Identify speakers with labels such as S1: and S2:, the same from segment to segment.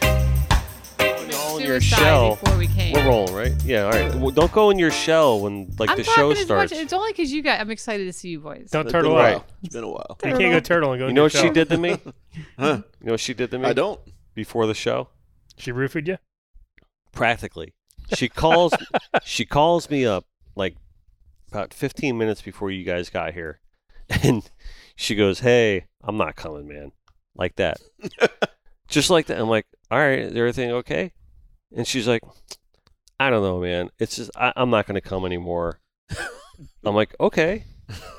S1: Go in
S2: Suicide
S1: your shell.
S2: before we came.
S1: We'll roll, right? Yeah, all right. Well, don't go in your shell when like
S2: I'm clapping
S1: the show
S2: as
S1: starts.
S2: much- It's only because you guys. I'm excited to see you boys.
S3: Don't
S4: It's
S3: turtle
S4: been a
S3: up.
S4: while. It's been a while.
S3: You can't go turtle and go.
S1: You
S3: in
S1: know
S3: your
S1: what she
S3: shell.
S1: did to me?
S4: Huh?
S1: You know what she did to me?
S4: I don't.
S1: Before the show,
S3: She roofied you.
S1: practically, she calls. she calls me up like about 15 minutes before you guys got here, and she goes, "Hey, I'm not coming, man." Like that, just like that. I'm like, "All right, is everything okay?" And she's like, "I don't know, man. It's just I, I'm not going to come anymore." I'm like, "Okay."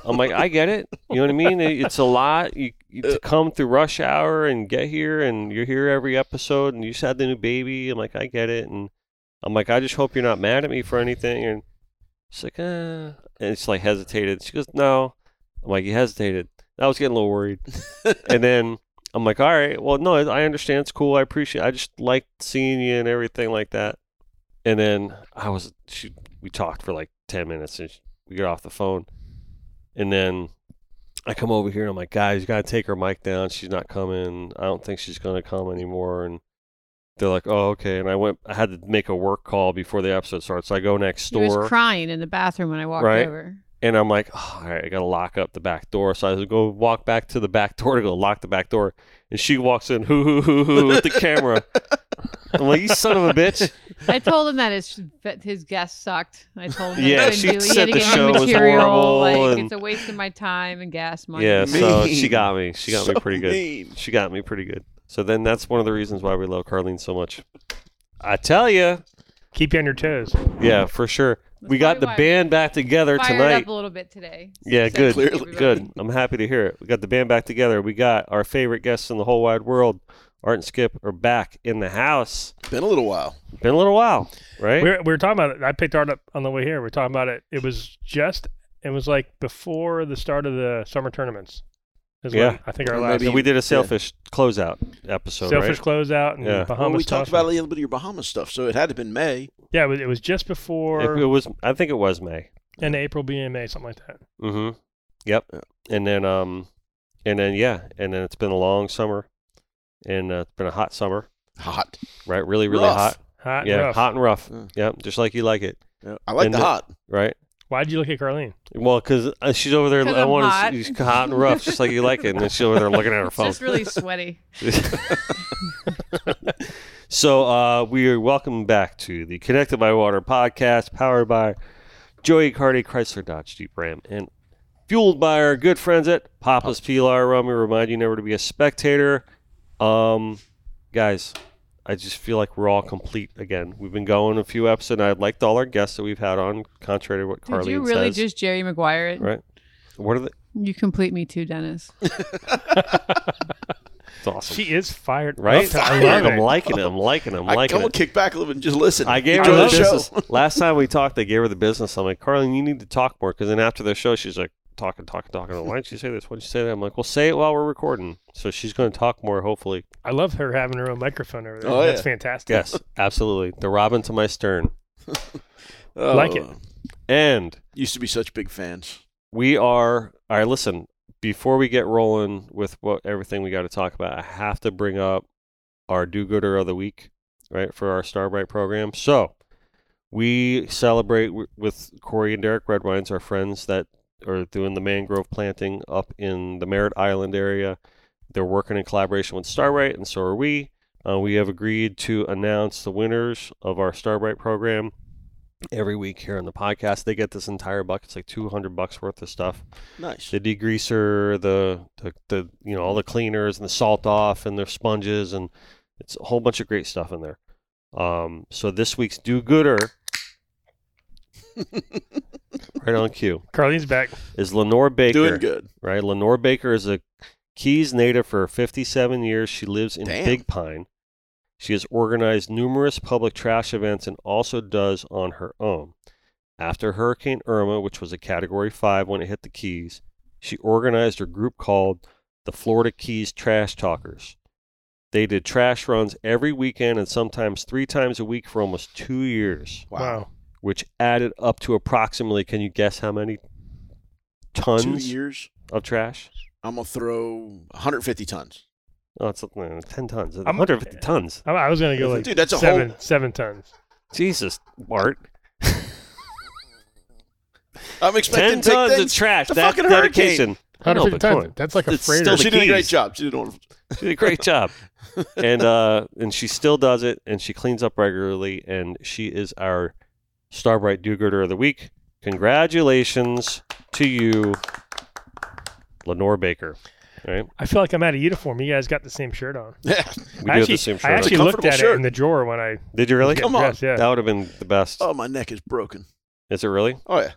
S1: I'm like, I get it. You know what I mean? It- It's a lot. You, you to come through rush hour and get here, and you're here every episode, and you just had the new baby. I'm like, I get it, and I'm like, I just hope you're not mad at me for anything. And she's like, uh, and it's like hesitated. She goes, no. I'm like, you hesitated. I was getting a little worried, and then I'm like, all right, well, no, I understand. It's cool. I appreciate. I just liked seeing you and everything like that. And then I was, she, we talked for like ten minutes, and she, we got off the phone. And then I come over here and I'm like, guys, you gotta take her mic down. She's not coming. I don't think she's gonna come anymore. And they're like, oh, okay. And I went, I had to make a work call before the episode starts. So I go next
S2: He was
S1: door,
S2: crying in the bathroom when I walked
S1: Right.
S2: over.
S1: and I'm like, oh, all right, I gotta lock up the back door. So I go walk back to the back door to go lock the back door, and she walks in, hoo hoo hoo hoo, with the camera. I'm like, you son of a bitch.
S2: I told him that his that his guest sucked. I told him I
S1: Yeah,
S2: couldn't
S1: she
S2: do it. He
S1: said
S2: had to
S1: the
S2: give him
S1: show was
S2: material,
S1: horrible
S2: Like,
S1: and-
S2: it's a waste of my time and gas money.
S1: Yeah, so
S4: Mean.
S1: she got me. She got
S4: So
S1: me pretty good.
S4: mean.
S1: She got me pretty good. So then that's one of the reasons why we love Carlene so much. I tell you,
S3: Keep you on your toes.
S1: yeah, for sure. we got the
S2: probably why
S1: band back together
S2: fired
S1: tonight.
S2: up a little bit today.
S1: Yeah, good.
S4: Clearly.
S1: Good. I'm happy to hear it. We got the band back together. We got our favorite guests in the whole wide world, Art and Skip, are back in the house.
S4: Been a little while.
S1: Been a little while, right?
S3: We were, we were talking about it. I picked art up on the way here. We are talking about it. It was just. It was like before the start of the summer tournaments. Is when
S1: Yeah.
S3: I think our
S4: Or
S3: last
S4: maybe-
S1: And Uh, we did a sailfish closeout episode, right?
S3: selfish closeout and
S1: Yeah.
S3: Bahamas.
S4: Well, we talked
S3: toss-up.
S4: about a little bit of your Bahamas stuff, so it had to have been May.
S3: Yeah, it was, it was just before
S1: It, it was. I think it was May.
S3: and April being May, something like that.
S1: Mm-hmm. Yep. And then um, and then yeah, and then it's been a long summer, and uh, it's been a hot summer,
S4: Hot.
S1: right? Really, really
S4: Rough.
S1: hot.
S3: Hot.
S1: yeah,
S3: rough.
S1: hot and rough.
S4: Yeah.
S1: Yep, just like you like it,
S4: Yeah, I like
S1: And
S4: the
S1: the-
S4: hot.
S1: right?
S3: Why'd you look at Carlene?
S1: Well, because uh, she's over there.
S2: 'Cause
S1: I
S2: I'm
S1: want
S2: hot.
S1: to. She's hot and rough, just like you like it. And then she's over there looking at her
S2: It's
S1: phone.
S2: just really sweaty.
S1: so uh, we are welcome back to the Connected by Water podcast, powered by Joey Cardi Chrysler Dodge Jeep Ram, and fueled by our good friends at Papa's Pilar Rum. We remind you never to be a spectator. Um, guys, I just feel like we're all complete again. We've been going a few episodes. And I liked all our guests that we've had on, contrary to what Carly
S2: Did you really
S1: says.
S2: just Jerry Maguire it?
S1: right? What are the
S2: You complete me too, Dennis.
S1: It's awesome.
S3: She is fired.
S1: right?
S3: Up to- I
S1: I'm
S3: love it.
S1: liking it. I'm liking it. I'm
S4: I
S1: liking
S4: come
S1: it.
S4: and kick back a little bit and just listen.
S1: I gave
S3: I
S1: her the
S3: love it.
S1: business. Last time we talked, I gave her the business. I'm like, Carlin, you need to talk more. Because then after the show, she's like, talking, talking, talking. I'm like, Why didn't you say this? Why didn't you say that? I'm like, well, say it while we're recording. So she's going to talk more, hopefully.
S3: I love her having her own microphone over there.
S4: Oh,
S3: That's
S4: yeah.
S3: fantastic.
S1: Yes, absolutely. The Robin to my stern.
S4: Oh,
S3: like it.
S1: And
S4: Used to be such big fans.
S1: we are, all right, listen, before we get rolling with what everything we got to talk about, I have to bring up our do gooder of the week, right, for our Starbright program. So we celebrate w- with Corey and Derek Redwines, our friends that are doing the mangrove planting up in the Merritt Island area. They're working in collaboration with Starbright, and so are we. Uh, we have agreed to announce the winners of our Starbright program every week here on the podcast. They get this entire bucket; it's like two hundred bucks worth of stuff
S4: Nice.
S1: the degreaser, the, the the you know all the cleaners and the salt off and their sponges and it's a whole bunch of great stuff in there. Um, so this week's do gooder, right on cue,
S3: Carlene's back.
S1: is Lenore Baker.
S4: Doing good.
S1: Right, Lenore Baker is a Keys native for 57 years. She lives in
S4: Damn.
S1: Big Pine. She has organized numerous public trash events and also does on her own. After Hurricane Irma, which was a Category 5 when it hit the Keys, she organized a group called the Florida Keys Trash Talkers. They did trash runs every weekend and sometimes three times a week for almost two years,
S3: Wow.
S1: which added up to approximately, can you guess how many
S4: Two
S1: tons
S4: years.
S1: of trash?
S4: I'm gonna throw 150 tons.
S1: Oh, it's uh, ten tons. It's
S3: I'm-
S1: 150 tons.
S3: I, I was gonna go like
S4: Dude, that's a
S3: seven
S4: whole-
S3: seven tons.
S1: Jesus, Bart.
S4: I'm
S1: ten
S4: expecting big
S1: tons
S4: things.
S1: of trash.
S4: The
S1: That's
S4: fucking
S1: dedication. I know,
S5: 150
S1: but
S5: tons.
S1: come on.
S5: That's like a
S1: It's
S5: freighter.
S1: still
S4: she
S1: the
S4: did a great
S1: keys.
S4: job. She did a wonderful.
S1: She did a great job, and uh, and she still does it, and she cleans up regularly, and she is our Starbright do-gooder of the week. Congratulations to you, Lenore Baker. All right,
S3: I feel like I'm out of uniform. You guys got the same shirt on.
S4: Yeah.
S1: we
S3: I
S1: do have
S3: actually,
S1: the same shirt.
S3: I
S1: on.
S3: actually
S4: It's a
S3: looked at
S4: comfortable
S3: it in the drawer when I
S1: Did you really?
S3: was
S4: Come
S3: getting
S4: on.
S3: dressed, Yeah.
S1: That would have been the best.
S4: Oh, my neck is broken.
S1: Is it really?
S4: Oh yeah.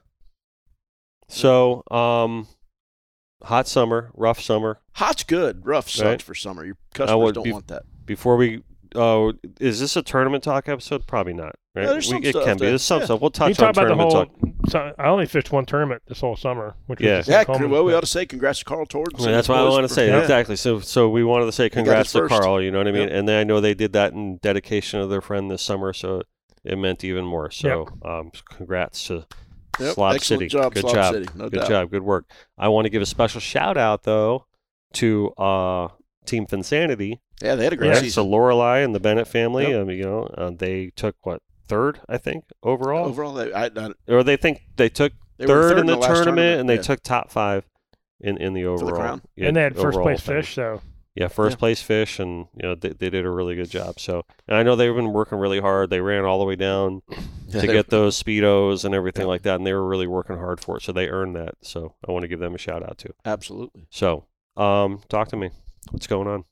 S1: So, um, hot summer, rough summer.
S4: Hot's good. Rough sucks
S1: Right.
S4: for summer. Your
S1: would
S4: customers don't
S1: be-
S4: want that.
S1: before we oh is this a tournament talk episode probably not right
S4: Yeah, there's
S1: we,
S4: some
S1: it
S4: stuff
S1: can be
S4: that-
S1: there's some
S4: yeah.
S1: stuff we'll
S3: We
S1: touch
S3: talk
S1: on
S3: about the
S1: tournament talk
S3: whole. So I only fished one tournament this whole summer, which
S1: Yeah.
S3: was the St.
S4: Yeah,
S3: Coleman's,
S4: well, we
S3: but
S4: ought to say congrats to Carl Torrance.
S1: Yeah,
S4: and
S1: that's
S4: his
S1: what i
S4: boys
S1: want to
S4: for-
S1: say
S3: Yeah.
S1: exactly so so we wanted to say
S4: got
S1: congrats
S4: us
S1: to
S4: first.
S1: carl you know what i mean
S4: Yep.
S1: and i know they did that in dedication of their friend this summer so it meant even more so um congrats to
S4: Yep,
S1: Slob
S4: excellent
S1: City.
S4: job,
S1: Good
S4: Slob
S1: job.
S4: City. No
S1: good
S4: doubt.
S1: job good work i want to give a special shout out though to uh team finsanity
S4: Yeah, they had a great
S3: Yeah.
S1: right?
S4: season.
S1: so lorelei and the bennett family um, you know uh, they took what third i think overall
S4: Overall, they, I, I, they
S1: or they think they took
S4: were
S1: third,
S4: third
S1: in the,
S4: last
S1: tournament, and they
S4: yeah.
S1: took top five in, in the
S4: the
S1: overall.
S4: crown.
S1: yeah,
S3: and they had first
S1: overall
S3: place
S1: thing.
S3: fish, so
S1: Yeah, first
S4: Yeah.
S1: place fish, and you know they, they did a really good job. So and I know they've been working really hard. They ran all the way down
S4: Yeah,
S1: to
S4: they-
S1: get those speedos and everything
S4: Yeah.
S1: like that, and they were really working hard for it. So they earned that. So I want to give them a shout out too.
S4: Absolutely.
S1: So um, talk to me. What's going on?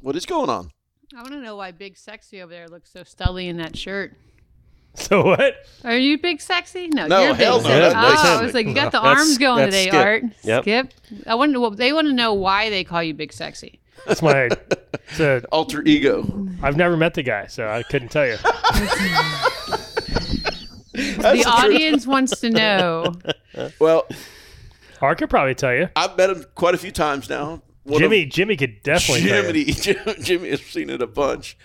S4: What is going on?
S2: I want to know why Big Sexy over there looks so stully in that shirt.
S3: so what?
S2: Are you Big Sexy? No,
S4: No,
S2: you're Big
S4: hell
S1: no,
S2: Sexy.
S1: that's Big
S2: oh, I
S1: Sexy.
S2: was like, you got the
S1: That's-
S2: arms going
S1: that's
S2: today,
S1: Skip.
S2: Art.
S1: Yep.
S2: Skip. I wonder. Well, they want to know why they call you Big Sexy.
S3: That's my. it's a,
S4: Alter ego.
S3: I've never met the guy, so I couldn't tell you.
S4: That's
S2: the
S4: the truth.
S2: audience wants to know.
S4: Well,
S3: Art could probably tell you.
S4: I've met him quite a few times now. One of-
S3: Jimmy, Jimmy could definitely. tell you.
S4: Jimmy, Jim- Jimmy has seen it a bunch.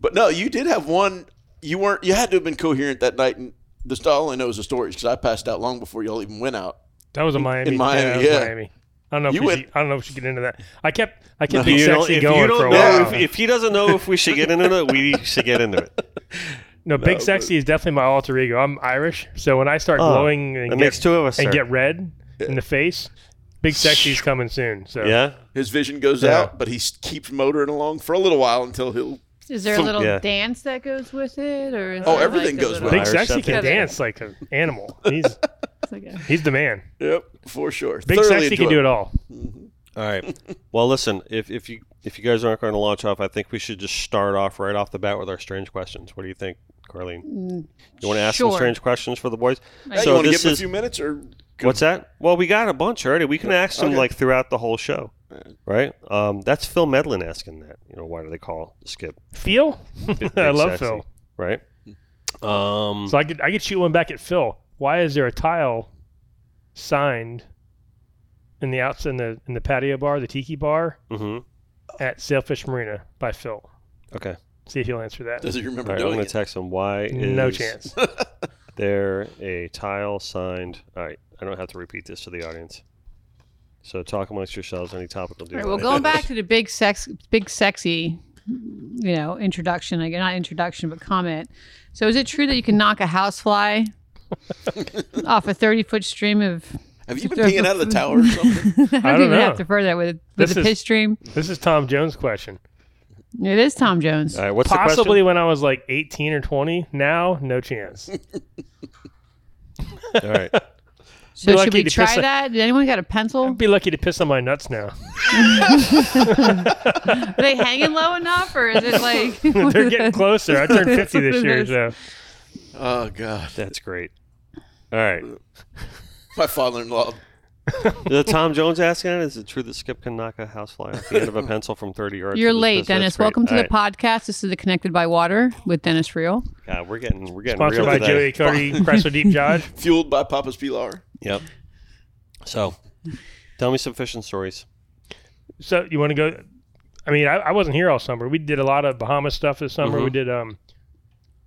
S4: But no, you did have one. You weren't. You had to have been coherent that night. And this all I know is the stories because I passed out long before y'all even went out.
S3: That was a Miami.
S4: Miami,
S3: that was
S4: yeah.
S3: Miami. I don't know if
S4: You
S3: we
S4: went-
S3: should, I don't know if we should get into that. I kept I kept
S4: No.
S3: Big
S1: You don't-
S3: Sexy
S1: if
S3: going
S1: you don't
S3: for a
S1: know,
S3: while.
S1: if, if he doesn't know if we should get into it, we should get into it.
S3: no, Big
S4: but-
S3: Sexy is definitely my alter ego. I'm Irish, so when I start
S1: Oh,
S3: glowing and
S1: It
S3: get,
S1: makes two of us.
S3: and
S1: sir.
S3: get red in the face, Big Sexy's coming soon. So
S1: yeah,
S4: His vision goes
S3: Yeah.
S4: out, but he s- keeps motoring along for a little while until he'll.
S2: Is there a little
S1: Yeah.
S2: dance that goes with it, or is
S4: Oh,
S2: it like
S4: everything
S2: a
S4: goes
S2: little-
S4: with
S3: Big
S1: Irish
S3: Sexy
S1: something.
S3: can dance like an animal. He's
S2: it's like a-
S3: he's the man.
S4: Yep, for sure.
S3: Big Sexy can do it all.
S1: All right. Well, listen. If if you if you guys aren't going to launch off, I think we should just start off right off the bat with our strange questions. What do you think, Carlene?
S2: Mm,
S1: You want to ask some
S2: sure.
S1: strange questions for the boys?
S2: I
S4: you
S1: So
S4: want to
S1: this
S4: give him a
S1: is
S4: few minutes or
S1: What's that? Well, we got a bunch already. We can ask them
S4: Okay.
S1: like throughout the whole show, right? Um, that's Phil Medlin asking that. You know, why do they call Skip?
S3: Phil?
S1: Big
S3: I love
S1: Sexy,
S3: Phil.
S1: Right.
S4: Hmm.
S1: Um,
S3: So I could I could shoot one back at Phil. Why is there a tile signed in the outs in the in the patio bar, the tiki bar
S1: mhm.
S3: at Sailfish Marina by Phil?
S1: Okay.
S3: See if he'll answer that.
S4: Does he remember
S1: All right. I'm
S4: doing
S1: gonna
S4: it?
S1: text him. Why?
S3: No
S1: is
S3: chance.
S1: There a tile signed. All right. I don't have to repeat this to the audience. So talk amongst yourselves. Any topic will
S2: All
S1: do.
S2: right,
S1: that.
S2: well, going back to the big sex, big sexy, you know, introduction. Like not introduction, but comment. So, is it true that you can knock a housefly off a thirty-foot stream of?
S4: Have you been peeing out of the tower or something?
S2: I don't,
S3: don't
S2: even
S3: know.
S2: have to further that with with
S3: This
S2: a
S3: is-
S2: piss stream.
S3: This is Tom Jones' question.
S2: It is Tom Jones.
S1: All right. What's the
S3: Possibly
S1: question?
S3: when I was like 18 or 20. Now, no chance.
S1: All right.
S3: be
S2: so
S3: lucky
S2: should we
S3: to piss
S2: try
S3: a-
S2: that? Did anyone got a pencil?
S3: I'd be lucky to piss on my nuts now.
S2: Are they hanging low enough, or is it like
S3: They're getting closer. I turned 50
S2: That's
S3: this year,
S2: what
S3: so
S4: oh God,
S1: That's great. All right.
S4: my father-in-law.
S1: Is it Tom Jones asking it? Is it true that Skip can knock a housefly off the end of a pencil from 30 yards?
S2: You're
S1: with his
S2: late,
S1: fist? That's
S2: Dennis.
S1: great.
S2: Welcome to
S1: All
S2: the podcast. This is the Connected by Water with Dennis Real.
S1: God, we're getting we're getting
S3: sponsored
S1: real
S3: by
S1: today.
S3: Joey Cody Chrysler Deep Dodge.
S4: Fueled by Papa's Pilar.
S1: Yep. So, tell me some fishing stories.
S3: So you want to go? I mean, I, I wasn't here all summer. We did a lot of Bahamas stuff this summer. We
S1: Mhm.
S3: did um,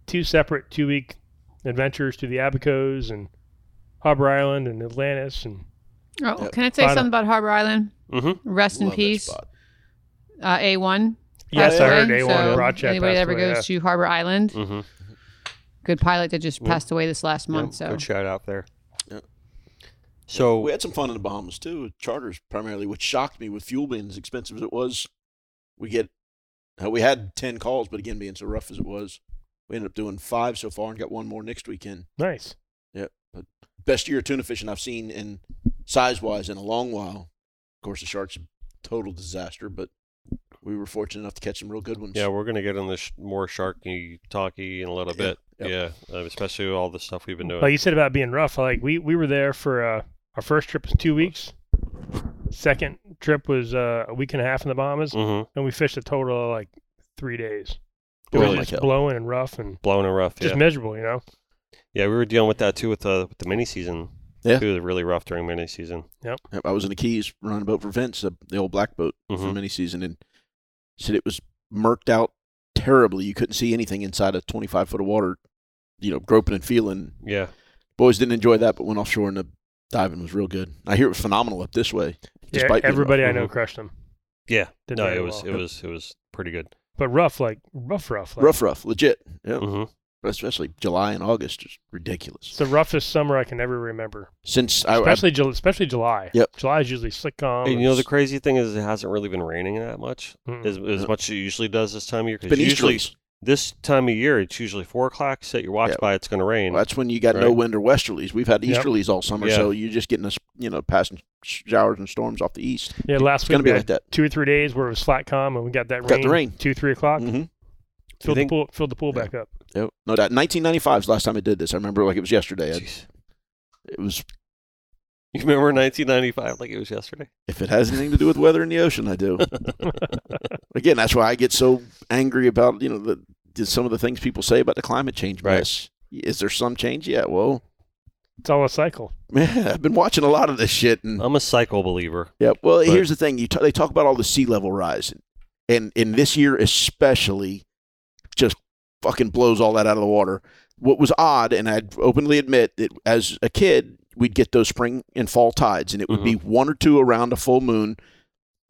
S3: two separate two week adventures to the Abacos and Harbor Island and Atlantis and
S2: Oh,
S4: Yep.
S2: can I say
S3: Final.
S2: something about Harbor Island?
S1: Mm-hmm.
S2: Rest in
S4: Love that
S2: peace.
S4: spot.
S2: Uh, A1.
S3: yes,
S2: passed
S3: I heard
S2: away,
S3: A one
S2: so
S3: Rochette.
S2: Anybody that
S3: passed
S2: ever
S3: away,
S2: goes to Harbor Island,
S1: Mm-hmm.
S2: good pilot that just
S1: Yeah.
S2: passed away this last month. So
S1: Good shout out there.
S4: Yeah.
S1: So
S4: We had some fun in the Bahamas too, with charters primarily, which shocked me with fuel being as expensive as it was. We get, uh, we had ten calls, but again, being so rough as it was, we ended up doing five so far and got one more next weekend.
S3: yeah. nice.
S4: Best year of tuna fishing I've seen in size wise in a long while. Of course, the sharks a total disaster, but we were fortunate enough to catch some real good ones.
S1: yeah, we're gonna get on this sh- more sharky talky in a little
S4: Yeah. Mm,
S1: bit. Yeah, uh, especially all the stuff we've been doing.
S3: Like you said about being rough, like we we were there for uh, our first trip was two weeks. Second trip was uh, a week and a half in the Bahamas,
S4: Mm.
S1: mm-hmm.
S3: and we fished a total of like three days. It
S4: Really
S3: was
S4: like
S3: just
S4: hell.
S3: blowing and rough and
S1: Blown and rough.
S3: just
S1: yeah.
S3: miserable, you know.
S1: yeah, we were dealing with that too with the with the mini season.
S4: Yeah.
S1: too, really rough during mini season.
S4: Yep, I was in the Keys running a boat for Vince, the, the old black boat for
S1: Mhm.
S4: mini season, and said it was murked out terribly. You couldn't see anything inside of 25 foot of water, you know, groping and feeling.
S1: Yeah,
S4: Boys didn't enjoy that, but went offshore and the diving was real good. I hear it was phenomenal up this way.
S3: Yeah,
S4: Despite being rough.
S3: everybody I
S4: Mm-hmm.
S3: know
S1: Mhm.
S3: crushed them.
S1: yeah.
S3: Did
S1: no,
S3: very
S1: it was
S3: well.
S1: it was it was pretty good.
S3: But rough, like rough, rough. Like,
S4: rough, rough, legit. Yeah,
S1: Mm-hmm.
S4: especially July and August, just ridiculous.
S3: It's the roughest summer I can ever remember.
S4: Since I, I
S3: Especially, Ju- especially July.
S4: Yep.
S3: July is usually slick
S4: Oh,
S3: calm.
S1: And you know the
S3: it's-
S1: crazy thing is it hasn't really been raining that much
S3: Mm.
S1: as, as
S4: No.
S1: much as it usually does this time of year.
S4: it's
S1: 'cause
S4: been
S1: usually
S4: easterlies.
S1: this time of year it's usually four o'clock. Set your watch
S4: Yeah.
S1: by it's going to rain.
S4: Well, that's when you got no
S1: Right.
S4: wind or westerlies. We've had
S3: Yep.
S4: easterlies all summer,
S1: Yeah.
S4: so you're just getting us, you know, passing showers and storms off the east.
S3: yeah, last
S4: It's
S3: week
S4: going to
S3: we
S4: be
S3: had
S4: like that.
S3: two or three days where it was flat calm, and we got that
S4: Got
S3: rain.
S4: the rain.
S3: Two, three o'clock.
S4: Mm-hmm.
S1: You
S3: Filled the
S1: think-
S3: pool. Filled the pool
S4: Yeah.
S3: back up.
S4: Yep. No doubt. 1995 is the last time I did this. I remember like it was yesterday. I,
S1: Jeez.
S4: it was.
S1: You remember 1995 like it was yesterday?
S4: If it has anything to do with weather in the ocean, I do. Again, that's why I get so angry about you know the, the- some of the things people say about the climate change
S1: Right.
S4: mess. Is there some change? Yeah. Well,
S3: It's all a cycle.
S4: man, I've been watching a lot of this shit, and
S1: I'm a cycle believer.
S4: yeah. Well,
S1: But-
S4: here's the thing: you t- they talk about all the sea level rise, and in this year especially, just fucking blows all that out of the water. What was odd, and I'd openly admit that as a kid, we'd get those spring and fall tides, and it would be one or two around a full moon,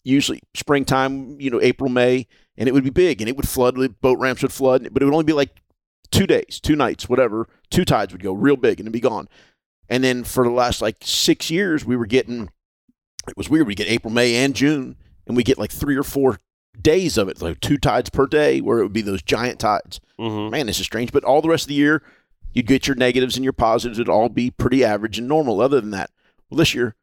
S4: usually springtime, you know, April, May, and it would be big, and it would flood, the boat ramps would flood, but it would only be like two days, two nights, whatever. Two tides would go real big and it'd be gone. And then for the last like six years, we were getting, it was weird. We get April, May, and June, and we get like three or four days of it, like two tides per day, where it would be those giant tides.
S1: Mm-hmm.
S4: Man, this is strange. But all the rest of the year, you'd get your negatives and your positives. It'd all be pretty average and normal, other than that. Well, this year,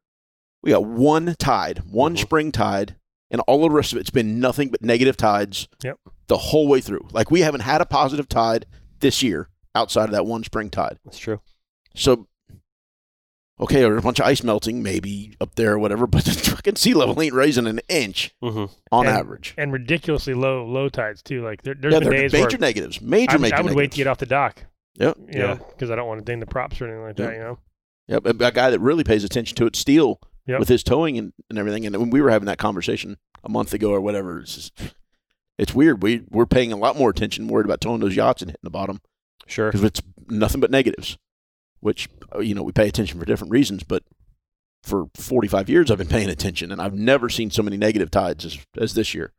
S4: we got one tide, one
S1: Mhm.
S4: spring tide, and all the rest of it's been nothing but negative tides
S3: Yep.
S4: the whole way through. Like, we haven't had a positive tide this year outside of that one spring tide.
S1: That's true.
S4: So okay, there's a bunch of ice melting, maybe up there or whatever, but the fucking sea level ain't raising an inch
S1: Mm-hmm.
S4: on
S3: And-
S4: average.
S3: and ridiculously low low tides too. Like there, there's
S4: Yeah,
S3: been
S4: they're
S3: days where
S4: major negatives. Major,
S3: I, would-
S4: major.
S3: I would wait to get
S4: negatives.
S3: off the dock.
S4: Yep.
S3: You
S1: Yeah.
S3: yeah, because I don't want to ding the props or anything like that.
S4: Yeah.
S3: You know,
S4: Yep, a, a guy that really pays attention to it, Steele,
S3: Yep.
S4: with his towing and, and everything. And when we were having that conversation a month ago or whatever, it's, just, it's weird. We we're paying a lot more attention, worried about towing those yachts and hitting the bottom
S1: Sure.
S4: because it's nothing but negatives. Which uh, you know we pay attention for different reasons, but for 45 years I've been paying attention, and I've never seen so many negative tides as, as this year.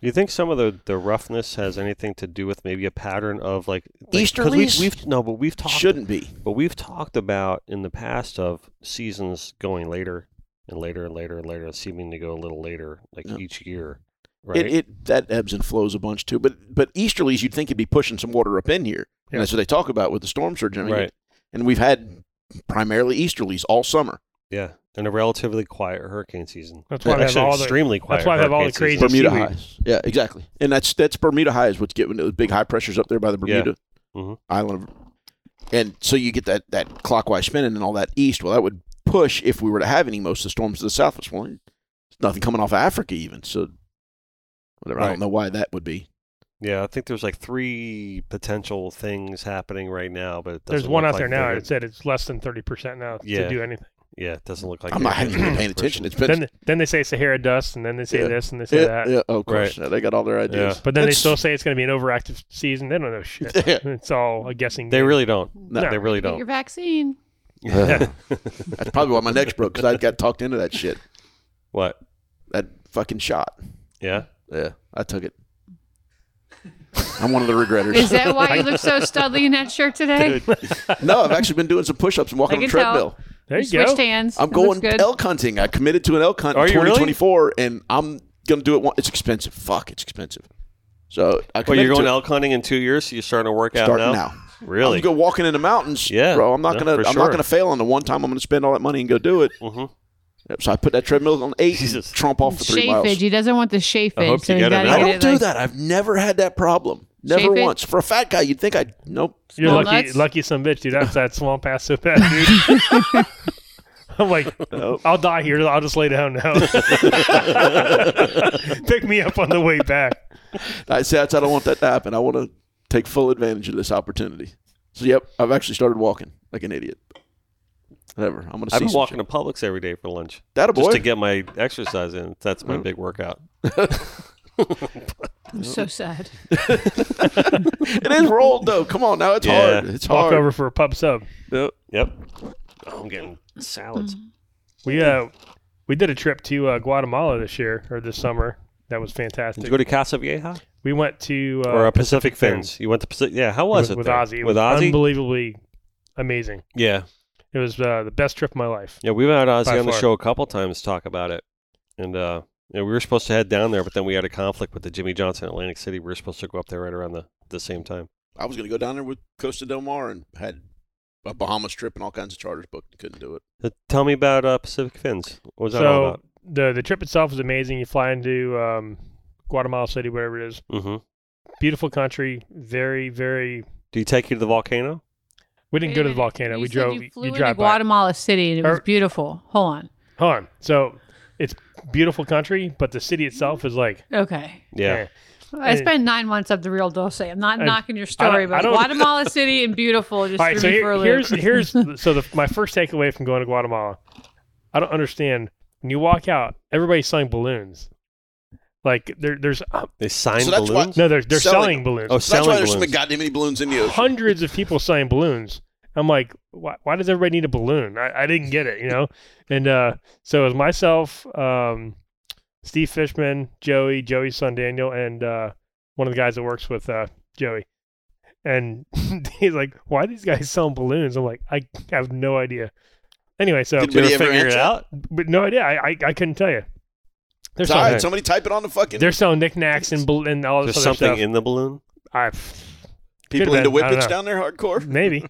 S1: Do you think some of the, the roughness has anything to do with maybe a pattern of like, like 'cause
S4: Easterlies?
S1: We, we've no, but we've talked
S4: Shouldn't be.
S1: But we've talked about in the past of seasons going later and later and later and later, seeming to go a little later, like
S4: Yeah.
S1: each year, right?
S4: It, it that ebbs and flows a bunch too. But but easterlies, you'd think it'd be pushing some water up in here,
S3: Yeah.
S4: and that's what they talk about with the storm surge. And everything.
S1: Right.
S4: And we've had primarily easterlies all summer.
S1: yeah, and a relatively quiet hurricane season.
S3: that's why we have
S1: Actually,
S3: all the
S1: extremely quiet.
S3: why we have all the
S1: hurricane season.
S3: Is crazy- it
S4: Bermuda
S3: seaweed?
S4: highs. Yeah, exactly. And that's that's Bermuda high is what's getting those big high pressures up there by the
S1: Yeah.
S4: Bermuda
S3: Mm-hmm.
S1: Mhm.
S4: island. of- And so you get that that clockwise spinning and all that east. Well, that would push if we were to have any most of the storms to the southwest. Well, there's nothing coming off of Africa even. So whatever. I
S1: Right.
S4: don't know why that would be.
S1: Yeah, I think there's like three potential things happening right now, but it
S3: there's
S1: doesn't
S3: one
S1: look
S3: out
S1: like
S3: there now.
S1: they're-
S3: It said it's less than 30 percent now
S1: Yeah.
S3: to do anything.
S1: yeah, it doesn't look like
S4: I'm
S1: they're
S4: not having
S1: gonna
S4: been paying
S1: push
S4: attention.
S1: them.
S4: It's been
S3: then then they say Sahara dust, and then they say
S4: Yeah.
S3: this, and they say
S4: yeah,
S3: that.
S4: yeah, oh, of course. Yeah, they got all their ideas.
S3: But then
S4: It's-
S3: they still say it's going to be an overactive season. They don't know shit.
S4: Yeah.
S3: It's all a guessing.
S1: They
S3: game.
S1: really don't.
S3: No.
S1: They really
S2: Get your
S1: don't.
S2: vaccine.
S4: That's probably why my neck's broke because I got talked into that shit.
S1: what?
S4: That fucking shot.
S1: Yeah.
S4: Yeah, I took it. I'm one of the regretters.
S2: Is that why you look so studly in that shirt today?
S4: No, I've actually been doing some push-ups and walking
S2: I
S4: on a
S2: can tell.
S4: treadmill.
S3: There you
S2: you switched
S3: go.
S2: hands.
S4: I'm
S2: It looks
S4: going
S2: good.
S4: elk hunting. I committed to an elk hunt
S1: Are
S4: in
S1: you really?
S4: 2024, and I'm gonna do it. One- it's expensive. Fuck, it's expensive. So I
S1: Well,
S4: committed
S1: you're going
S4: to it.
S1: elk hunting in two years, so you're starting to work out
S4: starting
S1: now.
S4: now.
S1: Really?
S4: I'm gonna go walking in the mountains.
S1: Yeah,
S4: bro. I'm not
S1: no,
S4: gonna.
S1: for
S4: I'm
S1: sure.
S4: not gonna fail on the one time I'm gonna spend all that money and go do it.
S1: mm-hmm.
S4: Yep, So I put that treadmill on eight. and
S1: Jesus.
S4: Trump off for three
S2: Chafage.
S4: miles.
S2: He doesn't want the chafage.
S1: I hope
S2: so
S1: you
S2: he's
S1: get it
S2: gotta
S1: out.
S4: I
S1: I
S2: get
S4: don't
S2: it,
S4: do
S2: like-
S4: that. I've never had that problem. Never
S2: Shape it?
S4: once. For a fat guy, you'd think I. Nope.
S3: You're
S2: Small
S3: lucky,
S2: nuts.
S3: lucky some bitch, dude. That's that swamp ass so fast, dude. I'm like, I'll die here. I'll just lay down now. Pick me up on the way back.
S4: I said that's- I don't want that to happen. I want to take full advantage of this opportunity. So yep, I've actually started walking like an idiot. Whatever. I'm gonna.
S1: I've
S4: see
S1: been
S4: some
S1: walking
S4: shit.
S1: to Publix every day for lunch
S4: That a
S1: just
S4: boy.
S1: to get my exercise in. That's my big workout.
S2: I'm so sad.
S4: it is rolled though. Come on now, it's
S1: Yeah.
S4: hard. It's
S3: Walk
S4: hard.
S3: over for a pub sub.
S1: Yep. Oh, I'm getting
S3: Mm.
S1: salads.
S3: We uh, we did a trip to uh, Guatemala this year or this summer. That was
S1: Did
S3: fantastic.
S1: you go to Casa Vieja
S3: we went to uh,
S1: or uh, Pacific Fins? You went to Pacific. Yeah. How was it
S3: with, with
S1: there?
S3: Ozzy. It
S1: With
S3: was
S1: Ozzy.
S3: unbelievably amazing.
S1: yeah.
S3: It was uh, the best trip of my life.
S1: Yeah. We've had Ozzy
S3: By
S1: on the
S3: far.
S1: show a couple times to talk about it, and uh, yeah, we were supposed to head down there, but then we had a conflict with the Jimmy Johnson Atlantic City. We were supposed to go up there right around the the same time.
S4: I was gonna go down there with Costa Del Mar and had a Bahamas trip and all kinds of charters booked. Couldn't do it.
S1: Uh, Tell me about uh, Pacific Fins. What was that all
S3: so
S1: about?
S3: the the trip itself was amazing. You fly into um, Guatemala City, whatever it is.
S1: Mm-hmm.
S3: Beautiful country. Very very.
S1: Do you take you to the volcano?
S3: We didn't
S2: Wait
S3: go
S2: a
S3: to the
S2: minute.
S3: volcano.
S2: You
S3: we
S2: said
S3: drove.
S2: You flew into
S3: drive by. Er-
S2: Guatemala City and it was
S3: Or-
S2: beautiful. Hold on.
S3: Hold on. So it's beautiful country, but the city itself is like.
S2: Okay.
S1: Yeah.
S3: eh.
S2: I
S3: Hey.
S2: spent nine months up the real Dulce. I'm not
S3: I-
S2: knocking your story,
S3: I
S2: but
S3: don't-
S2: Guatemala City and beautiful just
S3: All right.
S2: threw
S3: So
S2: me
S3: here-
S2: for a loop.
S3: here's here's so the, my first takeaway from going to Guatemala. I don't understand. When you walk out, everybody's selling balloons. Like there, there's uh,
S1: They signed
S4: So that's why-
S1: balloons.
S3: no, they're they're
S4: Selling
S3: selling,
S4: them.
S3: balloons.
S1: Oh,
S4: That's
S1: selling
S4: why there's so
S1: balloons.
S4: many goddamn many balloons in the ocean.
S3: hundreds of people selling balloons. I'm like, why, why does everybody need a balloon? I, I didn't get it, you know? And uh, so it was myself, um, Steve Fishman, Joey, Joey's son Daniel, and uh, one of the guys that works with uh, Joey. And he's like, why are these guys selling balloons? I'm like, I have no idea. Anyway, so,
S4: Did
S1: Did
S4: Would
S1: you
S4: he ever
S1: figure it
S4: answer?
S1: out?
S3: but no idea. I, I, I couldn't tell you. They're
S4: It's all right,
S3: selling,
S4: Somebody type it on the fucking.
S3: they're selling knickknacks and, bal- and all this
S1: There's
S3: other
S1: something
S3: stuff.
S1: in the balloon.
S3: I, could've
S4: people into
S3: been, I don't
S4: whippets
S3: know.
S4: down there hardcore.
S3: Maybe.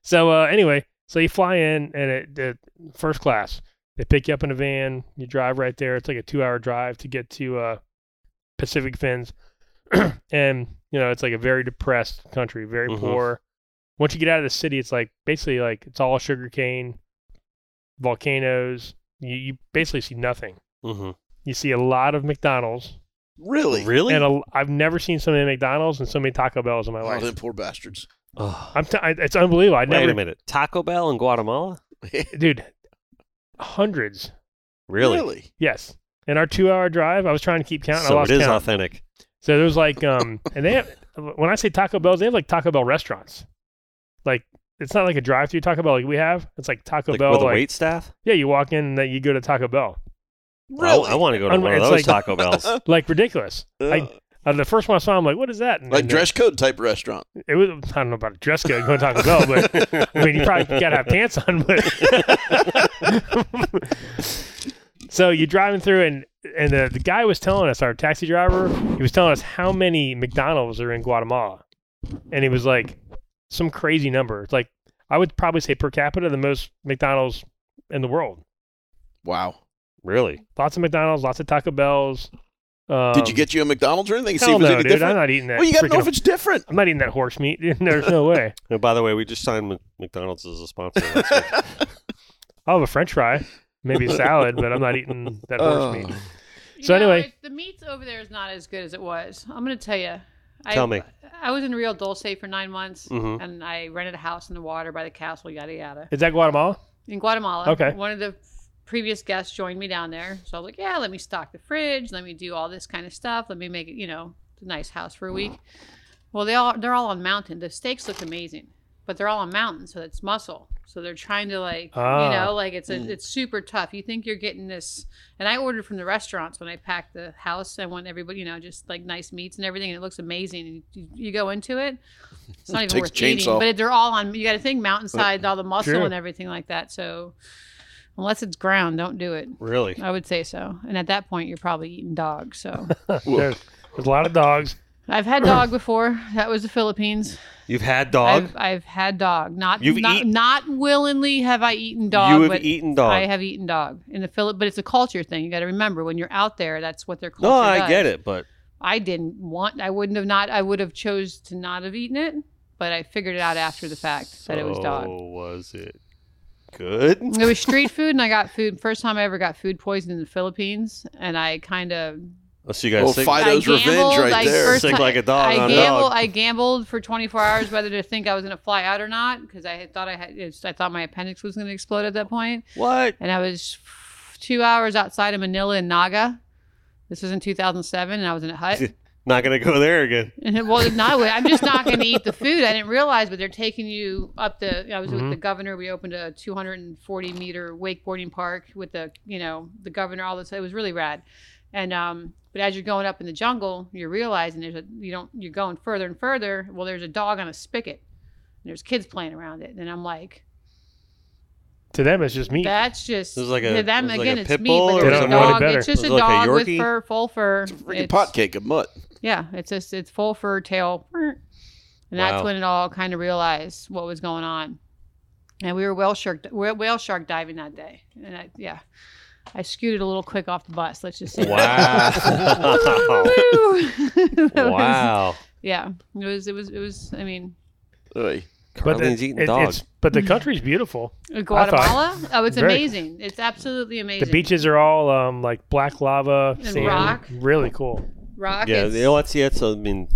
S3: So uh, anyway, so you fly in and it, it first class. They pick you up in a van. You drive right there. It's like a two-hour drive to get to uh, Pacific Fins, and you know it's like a very depressed country, very
S4: Mm-hmm.
S1: Mhm.
S3: poor. Once you get out of the city, it's like basically like it's all sugarcane, volcanoes. You, you basically see nothing.
S1: hmm
S3: You see a lot of McDonald's,
S4: Really?
S1: Really?
S3: and a, I've never seen so many McDonald's and so many Taco Bells in my
S4: Oh,
S3: life.
S4: them poor bastards.
S1: Ugh.
S3: I'm t- I, it's unbelievable. I
S1: Wait
S3: never,
S1: a minute. Taco Bell in Guatemala?
S3: dude, hundreds.
S1: Really?
S3: Yes, in our two-hour drive, I was trying to keep count. and I
S1: So
S3: lost
S1: it is
S3: count.
S1: authentic.
S3: So there's like, um, and they have, when I say Taco Bells, they have like Taco Bell restaurants. Like, it's not like a drive through Taco Bell like we have. It's like Taco
S1: Like,
S3: Bell.
S1: with a
S3: like,
S1: wait staff?
S3: Yeah, you walk in and then you go to Taco Bell.
S4: Really?
S1: I, want to go to
S3: Un-
S1: one of
S3: it's
S1: those
S3: like-
S1: Taco Bells.
S3: Like, ridiculous. I,
S4: Uh,
S3: uh, the first one I saw, I'm like, what is that? And uh,
S4: like
S3: then
S4: dress code type restaurant.
S3: It was, I don't know about a dress code going to Taco Bell, but I mean, you probably got to have pants on. But so you're driving through, and and the, the guy was telling us, our taxi driver, he was telling us how many McDonald's are in Guatemala, and he was like, some crazy number. It's like I would probably say per capita, the most McDonald's in the world.
S4: Wow.
S1: Really?
S3: Lots of McDonald's, lots of Taco Bells. Um,
S4: Did you get you a McDonald's or anything? See
S3: hell
S4: if it's
S3: no,
S4: any
S3: dude. I'm
S4: different.
S3: not eating that.
S4: Well, you got to know
S3: freaking-
S4: if it's different.
S3: I'm not eating that horse meat. There's no way.
S1: And Oh, by the way, we just signed with McDonald's as a sponsor. last week.
S3: I'll have a French fry, maybe a salad, but I'm not eating that horse meat.
S1: Oh.
S2: You
S3: So
S2: know,
S3: anyway-
S2: it- the meats over there is not as good as it was. I'm gonna tell you. I,
S1: Tell me.
S2: I was in Rio Dulce for nine months,
S1: Mhm.
S2: and I rented a house in the water by the castle, yada yada,
S3: Is that Guatemala?
S2: in Guatemala.
S3: Okay.
S2: One of the previous guests joined me down there, so I was like, "Yeah, let me stock the fridge, let me do all this kind of stuff, let me make it, you know, a nice house for a week." Well, they all they're all on mountain. The steaks look amazing, but they're all on mountain, so it's muscle. So they're trying to like
S3: Ah.
S2: you know like it's a, it's super tough. You think you're getting this, and I ordered from the restaurants when I packed the house. I want everybody you know just like nice meats and everything, and it looks amazing. And you, you go into it, it's not even
S4: Takes
S2: worth
S4: a
S2: eating.
S4: chainsaw.
S2: But they're all on. You got to think mountainside, all the muscle
S3: Sure.
S2: and everything like that. So unless it's ground, don't do it.
S1: really?
S2: I would say so. And at that point, you're probably eating dog. So
S3: There's, there's a lot of dogs.
S2: I've had dog before. That was the Philippines.
S1: You've had dog?
S2: I've, I've had dog. Not
S1: You've
S2: not,
S1: eaten-
S2: not willingly have I eaten dog.
S1: you have
S2: but
S1: eaten dog.
S2: I have eaten dog in the Philip, but it's a culture thing. You got to remember when you're out there, that's what they're.
S1: no, I get it, but
S2: I didn't want. I wouldn't have not. I would have chose to not have eaten it, but I figured it out after the fact that it was
S1: So
S2: dog.
S1: Was it good?
S2: It was street food, and I got food. First time I ever got food poisoning in the Philippines, and I kind of
S1: Oh, so you
S4: Well,
S1: guys think
S4: fight Fido's
S2: I gambled,
S4: revenge right
S2: I
S4: there.
S2: first
S1: Sick
S2: ti-
S1: like a dog
S2: I
S1: on a
S2: gambled,
S1: dog.
S2: I gambled for 24 hours whether to think I was going to fly out or not because I had thought I had it's- I thought my appendix was going to explode at that point,
S1: what?
S2: and I was f- two hours outside of Manila in Naga. This was in 2007, and I was in a hut.
S1: Not gonna go there again.
S2: And, well, no, I'm just not going to eat the food. I didn't realize, but they're taking you up the. I was with the
S1: Mm-hmm.
S2: governor. We opened a 240 meter wakeboarding park with the, you know, the governor. All this. It was really rad. And um, but as you're going up in the jungle, you're realizing there's a you don't you're going further and further. Well, there's a dog on a spigot. And there's kids playing around it, and I'm like,
S3: To them, it's just meat.
S2: that's just
S1: It was like a-
S2: to them
S1: it was like
S2: again.
S1: a
S2: it's
S1: pit
S2: meat,
S1: bull
S2: but
S1: or
S3: They
S2: there's a
S3: don't know any
S2: dog.
S3: better.
S2: It's just
S1: It
S2: a
S1: was like a
S2: dog with
S1: Yorkie?
S2: fur, full fur.
S4: It's a freaking pot cake of mutt.
S2: Yeah, it's just it's full fur tail, and that's
S1: Wow.
S2: when it all kind of realized what was going on. And we were whale shark we whale shark diving that day, and I, yeah, I scooted a little quick off the bus. Let's just say.
S1: Wow.
S2: That was-
S1: wow.
S2: yeah, it was it was it was. I mean,
S4: Oy.
S3: but,
S1: Carly's eating
S3: it-
S1: dog.
S3: it's- but the country's beautiful.
S2: uh, Guatemala. Oh, it's
S3: Very-
S2: amazing. It's absolutely amazing.
S3: The beaches are all um, like black lava,
S2: And
S3: sand.
S2: rock.
S3: Really cool.
S2: rock.
S1: Yeah,
S2: is-
S1: you know, that's yeah, it's a, I mean,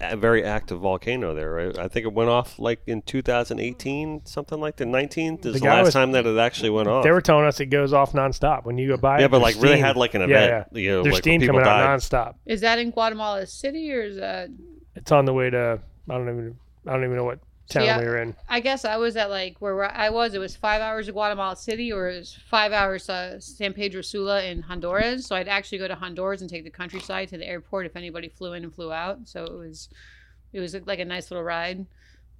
S1: a very active volcano there, right? I think it went off like in 2018, something like the 19th is
S3: The
S1: the,
S3: guy
S1: last
S3: was-
S1: time that it actually went off.
S3: They were telling us it goes off nonstop when you go by.
S1: yeah,
S3: it,
S1: but
S3: there's
S1: like really
S3: steam.
S1: had like an
S3: Yeah,
S1: event.
S3: yeah.
S1: You know, like,
S3: There's
S1: where
S3: steam
S1: people
S3: coming
S1: died.
S3: out nonstop.
S2: is that in Guatemala City or is that?
S3: It's on the way to I don't even I don't even know what town
S2: Yeah.
S3: we were in.
S2: I guess I was at like where I was. It was five hours to Guatemala City, or it was five hours to San Pedro Sula in Honduras. So I'd actually go to Honduras and take the countryside to the airport if anybody flew in and flew out. So it was, it was like a nice little ride,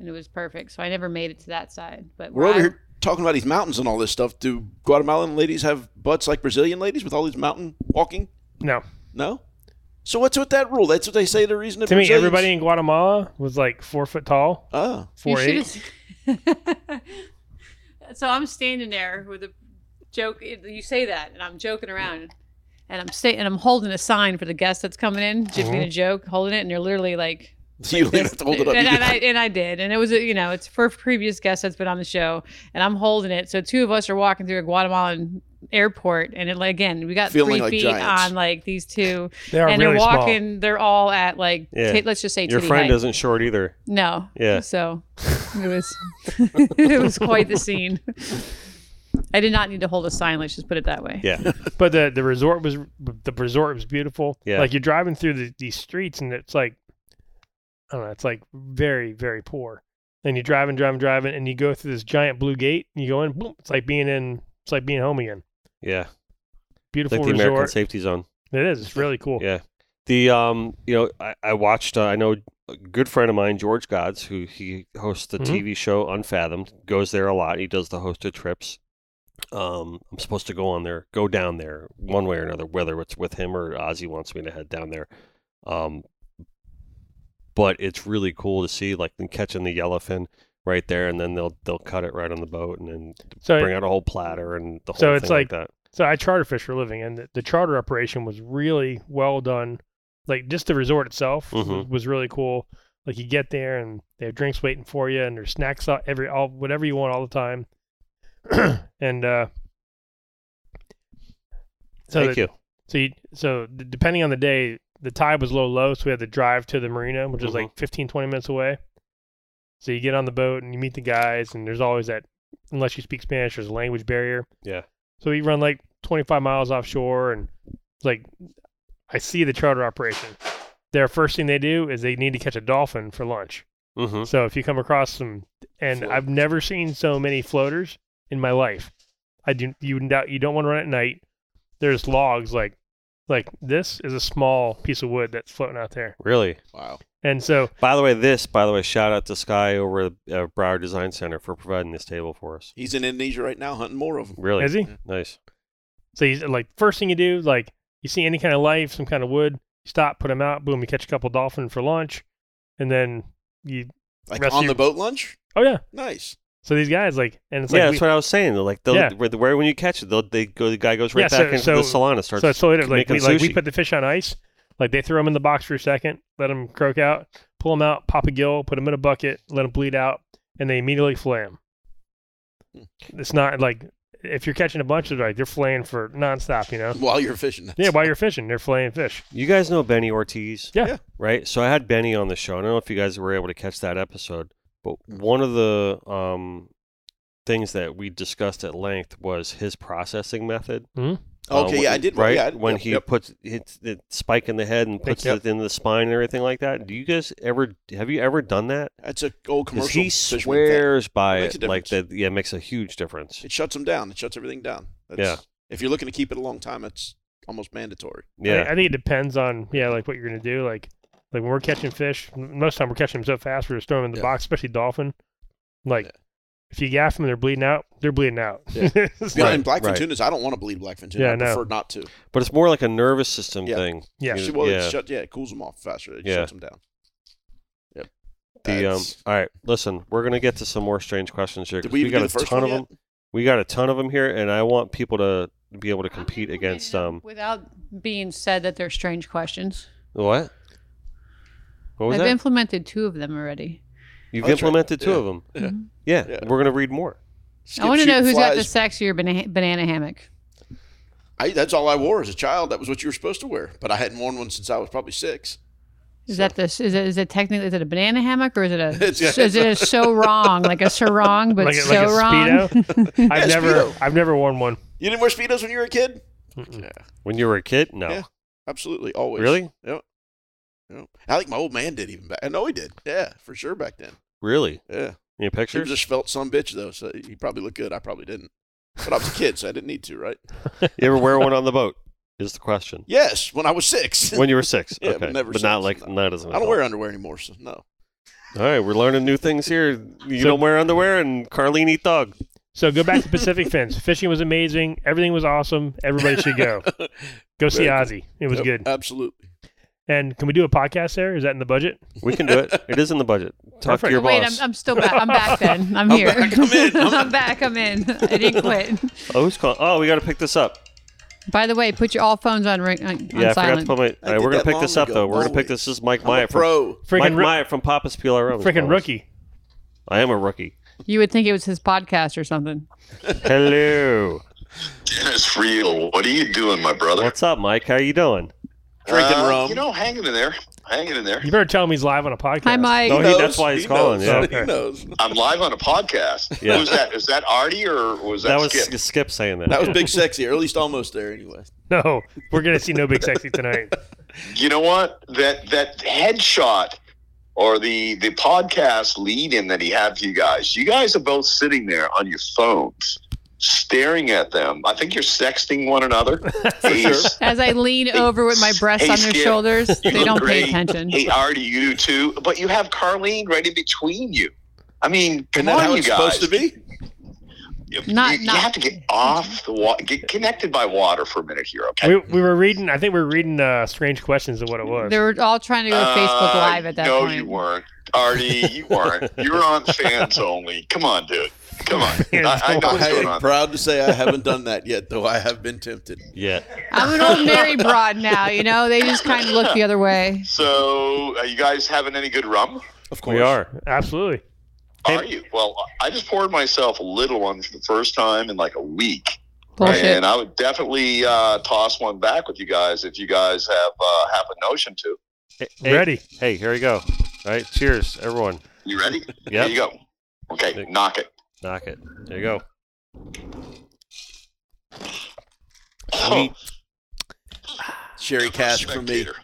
S2: and it was perfect. So I never made it to that side, but
S4: We're
S2: where
S4: over
S2: I-
S4: here talking about these mountains and all this stuff. Do Guatemalan ladies have butts like Brazilian ladies with all these mountain walking?
S3: No,
S4: No. So what's with that rule? That's what they say the reason. that
S3: to me
S4: Brazilians-
S3: everybody in Guatemala was like four foot tall,
S4: Oh,
S2: You
S3: four eight.
S2: should've- so I'm standing there with a joke. You say that, and I'm joking around,
S4: Uh-huh.
S2: and I'm sta- and I'm holding a sign for the guest that's coming in, just being a joke, holding it, and they're literally like
S4: So you don't even have to hold it up.
S2: And,
S4: You
S2: and
S4: can-
S2: I and I did, and it was a- you know it's for previous guests that's been on the show, and I'm holding it. So two of us are walking through a Guatemalan airport, and it, like, again we got
S4: Feeling
S2: three
S4: like
S2: feet
S4: giants.
S2: on like these two,
S3: They are
S2: and
S3: really
S2: they're
S3: small.
S2: walking. They're all at like
S1: Yeah.
S2: ti- let's just say
S1: Your
S2: titty
S1: friend
S2: height.
S1: isn't short either.
S2: No.
S1: Yeah.
S2: So it was it was quite the scene. I did not need to hold a sign. Let's just put it that way.
S1: Yeah.
S3: But the the resort was the resort was beautiful.
S1: Yeah.
S3: Like you're driving through the, these streets and it's like I don't know, it's like very very poor. And you're driving, driving, driving, and you go through this giant blue gate. And you go in, boom! It's like being in, it's like being home again.
S1: Yeah. It's
S3: Beautiful
S1: like the American
S3: resort.
S1: safety zone.
S3: It is. It's really cool.
S1: Yeah. The um, you know, I, I watched. Uh, I know a good friend of mine, George Gods, who he hosts the
S3: Mhm.
S1: TV show Unfathomed, goes there a lot. He does the hosted trips. Um, I'm supposed to go on there, go down there one way or another, whether it's with him or Ozzy wants me to head down there. Um, but it's really cool to see, like them catching the yellowfin right there, and then they'll they'll cut it right on the boat, and then
S3: So
S1: bring out a whole platter and the whole
S3: So
S1: thing
S3: it's
S1: like,
S3: like-
S1: that.
S3: So I charter fish for a living, and the, the charter operation was really well done. Like just the resort itself
S1: Mhm.
S3: was, was really cool. Like you get there and they have drinks waiting for you, and there's snacks out every all whatever you want all the time. and uh, so
S1: Thank
S3: the-
S1: you.
S3: so you, so d- depending on the day, the tide was a little low, so we had to drive to the marina, which is
S1: Mhm.
S3: like 15, 20 minutes away. So you get on the boat and you meet the guys, and there's always that, unless you speak Spanish, there's a language barrier.
S1: Yeah.
S3: So we run like 25 miles offshore, and like I see the charter operation. Their first thing they do is they need to catch a dolphin for lunch.
S1: hmm
S3: So if you come across some, and
S1: Float.
S3: I've never seen so many floaters in my life. I do you doubt you don't want to run at night. There's logs like, like this is a small piece of wood that's floating out there,
S1: Really.
S4: wow.
S3: and so
S1: By the way, this, by the way, shout out to Sky over at uh, Broward Design Center for providing this table for us.
S4: He's in Indonesia right now hunting more of them.
S1: Really
S3: is he?
S1: nice.
S3: So you like first thing you do, like you see any kind of life, some kind of wood, you stop, put them out, boom, you catch a couple dolphin for lunch, and then you
S4: Like
S3: Rest of
S4: on
S3: your-
S4: the boat lunch?
S3: oh yeah.
S4: Nice.
S3: So these guys like, and it's
S1: yeah,
S3: like
S1: that's
S3: we-
S1: what I was saying. They're Like they'll,
S3: Yeah.
S1: where, where when you catch it, they'll, they go. The guy goes right
S3: Yeah, so-
S1: back into the
S3: so-
S1: salon and starts.
S3: so it's so it, like
S1: making
S3: we like we
S1: sushi.
S3: put the fish on ice, like they throw them in the box for a second, let them croak out, pull them out, pop a gill, put them in a bucket, let them bleed out, and they immediately fillet them. It's not like if you're catching a bunch of like they're flaying for nonstop, you know.
S4: While you're fishing. That's-
S3: Yeah, while you're fishing, they're flaying fish.
S1: you guys know Benny Ortiz,
S3: Yeah.
S4: Yeah.
S1: right? So I had Benny on the show. I don't know if you guys were able to catch that episode, but one of the um, things that we discussed at length was his processing method. Uh,
S4: Oh, Okay,
S1: when-
S4: yeah, I did.
S1: Right
S4: Yeah, I-
S1: when
S4: yep,
S1: he
S4: yep.
S1: puts hits the spike in the head and puts
S3: Yep.
S1: it in the spine and everything like that. Do you guys ever have you ever done that?
S4: That's a old
S1: Because
S4: commercial.
S1: he
S4: fisherman thing.
S1: swears by
S4: Makes a
S1: it, like
S4: difference.
S1: that. Yeah, it makes a huge difference.
S4: It shuts them down. It shuts everything down. That's,
S1: Yeah.
S4: If you're looking to keep it a long time, it's almost mandatory.
S3: I think-
S1: Yeah,
S3: I, think it depends on yeah, like what you're gonna do. Like like when we're catching fish, m- most of the time we're catching them so fast we're just throwing them in the
S4: Yeah.
S3: box, especially dolphin. Like
S4: Yeah.
S3: if you gaff them, and they're bleeding out. They're bleeding out.
S4: Yeah.
S3: It's
S4: Yeah,
S3: like-
S4: and blackfin
S1: right.
S4: tunas, I don't want to bleed blackfin tuna.
S3: Yeah,
S4: I
S3: I know.
S4: prefer not to.
S1: but it's more like a nervous system
S4: Yeah.
S1: thing.
S3: Yeah.
S1: You-
S4: Actually, well,
S1: yeah.
S4: It shut, yeah, it cools them off faster. It
S1: Yeah.
S4: shuts them down. Yep.
S1: The, um,
S4: That's-
S1: all right, listen, we're gonna get to some more strange questions here.
S4: did
S1: 'cause
S4: we,
S1: We,
S4: even
S1: got
S4: do
S1: a
S4: the first
S1: ton of
S4: one yet?
S1: them. We got a ton of them here, and I want people to be able to compete against. Um,
S2: uh, without being said that they're strange questions.
S1: what? What was
S2: I've
S1: that?
S2: implemented two of them already.
S1: You've
S4: Oh, that's right.
S1: implemented two
S4: Yeah.
S1: of them.
S4: Yeah.
S1: Yeah.
S4: Yeah.
S1: we're gonna read more.
S4: Skip,
S2: I want to
S4: shoot,
S2: know
S4: and
S2: who's got the
S4: flies.
S2: sexier banana, banana hammock.
S4: I, that's all I wore as a child. That was what you were supposed to wear. But I hadn't worn one since I was probably six.
S2: Is that this? Is it? Is it technically? Is it a banana hammock or is it a?
S4: It's-
S2: is it a so wrong like a sarong but
S3: like a,
S2: so
S3: like a
S2: wrong?
S3: speedo. I've
S4: Yeah,
S3: never
S4: Speedo.
S3: I've never worn one.
S4: You didn't wear speedos when you were a kid? Yeah,
S1: When you were a kid, no.
S4: Yeah. absolutely, always.
S1: Really?
S4: Yep. Yep. I think my old man did even back. I know he did. Yeah, for sure back then.
S1: Really?
S4: Yeah.
S1: Any
S4: Sure.
S1: pictures?
S4: He was a felt some bitch though, so he probably looked good. I probably didn't. But I was a kid, so I didn't need to, right?
S1: you ever wear one on the boat? Is the question.
S4: Yes, when I was six.
S1: When you were six,
S4: Yeah,
S1: okay,
S4: but never
S1: not
S4: since,
S1: like
S4: no.
S1: not as an
S4: I don't
S1: adult.
S4: wear underwear anymore, so no.
S1: All right, we're learning new things here. You
S3: So-
S1: don't wear underwear, and Carlini thug.
S3: So go back to Pacific Fins. Fishing was amazing. Everything was awesome. Everybody should go. Go see
S4: Very
S3: Ozzy. It was
S4: Yep,
S3: good.
S4: Absolutely.
S3: And can we do a podcast there? Is that in the budget?
S1: We can do it. It is in the budget. Talk to
S3: Perfect.
S1: your
S2: Wait, I'm,
S1: boss.
S2: I'm still back. I'm back then. I'm, here.
S4: back. I'm in. I'm-
S2: I'm back. I'm in. I didn't quit.
S1: oh, who's calling? Oh, we got to pick this up.
S2: By the way, put your all phones on ring on, on
S1: Yeah, I forgot to
S2: silent.
S1: put my. all
S4: I
S1: right,
S4: did
S1: we're gonna
S4: that
S1: pick this
S4: long
S1: up
S4: ago.
S1: though. We're gonna
S4: Always.
S1: pick this. This is Mike
S4: I'm a
S1: Myatt. From,
S4: pro.
S1: Mike
S3: Freaking roo-
S1: Myatt from Papa's PLR. I
S3: freaking
S1: promise.
S3: rookie.
S1: I am a rookie.
S2: you would think it was his podcast or something.
S1: Hello.
S5: Dennis Friel, what are you doing, my brother?
S1: What's up, Mike? How you doing?
S4: Drinking
S5: Uh,
S4: rum.
S5: You know, hanging in there. Hanging in there.
S3: You better tell him he's live on a podcast.
S2: Hi, Mike.
S1: No, Oh, he- that's why he's calling,
S4: knows,
S1: yeah.
S4: He knows.
S5: I'm live on a podcast.
S1: Yeah.
S5: Who's that? Is that Artie or was that,
S1: That was
S5: Skip?
S1: Skip, saying that.
S4: That was big sexy, or at least almost there anyway.
S3: No, we're gonna see no big sexy tonight.
S5: You know what? That that headshot or the the podcast lead in that he had for you guys. You guys are both sitting there on your phones, staring at them. I think you're sexting one another. He's-
S2: As I lean over with my breasts
S5: Hey,
S2: on their
S5: Skip.
S2: shoulders,
S5: You
S2: they
S5: look
S2: don't pay
S5: great.
S2: attention.
S5: Hey Artie, you do too. But you have Carlene right in between you. I mean,
S4: Isn't
S5: come
S4: that
S5: on,
S4: how
S5: you
S4: it's
S5: guys.
S4: supposed to be?
S2: Not-
S5: you, you
S2: not-
S5: have to get off the water, get connected by water for a minute here, okay?
S3: We, we were reading. I think we were reading uh, strange questions of what it was.
S2: They were all trying to go Facebook
S5: Uh,
S2: Live at that
S5: no,
S2: point.
S5: you weren't, Artie. You weren't. you were on fans only. Come on, dude. Come on. I, I know what's
S4: I
S5: going
S4: am
S5: on.
S4: proud to say I haven't done that yet, though I have been tempted.
S1: yeah.
S2: I'm an old Mary broad now. You know, they just kind of look the other way.
S5: So, are you guys having any good rum?
S4: Of course,
S1: We are.
S3: Absolutely.
S5: Are you? Well, I just poured myself a little one for the first time in like a week,
S2: Bullshit.
S5: and I would definitely uh, toss one back with you guys if you guys have uh, have a notion to.
S1: Hey, hey-
S3: Ready?
S1: Hey, here we go. All right. Cheers, everyone.
S5: You ready?
S1: Yep.
S5: Here you go. Okay,
S1: Thank-
S5: knock it.
S1: Knock it. There you go.
S5: Oh,
S4: Sherry Cash for me.
S5: spectator.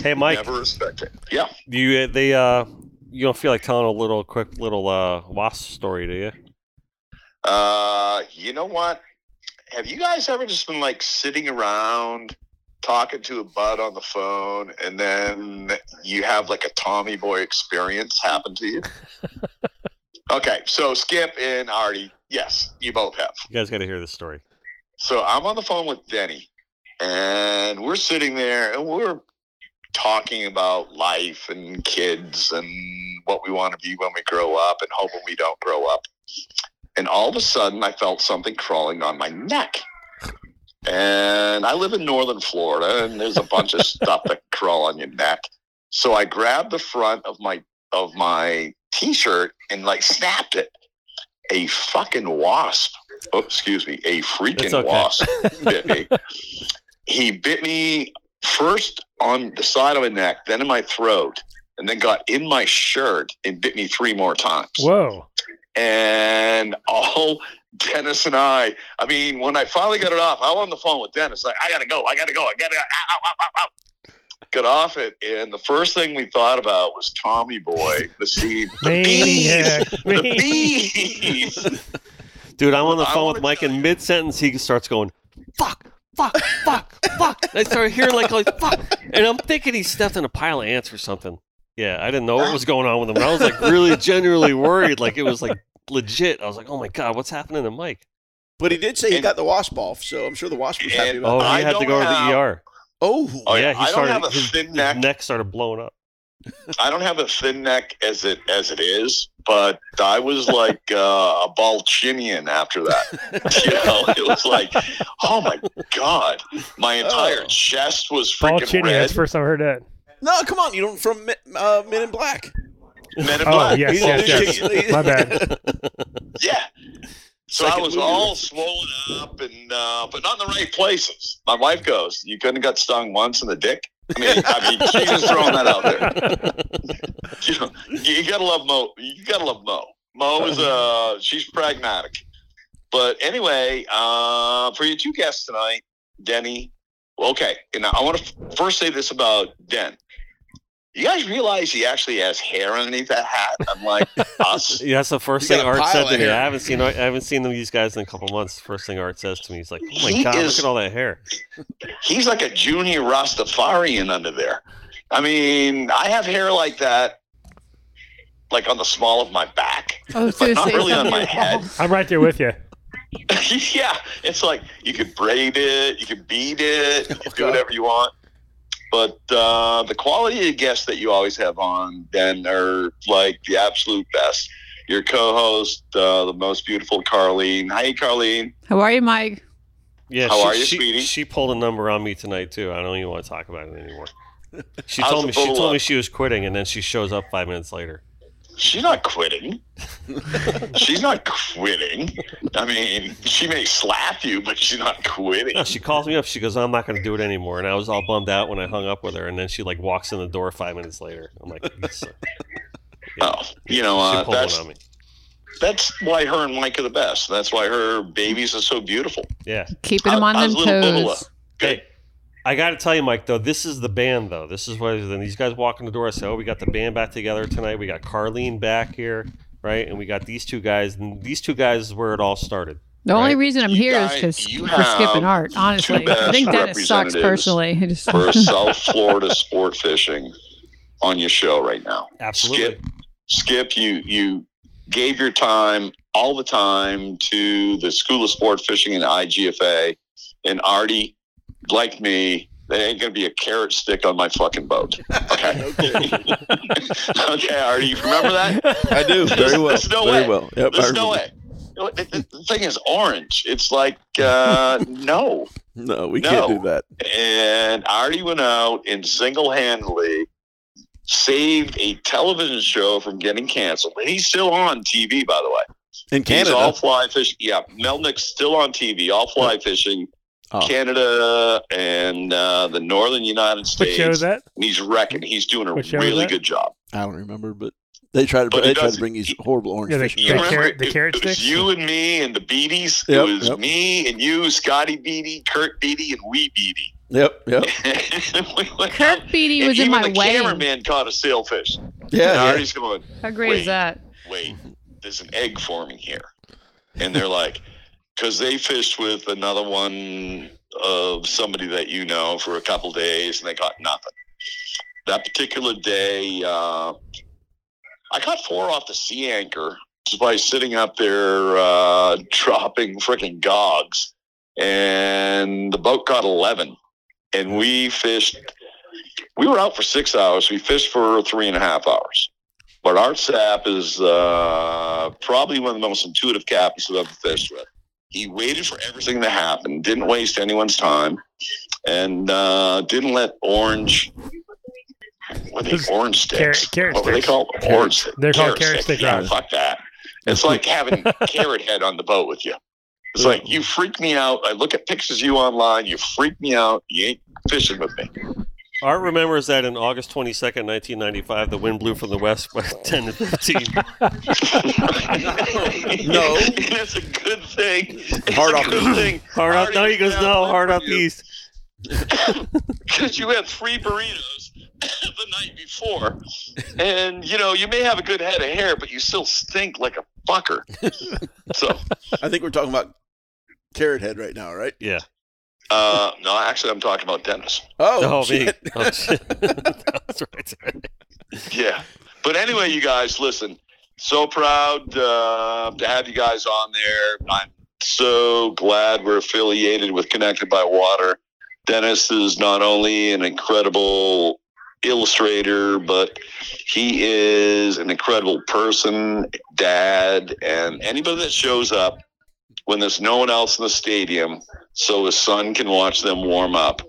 S1: Hey, Mike.
S5: Never respect it. Yeah.
S1: You uh, they uh you don't feel like telling a little quick little uh wasp story, do you?
S5: Uh, you know what? Have you guys ever just been like sitting around talking to a bud on the phone and then you have like a Tommy boy experience happen to you? okay, so Skip and Artie, yes, you both have.
S1: You guys got to hear this story.
S5: So I'm on the phone with Denny, and we're sitting there and we're talking about life and kids and what we want to be when we grow up and hoping we don't grow up. And all of a sudden, I felt something crawling on my neck. And I live in northern Florida, and there's a bunch of stuff that crawl on your neck. So I grabbed the front of my of my t-shirt and like snapped it. A fucking wasp. Oh, excuse me. A freaking
S1: It's okay.
S5: wasp bit me. He bit me first on the side of my neck, then in my throat, and then got in my shirt and bit me three more times
S3: Whoa.
S5: and all Dennis and I. I mean, when I finally got it off, I was on the phone with Dennis. Like, I gotta go. I gotta go. I gotta. Go. Ow, ow, ow, ow, ow. Got off it, and the first thing we thought about was Tommy Boy, the scene, the bees,
S3: Maniac.
S5: the
S3: Maniac.
S5: bees.
S1: Dude, I'm on the
S5: I
S1: phone
S5: wanna
S1: with Mike
S5: tell
S1: in mid sentence. He starts going, "Fuck, fuck, fuck, fuck." I started hearing like, like "fuck," and I'm thinking he stepped in a pile of ants or something. Yeah, I didn't know what was going on with him. And I was like really genuinely worried. Like it was like legit. I was like, "Oh my god, what's happening to Mike?"
S4: But he did say he
S5: And-
S4: got the wasp off, so I'm sure the wasp was happy
S5: And-
S4: about
S1: Oh, he
S5: I
S1: had to
S5: don't
S1: go to
S5: have-
S1: the ER.
S4: Oh,
S5: Oh, yeah,
S1: he
S5: I don't
S1: started.
S5: have a
S1: his,
S5: thin
S1: his
S5: neck.
S1: neck started blowing up.
S5: I don't have a thin neck as it as it is, but I was like uh, a Balchinian after that. you know, it was like, oh my god, my entire
S4: Oh.
S5: chest was
S3: Paul
S5: freaking
S3: Chinny. That's
S5: red.
S3: the first time I heard that.
S4: no, come on. You don't from Men, uh, Men in Black.
S5: Men in
S3: Oh,
S5: Black.
S3: yes,
S5: Paul
S3: yes, yes.
S5: Chinian.
S3: My bad.
S5: Yeah. So
S4: Second
S5: I was
S4: movie.
S5: all swollen up and uh, but not in the right places. My wife goes, "You couldn't have got stung once in the dick." I mean, I mean, she's just throwing that out there. You, know, you gotta love Mo. You gotta love Mo. Mo is uh, she's pragmatic. But anyway, uh, for your two guests tonight, Denny. well, Okay, and I want to first say this about Den. You guys realize he actually has hair underneath that hat, unlike us.
S1: Yeah, that's the first
S4: You got
S1: thing
S4: a
S1: Art
S4: pile
S1: said
S4: of
S1: to me.
S4: hair.
S1: I haven't seen I haven't seen them these guys in a couple months. First thing Art says to me, he's like, "Oh my
S5: He
S1: god,
S5: is-
S1: look at all that hair."
S5: he's like a junior Rastafarian under there. I mean, I have hair like that, like on the small of my back.
S2: I was going to
S5: Not
S2: say
S5: really on
S2: something.
S5: my head.
S3: I'm right there with you.
S5: yeah, it's like you could braid it, you could beat it, you could do
S4: God.
S5: whatever you want. But uh, the quality of guests that you always have on, then are like the absolute best. Your co-host, uh, the most beautiful Carlene. Hi, Carlene.
S2: How are you, Mike?
S1: Yeah,
S5: How
S1: she,
S5: are you,
S1: she,
S5: sweetie?
S1: She pulled a number on me tonight too. I don't even want to talk about it anymore. She
S5: How's
S1: told
S5: the
S1: me she
S5: bull
S1: told me
S5: up?
S1: she was quitting, and then she shows up five minutes later.
S5: She's not quitting. she's not quitting. I mean, she may slap you, but she's not quitting.
S1: No, she calls me up. She goes, "I'm not going to do it anymore," and I was all bummed out when I hung up with her. And then she like walks in the door five minutes later. I'm like, "Yes, sir."
S5: Oh, you know,
S1: she
S5: uh,
S1: pulled
S5: that's
S1: one on me.
S5: that's why her and Mike are the best. That's why her babies are so beautiful.
S1: Yeah.
S2: Keeping them
S5: I-
S2: on
S5: I was
S2: them
S5: a little bubble
S2: toes.
S5: up.
S1: Hey, I got to tell you, Mike. Though this is the band, though this is what then these guys walk in the door. I say, "Oh, we got the band back together tonight. We got Carlene back here, right? And we got these two guys. And these two guys is where it all started."
S2: The only
S1: Right.
S2: reason I'm
S5: You
S2: here is
S5: guys-
S2: because
S5: you
S2: we're skipping
S5: have
S2: art.
S5: two
S2: Honestly, I
S5: best
S2: think Dennis sucks
S5: representatives
S2: personally. He just
S5: for South Florida sport fishing on your show right now.
S1: Absolutely.
S5: Skip, Skip, you you gave your time all the time to the School of Sport Fishing and IGFA, and Artie, like me, they ain't gonna be a carrot stick on my fucking boat. Okay, okay, Artie, you remember that?
S4: I do very well.
S5: There's no
S4: very
S5: way.
S4: well. Yep, I
S5: There's no
S4: remember.
S5: way. The- The the thing is orange. It's like uh, no.
S4: No, we
S5: No.
S4: can't do that.
S5: and Artie went out and single handedly saved a television show from getting canceled. And he's still on TV, by the way.
S4: In Canada,
S5: He's all fly fishing. Yeah, Melnick's still on TV, all fly fishing,
S4: Oh.
S5: Canada and uh, the northern United
S3: What show is
S5: States.
S3: that?
S5: And he's wrecking. He's doing a
S3: What show is
S5: really
S3: that?
S5: good job.
S4: I don't remember, but they try to
S5: But it
S4: they try to
S5: doesn't-
S4: bring these horrible orange
S3: Yeah, they-
S4: fish.
S3: The
S5: You remember
S3: carrot- the
S5: it-
S3: carrot
S5: it, was
S3: sticks?
S5: you and me and the Beaties.
S4: Yep,
S5: it was
S4: yep.
S5: me and you, Scotty Beatty, Kurt Beatty, and Wee Beatty.
S4: Yep, yep,
S5: We went out-
S2: Kurt Beatty
S5: and
S2: was in
S5: even
S2: my
S5: the
S2: way.
S5: cameraman caught a sailfish. and
S4: yeah, yeah.
S5: Artie's going,
S2: How great
S5: Wait.
S2: is that?
S5: wait, there's an egg forming here. And they're like, because they fished with another one of somebody that you know for a couple days and they caught nothing. That particular day, uh, I caught four off the sea anchor just by sitting up there uh, dropping freaking gogs. And the boat caught 11. And we fished, we were out for six hours. We fished for three and a half hours. But Art Sapp is uh, probably one of the most intuitive captains I've ever fished with. He waited for everything to happen, didn't waste anyone's time, and uh, didn't let orange. What are
S3: Those
S5: they? Orange sticks.
S3: carrot- carrot
S5: what were they
S3: sticks.
S5: called?
S3: Carrot-
S5: Orange sticks.
S3: they're called carrot stick
S5: Yeah,
S3: rods.
S5: fuck that. It's like having carrot head on the boat with you. It's like you freak me out. I look at pictures of you online. You freak me out. You ain't fishing with me.
S1: Art remembers that in August 22nd, 1995, the wind blew from the west by 10 to 15.
S5: no, that's a good thing. It's
S4: Hard
S5: a
S4: off
S5: good
S4: the-
S5: thing.
S1: Hard out, no, he goes, no, hard out the east.
S5: because you had three burritos the night before, and you know you may have a good head of hair, but you still stink like a fucker. so,
S4: I think we're talking about carrot head right now, right?
S5: uh, no, actually, I'm talking about Dennis.
S4: Oh,
S1: Oh, me.
S4: shit.
S1: Oh, shit. That's right.
S5: Yeah. But anyway, you guys, listen. So proud uh, to have you guys on there. I'm so glad we're affiliated with Connected by Water. Dennis is not only an incredible illustrator, but he is an incredible person, dad, and anybody that shows up when there's no one else in the stadium so his son can watch them warm up.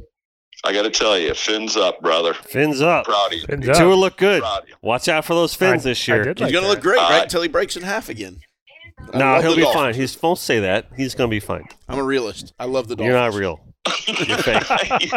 S5: I got to tell you, fins up, brother.
S1: Fins up.
S5: Proud of you.
S3: Fins
S1: Your
S3: up.
S1: tour look good.
S5: Proud of you.
S1: Watch out for those fins
S3: I-
S1: this
S3: I
S1: year.
S3: did
S4: He's
S3: like
S4: gonna
S3: that.
S4: look great,
S5: Uh,
S4: right? Until he breaks in half again. I
S1: No,
S4: love
S1: he'll
S4: the
S1: be
S4: Dolphins.
S1: fine. He's won't say that. He's gonna be fine.
S4: I'm a realist. I love the Dolphins.
S1: You're not real. You're fake.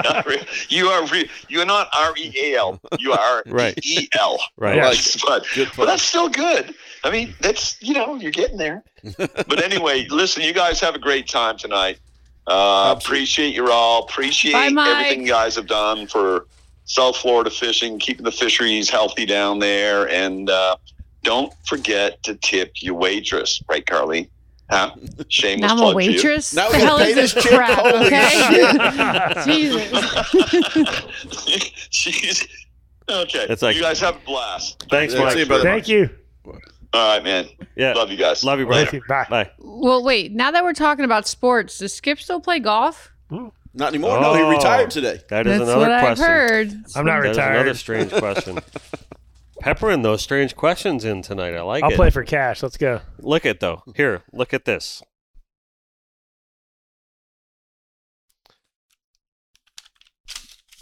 S5: you are re- you are not R E A L. You are
S1: Right.
S5: E L.
S1: Right.
S3: Yeah.
S5: But,
S4: Good
S5: but
S4: point.
S5: that's still good. I mean, that's you know you're getting there. but anyway, listen, you guys have a great time tonight. Uh,
S4: Absolutely.
S5: appreciate you all. Appreciate
S2: Bye, Mike.
S5: everything you guys have done for South Florida fishing, keeping the fisheries healthy down there, and uh, don't forget to tip your waitress, right, Carly? Huh? Shameless
S2: Now I'm a
S5: plug for you.
S2: waitress.
S4: Now
S2: the
S4: we
S2: hell
S4: pay
S2: is
S4: this
S2: this
S4: chick?
S2: crap?
S4: Holy
S2: Okay, Jesus.
S5: Jeez. Okay.
S1: That's like-
S5: you guys have a blast.
S1: Thanks,
S4: Yeah,
S1: Mike.
S4: see you, brother.
S3: Thank you.
S5: All right, man.
S1: Yeah.
S5: Love you guys.
S1: Love you,
S3: Thank
S1: brother.
S3: you. Bye.
S1: Bye.
S2: Well, wait. Now that we're talking about sports, does Skip still play golf?
S4: Not anymore. No, he
S1: Oh.
S4: retired today.
S1: That is
S2: That's
S1: another
S2: what
S1: question.
S2: I've heard.
S3: I'm not
S1: That is another
S3: retired.
S1: strange question. Peppering those strange questions in tonight. I like
S3: I'll
S1: it.
S3: play for cash. Let's go.
S1: Look at though. Here, look at this.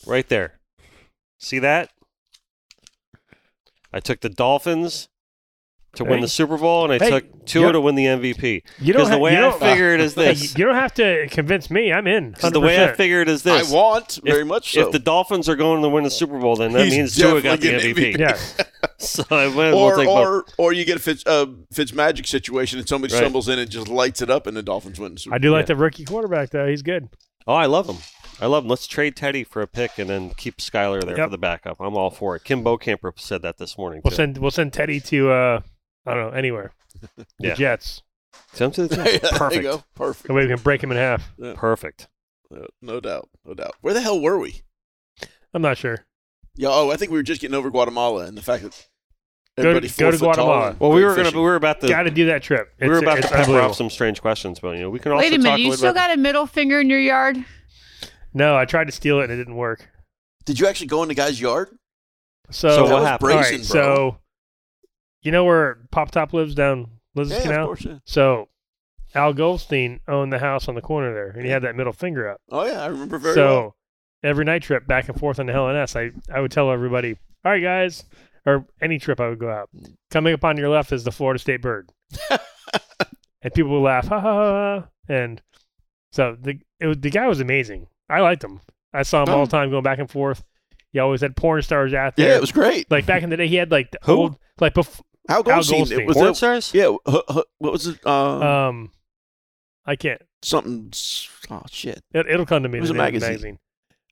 S1: Right there. See that? I took the Dolphins to win
S3: Hey.
S1: the Super Bowl, and I
S3: Hey,
S1: took Tua
S3: you're-
S1: to win the MVP.
S3: You don't
S1: Because the
S3: ha-
S1: way
S3: you
S1: I
S3: don't- uh,
S1: figure it is
S3: Hey,
S1: this.
S3: you don't have to convince me. I'm in.
S1: 'Cause the way I
S3: 100%.
S1: figure it is this.
S4: I want very much so.
S1: If the Dolphins are going to win the Super Bowl, then that
S4: He's
S1: means Tua got the
S4: definitely getting
S1: MVP.
S3: Yeah.
S1: So I might as well
S4: or
S1: take both.
S4: or, or you get a Fitz, uh, Fitz magic situation and somebody
S1: Right.
S4: stumbles in and just lights it up and the Dolphins win. the Super
S3: I do like
S1: Yeah.
S3: the rookie quarterback though. He's good.
S1: Oh, I love him. I love him. Let's trade Teddy for a pick and then keep Skyler there
S3: Yep.
S1: for the backup. I'm all for it. Kim Bocamper said that this morning.
S3: We'll
S1: too.
S3: send we'll send Teddy to uh I don't know anywhere. The
S1: Yeah.
S3: Jets.
S1: Send him to the
S4: Bowl. Yeah,
S1: Jets.
S4: there you go.
S1: Perfect.
S3: That
S4: Perfect.
S3: way we can break him in half.
S1: Perfect.
S4: Uh, No doubt. No doubt. Where the hell were we?
S3: I'm not sure.
S4: Yeah. Oh, I think we were just getting over Guatemala and the fact that
S3: Go to-
S4: everybody
S3: go to
S4: four foot tall
S3: Guatemala.
S4: and
S1: Well, we
S4: great
S1: were gonna we
S4: fishing.
S1: were about to
S3: Got to do that trip.
S1: we were
S3: It's-
S1: about to
S3: it's
S1: pepper
S3: unbelievable.
S1: off some strange questions, but you know we can also
S2: Wait a
S1: talk
S2: minute,
S1: a
S2: you
S1: little
S2: still
S1: about
S2: got a middle finger in your yard?
S3: No, I tried to steal it and it didn't work.
S4: Did you actually go in the guy's yard?
S1: So
S3: So,
S4: that
S1: what
S4: was
S1: happened?
S3: all
S4: Brazen,
S3: right,
S4: bro.
S3: so you know where Pop Top lives down Liz's
S4: yeah,
S3: Canal?
S4: of course. Yeah.
S3: So Al Goldstein owned the house on the corner there, and he had that middle finger up.
S4: Oh yeah, I remember very
S3: so
S4: well.
S3: every night trip back and forth on the LNS, I I would tell everybody, "All right, guys," or any trip I would go out. Coming up on your left is the Florida State bird, and people would laugh, ha ha ha, ha. and so the it was, the guy was amazing. I liked him. I saw him all the time going back and forth. He always had porn stars out there.
S4: Yeah, it was great.
S3: like back in the day. He had like the
S1: Who?
S3: old like before.
S4: How Goldstein?
S3: Goldstein.
S4: It was
S1: Porn
S4: a-
S1: stars?
S4: yeah. huh, huh, what was it? Um,
S3: Um, I can't.
S4: something. s- Oh shit.
S3: It, it'll come to me.
S4: It was
S3: the
S4: a
S3: name of the
S4: magazine.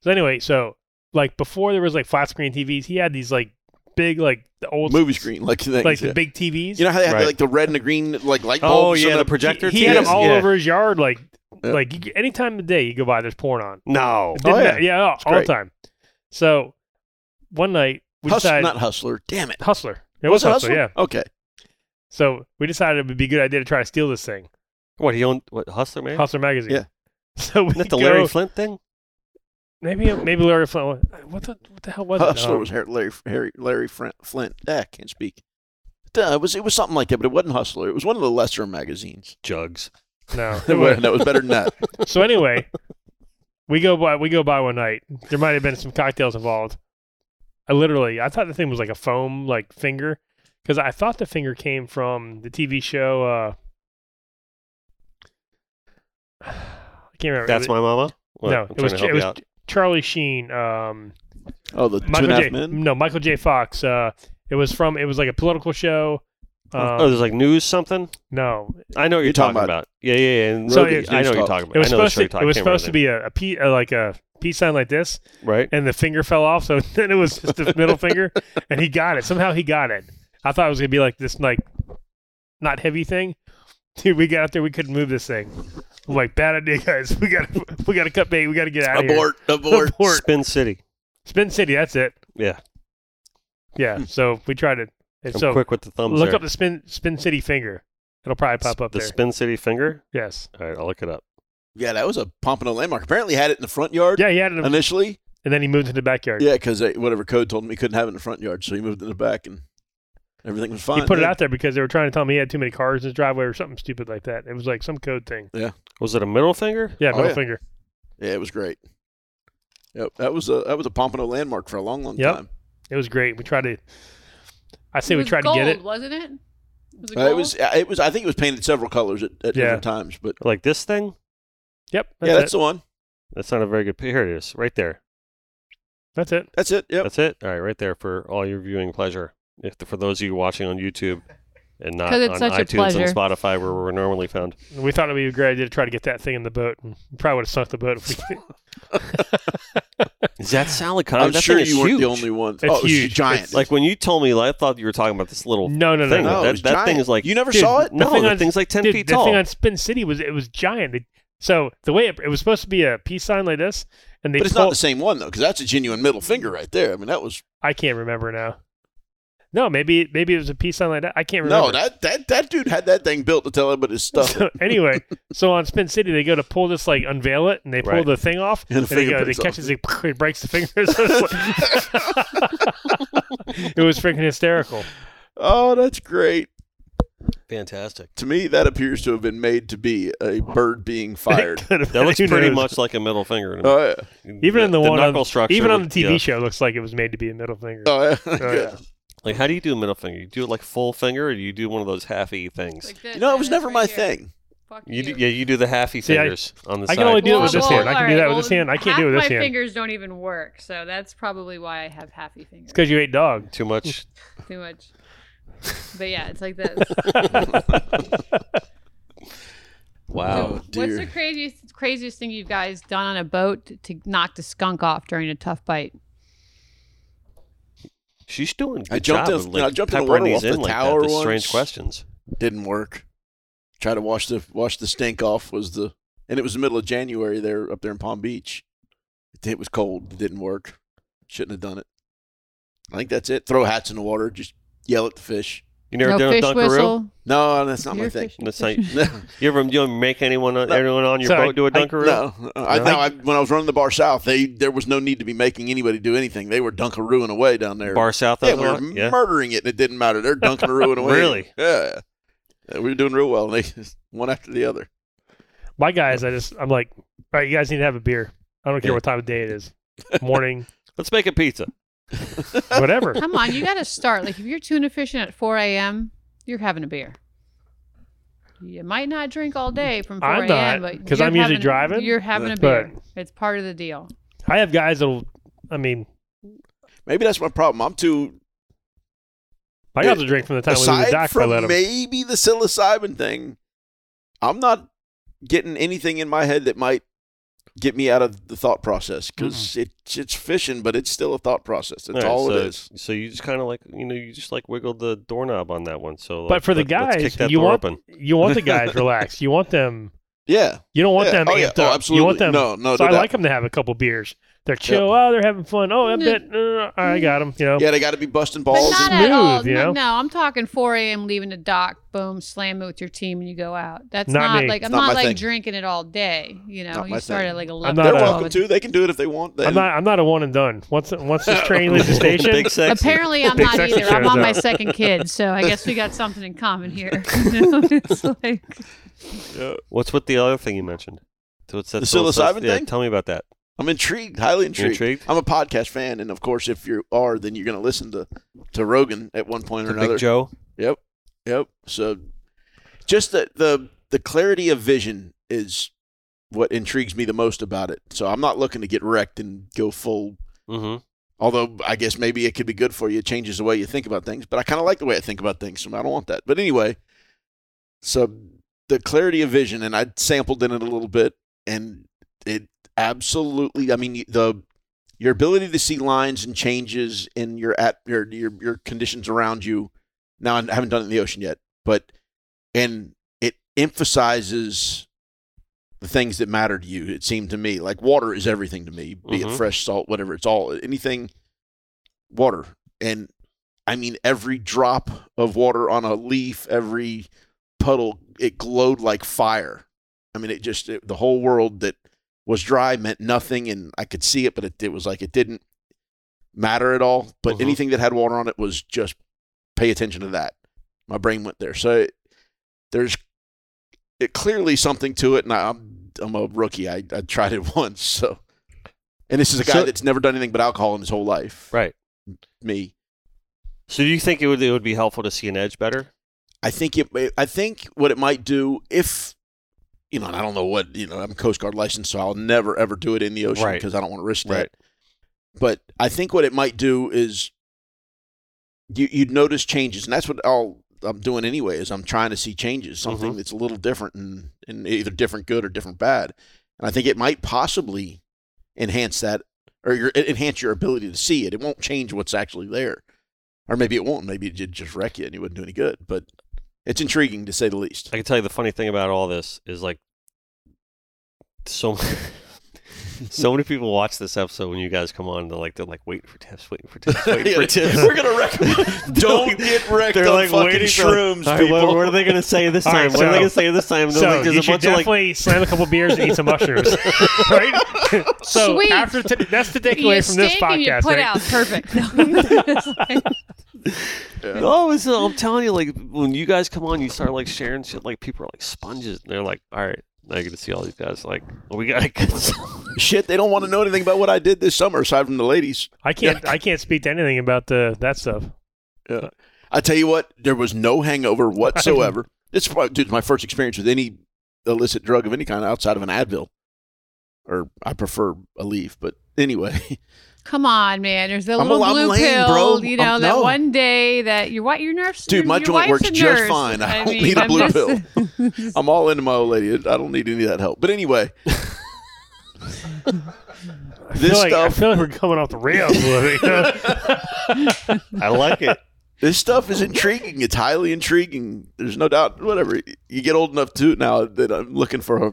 S3: So anyway, so like before there was like flat screen TVs, he had these like big like the old
S4: Movie screen like things,
S3: like
S4: yeah.
S3: the big TVs.
S4: You know how they have
S1: Right.
S4: like the red and the green like light bulbs?
S1: Oh
S4: and
S1: yeah, the
S4: the-
S1: projector.
S3: he, he had them
S1: TVs?
S3: all
S1: Yeah.
S3: over his yard. Like
S4: Yeah. Oh,
S3: like you, could- any time of the day you go by, there's porn on.
S1: No.
S3: It didn't
S4: yeah.
S3: matter- yeah, all, all the
S4: great.
S3: time. So one night we
S4: Hus-
S3: decided
S4: not hustler. Damn it.
S3: hustler. It was,
S4: it
S3: hustler, yeah.
S4: Okay.
S3: So we decided it would be a good idea to try to steal this thing,
S1: What he owned? What Hustler man?
S3: Hustler magazine.
S4: Yeah.
S3: So we
S1: Isn't that the
S3: go-
S1: Larry Flint thing?
S3: Maybe maybe Larry Flint. What the what the hell was
S4: hustler
S3: it?
S4: was Harry, Larry, Harry, Larry Flint. Flint. Ah, can't speak. Duh, it was it was something like that, but it wasn't Hustler. It was one of the lesser magazines.
S1: Jugs.
S3: Um, no, it
S4: That
S3: was,
S4: was, that was better than that.
S3: so anyway, we go by we go by one night. There might have been some cocktails involved. I literally I thought the thing was like a foam like finger because I thought the finger came from the TV show. uh I can't remember.
S1: That's
S3: It-
S1: my mama. What?
S3: no.
S1: I'm
S3: it was
S1: trying
S3: Ch-
S1: to help
S3: it
S1: you
S3: was
S1: out.
S3: Ch- Charlie Sheen. Um,
S4: Oh, the two
S3: Michael
S4: and a half
S3: J.
S4: men.
S3: No, Michael J. Fox. Uh, it was from it was like a political show. Um,
S1: oh, there's like news something.
S3: no,
S1: I know what you're,
S4: You're
S1: talking,
S4: talking
S1: about. Yeah, yeah, yeah. and
S3: So
S1: Rogan-
S3: it-
S1: I know what you're
S4: News
S1: talking about.
S3: It was
S1: I know the
S3: supposed
S1: show you're
S3: to. It
S1: talking
S3: was
S1: I can't remember
S3: supposed to be a, a P, uh, like a peace sign like this,
S1: the name. right.
S3: and the finger fell off. So then it was just the middle finger, and he got it. Somehow he got it. I thought it was gonna be like this, like not heavy thing. Dude, we got out there. We couldn't move this thing. I'm like, bad idea, guys. We got to we got to cut bait. We got to get out of here.
S4: Abort. Abort.
S3: Abort.
S1: Spin City.
S3: Spin City. That's it.
S1: Yeah,
S4: Hmm.
S3: Yeah. So we tried it. And
S1: I'm
S3: so
S1: quick with the thumbs.
S3: look
S1: there.
S3: up the spin Spin City finger. It'll probably pop up
S1: the
S3: there.
S1: Spin City finger.
S3: yes.
S1: All right, I'll look it up.
S4: Yeah, that was a pompano landmark. Apparently, had it in the front yard
S3: Yeah, he had it, in-
S4: initially.
S3: and then he moved to the backyard.
S4: Yeah, because whatever code told him he couldn't have it in the front yard, so he moved it in the back, and everything was fine.
S3: He put it
S4: Yeah.
S3: out there because they were trying to tell me he had too many cars in his driveway or something stupid like that. It was like some code thing.
S1: Was it a middle finger?
S3: Yeah,
S4: Oh,
S3: middle
S4: yeah.
S3: finger.
S4: Yeah, it was great. Yep, that was a that was a Pompano landmark for a long, long
S3: Yep.
S4: time.
S3: It was great. We tried to. I say
S2: It
S3: we
S2: was
S3: tried
S2: gold,
S3: to get it.
S2: wasn't it? Was it,
S4: Uh, it
S2: gold?
S4: was it was I think it was painted several colors at, at
S3: Yeah.
S4: different times, but
S1: Like this thing?
S3: Yep. That's
S4: yeah, that's
S3: it.
S4: the one.
S1: That's not a very good. pi- Here it is, right there.
S3: That's it.
S4: That's it. Yep.
S1: That's it. All right, right there for all your viewing pleasure. If for those of you watching on YouTube and not
S2: 'Cause it's
S1: on
S2: such a
S1: iTunes
S2: pleasure.
S1: and Spotify, where we're normally found.
S3: We thought it would be a great idea to try to get that thing in the boat. And we probably would have sunk the boat if we.
S1: Is that salad
S4: I'm
S1: that
S4: sure
S1: thing is
S4: you weren't
S1: huge.
S4: the only one.
S3: It's
S4: oh, it was
S3: huge.
S4: giant.
S3: It's
S1: Like when you told me, I thought you were talking about this little
S3: no, no, no,
S1: thing.
S3: no.
S4: No, it
S1: that
S4: was
S1: that thing
S4: Oh, giant.
S1: is like
S4: You never
S1: Dude,
S4: saw it?
S3: The
S1: No,
S3: thing
S1: that
S3: on-
S1: thing's like ten
S3: Dude,
S1: feet
S3: the
S1: tall.
S3: thing on Spin City was it was giant. It- so the way it, it was supposed to be a peace sign like this, and they
S4: but it's
S3: pulled,
S4: not the same one though, because that's a genuine middle finger right there. I mean, that was
S3: I can't remember now. No, maybe maybe it was a peace sign like that. I can't remember.
S4: no that that that dude had that thing built to tell everybody his stuff.
S3: So anyway, so on Spin City, they go to pull this, like unveil it, and they pull
S1: Right.
S3: the thing off,
S4: And the
S3: and, they
S4: finger
S3: go, they
S4: breaks
S3: catches it, it breaks the finger. So it's like- it was freaking hysterical.
S4: oh, that's great.
S1: Fantastic.
S4: To me, that appears to have been made to be a bird being fired.
S1: That looks pretty much like a middle finger. To me.
S4: oh, yeah.
S3: Even in the one on-
S1: knuckle structure.
S3: Even on the
S1: would-
S3: TV
S1: yeah.
S3: show, it looks like it was made to be a middle finger.
S4: Oh, yeah.
S3: Oh, yeah.
S1: Like, how do you do a middle finger? You do it like full finger, or do you do one of those half-e things?
S2: Like this,
S4: You know, it
S2: and
S4: was
S2: this
S4: never
S2: right
S4: my
S2: here.
S4: thing.
S2: Fuck
S1: You do,
S2: you.
S1: yeah, you do the half-e
S3: See, I-
S1: fingers on the
S3: I
S1: side.
S3: can only do it with this hand. I can do
S2: alright,
S3: that with this hand. I can't do it with
S2: half
S3: this
S2: My
S3: hand.
S2: fingers don't even work, so that's probably why I have happy fingers.
S3: It's because you ate dog.
S1: Too much.
S2: Too much. But yeah, it's like this.
S3: Oh,
S1: Wow.
S2: What's
S4: Oh, dear.
S2: the craziest craziest thing you guys done on a boat to knock the skunk off during a tough bite?
S1: She's doing. a Good
S4: I jumped
S1: job
S4: in-
S1: of,
S4: you
S1: like,
S4: know, I jumped in the
S1: peppering
S4: water
S1: these
S4: off the
S1: in like that,
S4: tower
S1: the
S4: once.
S1: Strange questions.
S4: Didn't work. Try to wash the wash the stink off was the and it was the middle of January there up there in Palm Beach. It was cold. It didn't work. Shouldn't have done it. I think that's it. Throw hats in the water. Just yell at the fish.
S1: You never
S2: no
S1: done
S2: fish
S1: a Dunkaroo?
S2: whistle.
S4: No, that's not my
S2: You're
S4: thing.
S2: fishing.
S1: That's not,
S4: No,
S1: you ever you ever make anyone on,
S4: No.
S1: everyone on your
S3: Sorry,
S1: boat do a
S3: I-
S1: Dunkaroo?
S4: no. I,
S1: No?
S4: no I, when I was running the bar south, they there was no need to be making anybody do anything. They were dunkarooing away down there.
S1: Bar South.
S4: yeah,
S1: on
S4: we
S1: the
S4: were
S1: lot? yeah.
S4: murdering it, and it didn't matter. They're dunkarooing away.
S1: Really?
S4: Yeah. Yeah, We were doing real well. And they one after the other.
S3: My guys, I just, I'm like, all right, you guys need to have a beer. I don't care what time of day it is, morning,
S1: Let's make a pizza.
S3: whatever.
S2: Come on, you got to start. Like if you're tuna fishing at 4 a.m., you're having a beer. You might not drink all day from 4
S3: I'm
S2: a.m.,
S3: not,
S2: but
S3: 'cause
S2: you're
S3: I'm usually
S2: having-
S3: driving,
S2: You're having a
S3: but-
S2: beer. It's part of the deal.
S3: I have guys that'll, I mean,
S4: Maybe that's my problem. I'm too.
S3: my guys will drink from the time we leave the
S4: aside
S3: dock if I
S4: from
S3: let them.
S4: maybe the psilocybin thing, I'm not getting anything in my head that might get me out of the thought process
S3: Mm-hmm.
S4: because it's it's fishing, but it's still a thought process. That's
S1: All right,
S4: all
S1: so,
S4: it is.
S1: So you just kind of like you know you just like wiggled the doorknob on that one. So
S3: But for the
S1: let- let's
S3: guys,
S1: kick that
S3: you
S1: door
S3: want
S1: open.
S3: you want the guys relaxed. You want them.
S4: Yeah.
S3: You don't want
S4: Yeah.
S3: them.
S4: Oh, yeah.
S3: amped
S4: Oh,
S3: up.
S4: absolutely.
S3: You want them.
S4: No, no,
S3: So
S4: no
S3: I
S4: doubt.
S3: like them to have a couple beers. They're chill. Oh, they're having fun. Oh, I
S2: Mm.
S3: bet. Uh, all right, I got them. You know.
S4: Yeah, they got to be busting
S2: But
S4: balls.
S2: not
S3: smooth,
S2: at all.
S3: you
S2: No,
S3: know?
S2: no, I'm talking 4 a.m. leaving the dock, boom, slam it with your team, and you go out. That's
S3: Not
S2: not,
S3: me.
S2: like I'm
S4: Not
S2: not,
S4: my
S2: like
S4: thing.
S2: drinking it all day. You know,
S4: Not my
S2: you start
S4: thing.
S2: at like 11.
S3: I'm
S4: They're
S3: not a-
S4: welcome to. They can do it if they want. They,
S3: I'm not. I'm not a one and done. Once once this train leaves the station,
S1: Big sexy.
S2: Apparently, I'm
S3: Big
S2: not
S3: sexy
S2: either. I'm
S3: shows
S2: on my
S3: up.
S2: second kid, so I guess we got something in common here. You know, it's like,
S1: What's with the other thing you mentioned? So it's that
S4: The
S1: psilocybe-
S4: psilocybin
S1: yeah,
S4: thing?
S1: Tell me about that.
S4: I'm intrigued, highly intrigued.
S1: intrigued?
S4: I'm a podcast fan, and of course, if you are, then you're going to listen to to Rogan at one point
S1: The
S4: or another.
S1: Big Joe.
S4: Yep, yep. So, just the the the clarity of vision is what intrigues me the most about it. So I'm not looking to get wrecked and go full.
S1: Mm-hmm.
S4: Although I guess maybe it could be good for you. It changes the way you think about things, but I kind of like the way I think about things, so I don't want that. But anyway, so the clarity of vision, and I sampled in it a little bit, and it absolutely. I mean, the your ability to see lines and changes in your at your your, your conditions around you. Now I haven't done it in the ocean yet, but and it emphasizes the things that matter to you. It seemed to me like water is everything to me, be it
S1: Mhm.
S4: fresh, salt, whatever. It's all anything water, and I mean every drop of water on a leaf, every puddle, it glowed like fire. I mean, it just it, the whole world that was dry meant nothing, and I could see it, but it, it was like it didn't matter at all. But
S1: Mhm.
S4: anything that had water on it was just pay attention to that. My brain went there, so it, there's it clearly something to it, and I, I'm I'm a rookie. I, I tried it once, so and this is a guy
S1: So-
S4: that's never done anything but alcohol in his whole life.
S1: Right.
S4: Me,
S1: So do you think it would it would be helpful to see an edge better?
S4: I think it. I think what it might do if you know, and I don't know what you know. I'm Coast Guard licensed, so I'll never ever do it in the ocean
S1: Right.
S4: because I don't want to risk
S1: Right.
S4: that. But I think what it might do is you you'd notice changes, and that's what I'll. I'm doing anyway is I'm trying to see changes, something
S1: Mhm.
S4: that's a little different and, and either different good or different bad. And I think it might possibly enhance that or your, enhance your ability to see it. It won't change what's actually there. Or maybe it won't. Maybe it'd just wreck you and you wouldn't do any good. But it's intriguing to say the least.
S1: I can tell you the funny thing about all this is like so so many people watch this episode when you guys come on. They're like, they're like waiting for tips, waiting for tips, waiting for tips.
S4: We're gonna wreck. Don't get wrecked on fucking
S1: for-
S4: shrooms,
S1: All right,
S4: people.
S1: What, what are they going to say this
S3: All
S1: time?
S3: right,
S1: what are they
S3: so-
S1: going to say this time? They're
S3: So
S1: like, there's
S3: you
S1: a
S3: should
S1: bunch of like,
S3: definitely slam a couple beers and eat some mushrooms, right? so
S2: Sweet.
S3: after t- that's the
S2: You
S3: takeaway from this
S2: stink and you
S3: podcast,
S2: put
S3: right?
S2: out perfect. It's like-
S1: no, it's, I'm telling you, like when you guys come on, you start like sharing shit. Like people are like sponges, and they're like, all right, now I get to see all these guys. Like we got to.
S4: Shit, they don't want to know anything about what I did this summer aside from the ladies.
S3: I can't. I can't speak to anything about the that stuff.
S4: I tell you what, there was no hangover whatsoever. this is probably- dude, my first experience with any illicit drug of any kind outside of an Advil, or I prefer a leaf. But anyway,
S2: Come on, man. There's the
S4: I'm
S2: little
S4: al- I'm
S2: blue
S4: lame,
S2: pill.
S4: bro.
S2: You know
S4: I'm-
S2: that
S4: no.
S2: one day that your what your nurse.
S4: Dude,
S2: your-
S4: my
S2: your
S4: joint
S2: wife's
S4: works
S2: a
S4: just
S2: nurse.
S4: fine. I don't need a
S2: I'm
S4: blue
S2: just-
S4: I'm all into my old lady. I don't need any of that help. But anyway,
S3: I feel
S4: this
S3: like, I
S4: stuff
S3: feel like we're coming off the rails. a little bit, you know?
S1: I like it.
S4: this stuff is intriguing. It's highly intriguing. There's no doubt. Whatever you get old enough to it now that I'm looking for a,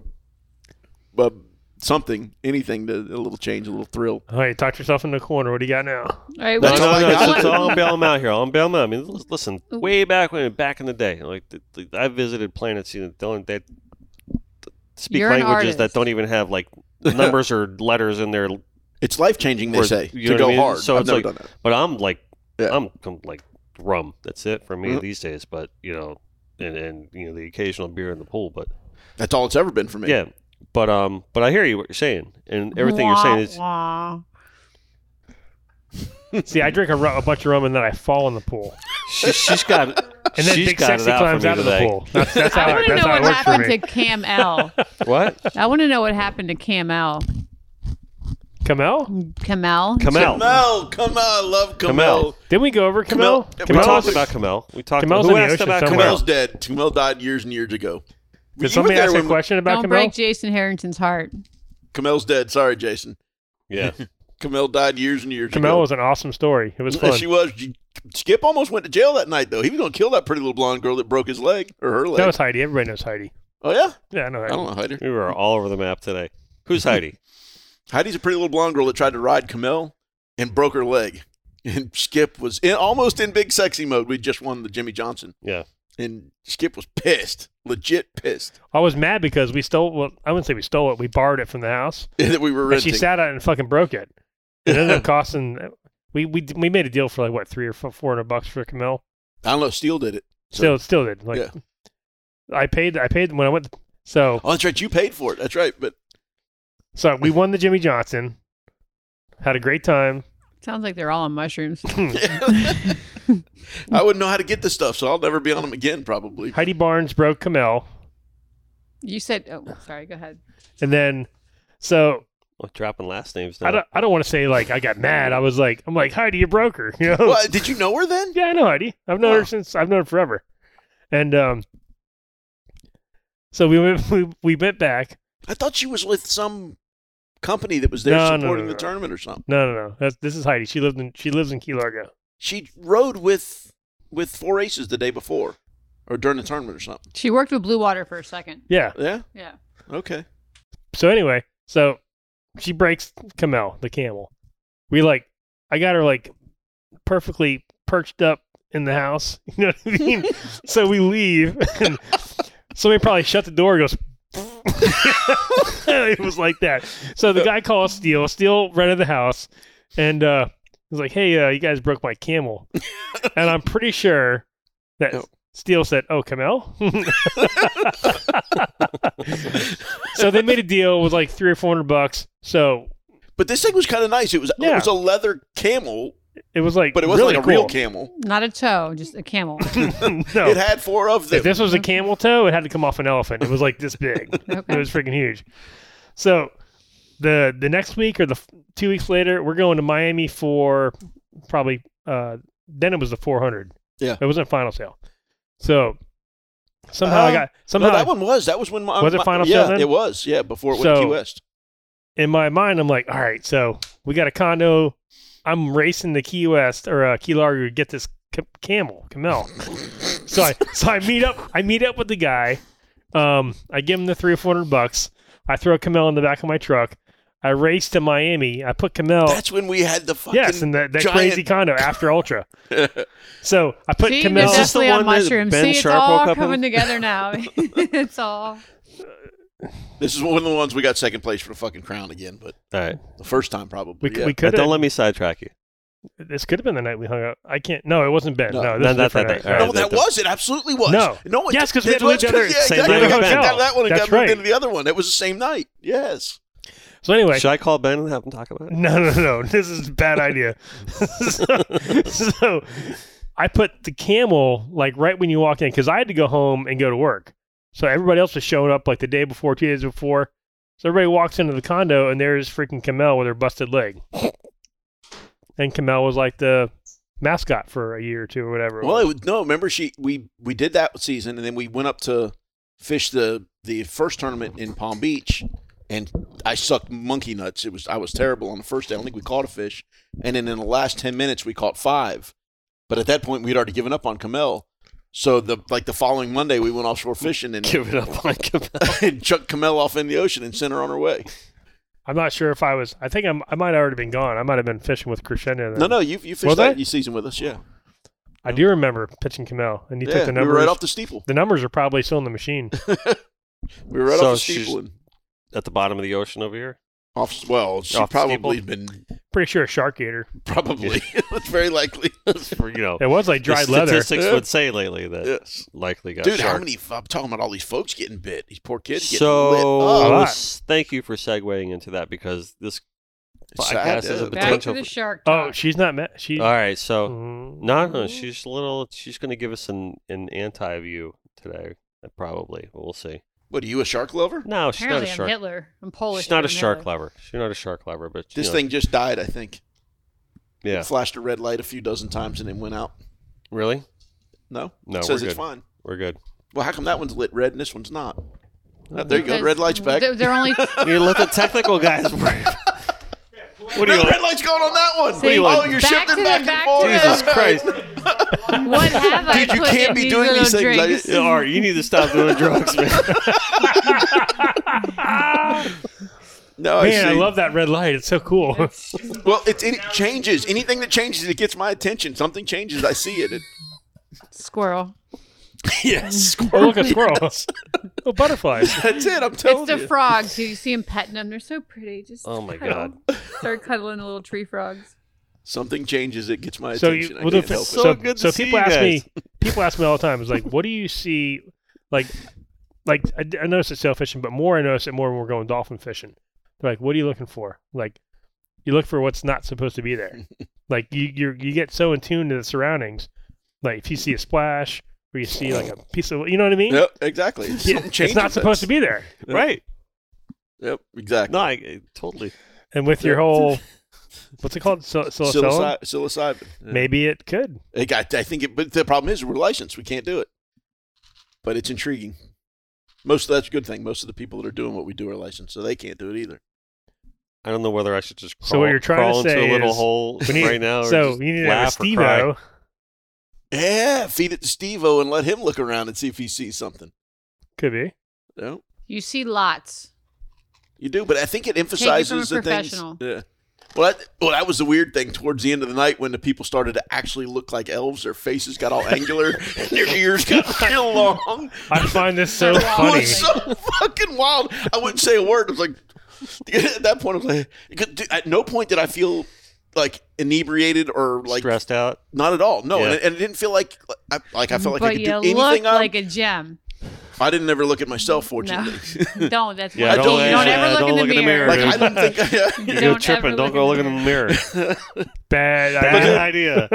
S4: a something, anything, to, a little change, a little thrill.
S3: All right, talk yourself in the corner. What do you got now?
S2: All right,
S1: No,
S2: what-
S4: That's
S1: no,
S4: all I
S1: no,
S4: got.
S1: it's- it's all on Bell Mount here. All on Bell Mount. I mean, l- listen, way back when, back in the day, like the, the, I visited planets you know, don't, that speak
S2: You're an
S1: languages that
S2: artist.
S1: don't even have like numbers or letters in their.
S4: It's life changing. They
S1: Or-
S4: say
S1: you know
S4: to
S1: what
S4: go
S1: I mean?
S4: hard.
S1: So
S4: I've
S1: it's
S4: never
S1: like-
S4: done that.
S1: But I'm like,
S4: Yeah.
S1: I'm com- like rum. That's it for me
S4: Mhm.
S1: these days. But you know, and, and you know the occasional beer in the pool. But
S4: That's all it's ever been for me.
S1: yeah, but um, but I hear you what you're saying, and everything you're saying
S2: Wah,
S1: is
S2: wah.
S3: See, I drink a, ru- a bunch of rum and then I fall in the pool,
S1: she, she's got.
S3: and then
S1: she's
S3: Big
S1: got
S3: Sexy
S1: it out
S3: climbs
S1: for me
S3: out of
S1: today.
S3: the pool. That's, that's how
S2: I want to
S3: that's
S2: know what
S3: how it works for
S2: happened
S3: me.
S2: to Cam L.
S1: What?
S2: I want to know what happened to Cam L.
S3: Kamel?
S2: Camel.
S1: Kamel.
S4: Kamel, Kamel, I love Kamel.
S1: Kamel.
S3: Didn't we go over Kamel?
S4: Kamel-
S1: We
S4: Kamel's-
S1: talked about Kamel. We talked.
S3: Kamel's
S1: who
S3: in the
S1: asked
S3: ocean
S1: about Kamel?
S3: somewhere.
S4: Kamel's dead. Kamel died years and years ago. You were
S3: Did somebody
S4: there
S3: ask a
S4: when-
S3: question about
S2: Don't
S3: Kamel?
S2: break Jason Harrington's heart.
S4: Kamel's dead. Sorry, Jason.
S1: Yeah.
S4: Kamel died years and years
S3: Kamel
S4: ago.
S3: was an awesome story. It was fun.
S4: She was. she- Skip almost went to jail that night, though. He was going to kill that pretty little blonde girl that broke his leg or her leg.
S3: That was Heidi. Everybody knows Heidi.
S4: oh, yeah?
S3: Yeah, I know
S4: I
S3: Heidi.
S4: don't know, Heidi.
S1: We were all over the map today. Who's Heidi?
S4: Heidi's a pretty little blonde girl that tried to ride Kamel and broke her leg. And Skip was in, almost in big sexy mode. We just won the Jimmy Johnson.
S1: Yeah.
S4: And Skip was pissed, legit pissed,
S3: I was mad because we stole. Well, I wouldn't say we stole it. We borrowed it from the house,
S4: that we were
S3: and
S4: renting.
S3: she sat on it and fucking broke it. It ended up costing. We we we made a deal for like what three or four hundred bucks for Kamel.
S4: I don't know. Steele did it. So-
S3: Still, still did. Like,
S4: Yeah.
S3: I paid. I paid when I went. So
S4: Oh, that's right. You paid for it. That's right. But
S3: so we won the Jimmy Johnson. Had a great time.
S2: Sounds like they're all on mushrooms.
S4: I wouldn't know how to get this stuff, so I'll never be on them again, probably.
S3: Heidi Barnes broke Kamel,
S2: You said, oh, sorry, go ahead.
S3: and then so
S1: Well, dropping last names
S3: I
S1: now.
S3: don't. I don't want to say like I got mad. I was like I'm like Heidi, you broke her. You know.
S4: Well, did you know her then?
S3: Yeah, I know Heidi. I've known
S4: Wow.
S3: her since I've known her forever. And um, so we went we, we went back.
S4: I thought she was with some company that was there
S3: No, no,
S4: supporting
S3: no, no,
S4: the
S3: no.
S4: tournament or something.
S3: No, no, no. That's, this is Heidi. She lived in she lives in Key Largo.
S4: She rode with with four aces the day before, or during the tournament or something.
S2: She worked with Blue Water for a second.
S3: Yeah.
S4: Yeah.
S2: Yeah.
S4: Okay.
S3: So anyway, so she breaks Camel the camel. We like I got her like perfectly perched up in the house. You know what I mean? so we leave. And somebody probably shut the door. and Goes. it was like that. So the guy calls Steele. Steele rented the house, and uh, he's like, "Hey, uh, you guys broke my camel," and I'm pretty sure that
S4: Yep.
S3: Steele said, "Oh, Camel." so they made a deal with like three or four hundred bucks. So
S4: But this thing was kind of nice. It was it
S3: Yeah.
S4: was a leather camel,
S3: it was like,
S4: but it wasn't
S3: really
S4: like a real
S3: cool.
S4: camel.
S2: Not a toe, just a camel.
S3: no,
S4: It had four of
S3: if
S4: them.
S3: this was a camel toe, it had to come off an elephant. It was like this big. It
S2: Okay.
S3: was freaking huge. So the the next week or the f- two weeks later, we're going to Miami for probably uh then it was the 400.
S4: Yeah.
S3: It wasn't final sale. So somehow I
S4: Uh,
S3: got
S4: no,
S3: somehow
S4: that one was. That was when my
S3: Was it
S4: my-
S3: Final
S4: Yeah,
S3: Sale then?
S4: it was. Yeah, before it went
S3: So-
S4: to Key West.
S3: in my mind I'm like, all right, so we got a condo. I'm racing to Key West or uh, Key Largo to get this ca- camel, camel. so I so I meet up I meet up with the guy. Um, I give him the three or four hundred bucks. I throw Camel in the back of my truck. I raced to Miami. I put Camille.
S4: That's when we had the fucking.
S3: oh. yes, in that, that
S4: giant-
S3: crazy condo after Ultra. so I put
S2: See, you're
S3: Camille.
S1: Is this the
S2: definitely on
S1: one that
S2: mushrooms.
S1: Ben
S2: See, it's
S1: Sharp woke
S2: all
S1: up in?
S2: coming together now. it's all.
S4: This is one of the ones we got second place for the fucking crown again, but
S1: All right.
S4: the first time probably.
S3: we,
S4: yeah.
S3: we
S1: But
S3: could
S1: don't
S3: have.
S1: let me sidetrack you.
S3: This could have been the night we hung out. I can't. No, it wasn't Ben.
S4: No,
S1: no,
S3: No, this was
S1: that-
S3: different.
S1: that-
S3: night.
S1: that-
S3: All
S4: no,
S3: right.
S1: that
S4: that
S1: the-
S4: was it. Absolutely was.
S3: No.
S4: no, it,
S3: Yes, 'cause we
S4: that
S3: had
S4: was-
S3: lived at our-
S4: yeah,
S1: same
S4: exactly.
S1: night
S4: Got-
S1: hotel.
S4: got that one. and
S3: That's
S4: got moved
S3: right.
S4: into the other one. It was the same night. Yes.
S3: So anyway,
S1: Should I call Ben and have him talk about it?
S3: No, no, no. This is a bad idea. so, so I put the camel like right when you walked in because I had to go home and go to work. So everybody else was showing up like the day before, two days before. So everybody walks into the condo and there's freaking Camel with her busted leg. And Camel was like the mascot for a year or two or whatever. it
S4: Well,
S3: was.
S4: it was, no. Remember, she we we did that season, and then we went up to fish the the first tournament in Palm Beach, and I sucked monkey nuts. It was I was terrible on the first day. I don't think we caught a fish, and then in the last ten minutes we caught five. But at that point, we'd already given up on Camel. So the like the following Monday, we went offshore fishing and,
S1: Give it up on Cabell.
S4: and chucked Camel off in the ocean and sent her on her way.
S3: I'm not sure if I was. I think I'm, I might have already been gone. I might have been fishing with Crescendo. Then.
S4: No, no, you you
S3: Was
S4: fished that
S3: I?
S4: you season with us, yeah.
S3: I do remember pitching Camel, and you
S4: yeah,
S3: took the
S4: we
S3: numbers.
S4: were right off the steeple.
S3: the numbers are probably still in the machine.
S4: We were right
S1: So
S4: off the
S1: she's-
S4: steeple and
S1: At the bottom of the ocean over here?
S4: off. Well, she
S1: Off the
S4: probably
S1: steeple?
S4: been
S3: Pretty sure a shark gator.
S4: Probably. it's very likely.
S1: For, you know,
S4: Oh.
S3: It was like dried
S1: the
S3: leather.
S1: statistics would say lately that
S4: yes.
S1: likely got
S4: Dude,
S1: shark.
S4: how many? I'm talking about all these folks getting bit. These poor kids getting
S1: so
S4: lit up.
S3: lot.
S1: s- thank you for segueing into that because this
S4: It's
S1: podcast
S4: sad,
S1: is
S4: yeah.
S1: a
S2: Back to
S1: potential.
S2: the shark.
S3: Oh,
S2: talk.
S3: she's not met. She.
S1: all right, so
S3: Mm.
S1: no, no, she's a little. She's going to give us an an anti view today, uh, probably. We'll see.
S4: What are you a shark lover?
S1: No, she's not a
S2: Apparently, I'm
S1: shark.
S2: Hitler. I'm Polish.
S1: she's not
S2: but
S1: a
S2: I'm
S1: shark
S2: Hitler.
S1: lover. She's not a shark lover, but you
S4: This
S1: know,
S4: thing just died, I think.
S1: Yeah,
S4: It flashed a red light a few dozen times and then went out.
S1: really?
S4: No.
S1: No,
S4: It says
S1: we're
S4: it's
S1: good.
S4: fine.
S1: We're good.
S4: Well, how come that one's lit red and this one's not? Oh, there you go.
S2: Because
S4: Red light's back.
S2: They're, they're only.
S1: You let the technical guys worry. What do
S4: Red,
S1: you?
S4: red light's going on that one.
S2: See,
S4: oh,
S2: like-
S4: you're
S2: back to
S4: shifting
S2: the-
S4: back and
S2: back to
S4: forth.
S2: the-
S1: Jesus
S4: That's right.
S1: Christ!
S2: what have I?
S4: Dude, you
S2: put
S4: can't
S2: in
S4: be doing
S2: little
S4: these things like-
S2: drinks?
S1: Yeah, All right, you need to stop doing drugs, man.
S4: No, I
S3: Man, I
S4: see.
S3: love that red light. It's so cool.
S4: Well, it's, it changes. Anything that changes, it gets my attention. Something changes, I see it. it
S2: Squirrel.
S4: yes.
S3: oh, look, a squirrel. oh, butterflies.
S4: That's it. I'm telling
S2: It's the
S4: you.
S2: frogs. You see them petting them. They're so pretty. Just
S1: Oh my
S2: cuddle. Start cuddling the little tree frogs.
S4: Something changes, it gets my
S3: So
S4: attention.
S3: you,
S4: I
S3: well,
S4: can't
S3: the-
S4: help
S3: so,
S4: it.
S1: So good to
S3: so
S1: see
S3: people
S1: you
S3: ask
S1: guys.
S3: me, people ask me all the time. It's like, what do you see? Like, like I, I notice it sail fishing, but more I notice it more when we're going dolphin fishing. They're like, what are you looking for? Like, you look for what's not supposed to be there. like you you you get so in tune to the surroundings. Like if you see a splash or you see like a piece of, you know what I mean?
S4: Yep, exactly.
S3: Yeah, it's not supposed to be there.
S1: Right?
S4: Yep, exactly.
S1: No, I, I- totally.
S3: And with your
S4: Yeah.
S3: whole, what's it called? Sil- Psilocybin?
S4: Psilocy- psilocybin.
S3: Maybe it could.
S4: It got- I think it, but the problem is we're licensed. We can't do it. But it's intriguing. Most of that's a good thing. Most of the people that are doing what we do are licensed, so they can't do it either.
S1: I don't know whether I should just crawl,
S3: So what you're trying to
S1: crawl into
S3: say
S1: a little
S3: is
S1: hole
S3: We need,
S1: right now. or
S3: so
S1: just
S3: you need to have
S1: laugh
S3: a
S1: or cry.
S3: Steve-O.
S4: Yeah, feed it to Steve O and let him look around and see if he sees something.
S3: Could be.
S4: No,
S2: You see lots.
S4: you do, but I think it
S2: from a
S4: emphasizes the things.
S2: professional.
S4: Yeah. Well, that, well, that was the weird thing towards the end of the night when the people started to actually look like elves. Their faces got all angular, and their ears got real long.
S3: I find this so
S2: That's
S4: It
S3: funny.
S4: was so fucking wild. I wouldn't say a word. I was like, at that point, I was like, it could- dude, at no point did I feel like inebriated or like
S1: Stressed out.
S4: not at all. No,
S1: Yeah.
S4: and, and it didn't feel like I, like I felt like
S2: but
S4: I could
S2: you
S4: do anything.
S2: look
S4: on-
S2: like a gem.
S4: I didn't ever look at myself, fortunately.
S2: don't. That's why
S1: Yeah,
S4: don't-
S2: you don't
S4: yeah,
S2: ever look,
S1: don't
S2: in, the mirror.
S4: like I
S1: dude.
S4: didn't think.
S1: You
S2: Don't
S1: go
S2: ever
S1: tripping. Don't
S2: look
S1: go
S2: in
S1: looking
S2: the
S1: in the mirror.
S3: Bad,
S1: Bad
S3: bad.
S1: idea.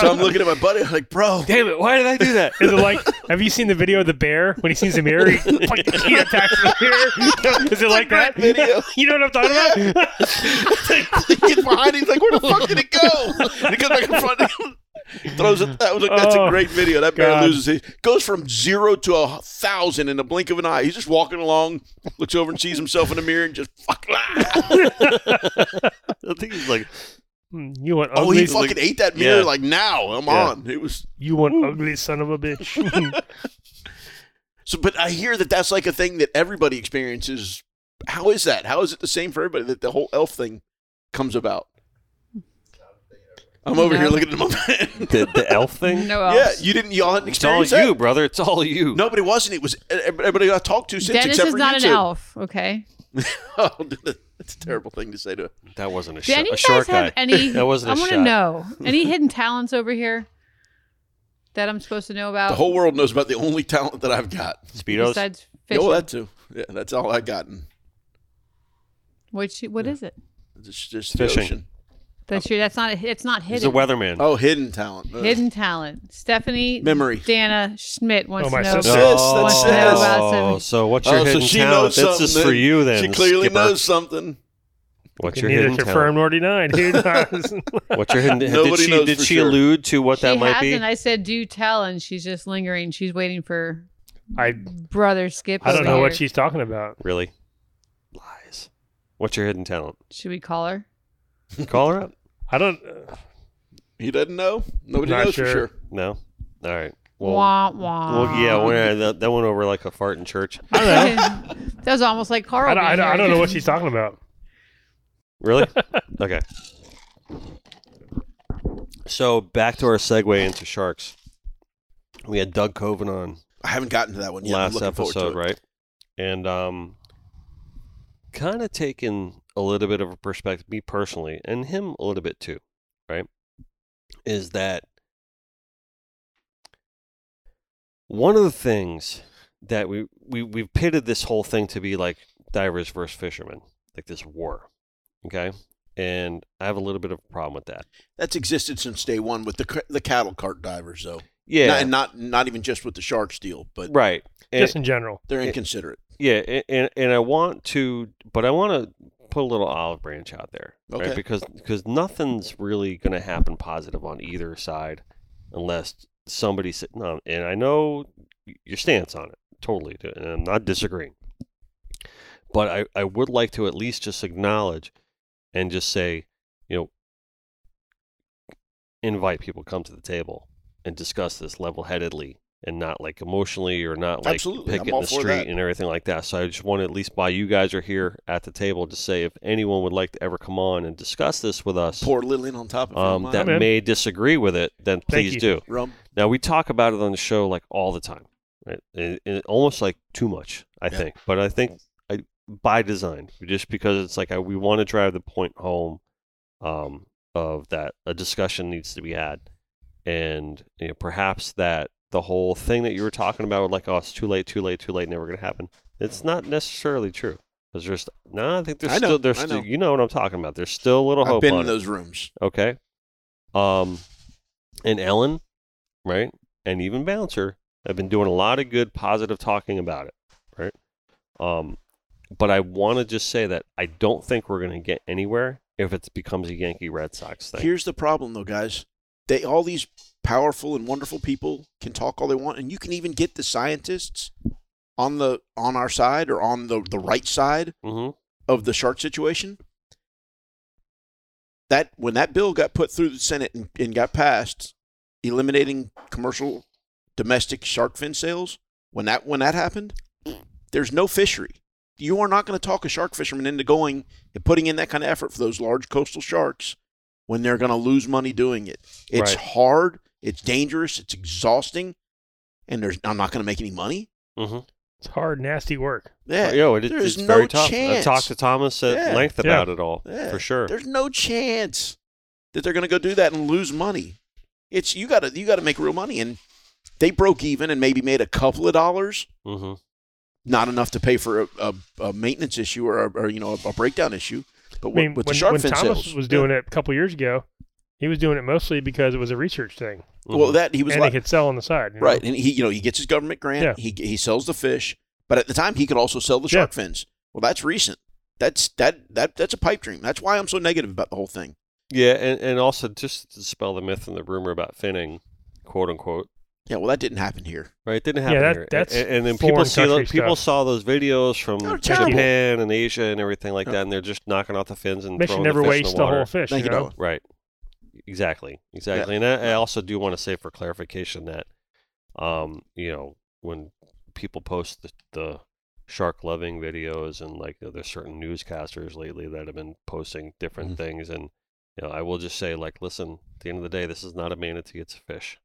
S4: so I'm looking at my buddy. I'm like, bro,
S1: Damn it! Why did I do that?
S3: Is it like? Have you seen the video of the bear when he sees the mirror? He, he attacks the mirror. Is it like that?
S4: video.
S3: you know what I'm talking about?
S4: he gets behind. He's like, where the fuck did it go? And it comes back in front of him. Throws it. That was like, that's
S3: Oh,
S4: a great video. That bear
S3: God.
S4: loses. He goes from zero to a thousand in the blink of an eye. He's just walking along, looks over and sees himself in the mirror and just fuck. ah.
S1: I think he's like,
S3: Hmm, You want
S4: Oh,
S3: ugly?
S4: he fucking ate that mirror.
S1: Yeah.
S4: Like now, I'm
S1: Yeah.
S4: on. It was
S3: you want ugly son of a bitch?
S4: so. But I hear that that's like a thing that everybody experiences How is that? How is it the same for everybody that the whole elf thing comes about? I'm over
S2: No.
S4: here looking at him.
S1: The, the elf thing?
S2: No
S4: yeah,
S2: else.
S4: you didn't y'all hadn't
S1: it's all
S4: experienced that?
S1: you, brother. It's all you.
S4: No, but it wasn't. It was e-, everybody I talked to since,
S2: Dennis
S4: except
S2: is
S4: for
S2: not
S4: you
S2: an
S4: two.
S2: elf, okay?
S4: Oh, That's a terrible thing to say to.
S1: That wasn't a, sh-
S2: Do any
S1: a
S2: of you guys
S1: short guy.
S2: have any?
S1: That wasn't a
S2: I want to
S1: shot.
S2: know any hidden talents over here that I'm supposed to know about
S4: The whole world knows about the only talent that I've got.
S1: Speedos?
S2: besides fishing.
S4: Oh, that too. Yeah, that's all I gotten.
S2: Which what is it?
S4: It's just
S1: Fishing.
S4: The ocean.
S2: That's your. That's not. It's not
S1: He's a
S2: hidden.
S1: weatherman.
S4: Oh, hidden talent. Ugh.
S2: Hidden talent. Stephanie.
S4: Memory.
S2: Dana Schmidt wants
S3: Oh, my
S2: to know.
S3: sister.
S4: That's
S2: wants to
S4: sis.
S2: know about
S1: Oh,
S2: some.
S1: so what's your
S4: Oh, so
S1: hidden
S4: she
S1: talent?
S4: knows something.
S1: This is for
S4: that-
S1: you then.
S4: She clearly
S1: Skipper.
S4: knows something.
S1: What's
S3: Can
S1: your
S3: neither
S1: hidden
S3: confirm
S1: talent?
S3: nor denied. Who knows?
S1: What's your hidden? did
S4: Nobody
S1: she,
S4: knows
S1: did
S4: for
S1: she
S4: sure.
S1: allude to what
S2: She
S1: that might
S2: has,
S1: be?
S2: and I said, "Do tell," and she's just lingering. She's waiting for
S3: I
S2: brother Skip.
S3: I don't
S2: over
S3: know what
S2: here.
S3: she's talking about.
S1: really? Lies. What's your hidden talent?
S2: Should we call her?
S1: Call her up.
S3: I don't. Uh,
S4: He doesn't know. Nobody
S3: Not
S4: knows
S3: sure.
S4: for sure.
S1: No. All right. Well,
S2: wah wah.
S1: well yeah. When I, that, that went over like a fart in church.
S2: that was almost like Carl.
S3: I, don't, I,
S2: being
S3: don't, I
S2: here.
S3: don't know what she's talking about.
S1: Really? okay. So back to our segue into sharks. We had Doug Coven on
S4: I haven't gotten to that one yet. I'm
S1: last
S4: looking forward to
S1: episode,
S4: it.
S1: right? And um, kind of taking a little bit of a perspective, me personally, and him a little bit too, right? Is that one of the things that we we we've pitted this whole thing to be like divers versus fishermen, like this war, okay? And I have a little bit of a problem with that.
S4: That's existed since day one with the cr- the cattle cart divers, though.
S1: Yeah,
S4: Not- and not not even just with the sharks deal, but
S1: right.
S4: Eh.
S1: And-
S3: Just in general.
S4: they're
S1: It-
S4: inconsiderate.
S1: Yeah, a- and and I want to, but I want to put a little olive branch out there, right?
S4: Okay.
S1: Because because nothing's really going to happen positive on either side, unless somebody said no. And I know y- your stance on it totally, dude, and I'm not disagreeing. But I I would like to at least just acknowledge, and just say, you know, invite people come to the table and discuss this level headedly and not like emotionally or not like
S4: Absolutely,
S1: pick
S4: I'm
S1: it in
S4: all
S1: the
S4: for
S1: street
S4: that.
S1: and everything like that. So I just want to at least while you guys are here at the table to say if anyone would like to ever come on and discuss this with us
S4: Pour a little in on top of it,
S1: um,
S4: mine.
S1: that
S3: I'm in.
S1: may disagree with it, then please
S3: you.
S1: do.
S4: rum.
S1: Now we talk about it on the show like all the time, right? And, and almost like too much, I
S4: Yeah.
S1: think. But I think I, by design, just because it's like I, we want to drive the point home um, of that a discussion needs to be had, and you know, perhaps that the whole thing that you were talking about, like oh, it's too late, too late, too late, never going to happen. It's not necessarily true. Because there's no, I think there's
S4: I know,
S1: still there's
S4: I
S1: still
S4: know.
S1: you know what I'm talking about. There's still a little
S4: I've
S1: hope
S4: been
S1: on
S4: in
S1: it
S4: those rooms.
S1: okay um and ellen right and even bouncer have been doing a lot of good positive talking about it right um but i want to just say that i don't think we're going to get anywhere if it becomes a yankee red sox thing
S4: Here's the problem, though, guys. They all these powerful and wonderful people can talk all they want, and you can even get the scientists on the on our side or on the the right side
S1: mm-hmm.
S4: of the shark situation. That when that bill got put through the Senate and, and got passed, eliminating commercial domestic shark fin sales, when that when that happened, there's no fishery. You are not going to talk a shark fisherman into going and putting in that kind of effort for those large coastal sharks when they're going to lose money doing it. It's
S1: Right.
S4: hard, it's dangerous, it's exhausting, and there's I'm not going to make any money.
S1: Mm-hmm.
S3: It's hard, nasty work.
S4: Yeah,
S1: Yo, it,
S4: there's
S1: it's
S4: no
S1: very tough. I
S4: chance.
S1: talked to Thomas at
S4: Yeah.
S1: length
S3: Yeah.
S1: about it all
S4: Yeah.
S1: for sure.
S4: There's no chance that they're going to go do that and lose money. It's you got to you got to make real money, and they broke even and maybe made a couple of dollars,
S1: Mm-hmm.
S4: not enough to pay for a, a, a maintenance issue or, a, or you know a, a breakdown issue. But
S3: I mean,
S4: with, with
S3: when,
S4: the shark
S3: when
S4: fin
S3: Thomas
S4: sales,
S3: was doing it a couple years ago, he was doing it mostly because it was a research thing,
S4: well, that he was
S3: and
S4: like,
S3: he could sell on the side. you know?
S4: right, and he you know he gets his government grant,
S3: Yeah.
S4: he he sells the fish, but at the time he could also sell the
S3: Yeah.
S4: shark fins. Well, that's recent. That's that that that's a pipe dream. That's why I'm so negative about the whole thing.
S1: yeah, and, and also just to dispel the myth and the rumor about finning, quote unquote.
S4: Yeah, well, that didn't happen here.
S1: Right, it didn't
S3: Yeah,
S1: happen
S3: that-
S1: here.
S3: that's
S1: and, and then
S3: foreign
S1: people see
S3: country
S1: tho- people
S3: stuff.
S1: saw those videos from
S4: They're terrible.
S1: Japan and Asia and everything like that, and they're just knocking off the fins and
S3: They should
S1: throwing
S3: never
S1: the fish
S3: waste
S1: in
S3: the
S1: the, water.
S3: whole fish.
S4: Thank
S3: you
S4: you,
S3: know?
S4: Noah.
S1: Right, exactly, exactly. And I, I also do want to say for clarification that, um, you know, when people post the, the shark loving videos and like you know, there's certain newscasters lately that have been posting different
S6: Mhm.
S4: Mm-hmm.
S1: things and you know I will just say like listen at the end of the day this is not a manatee it's a fish.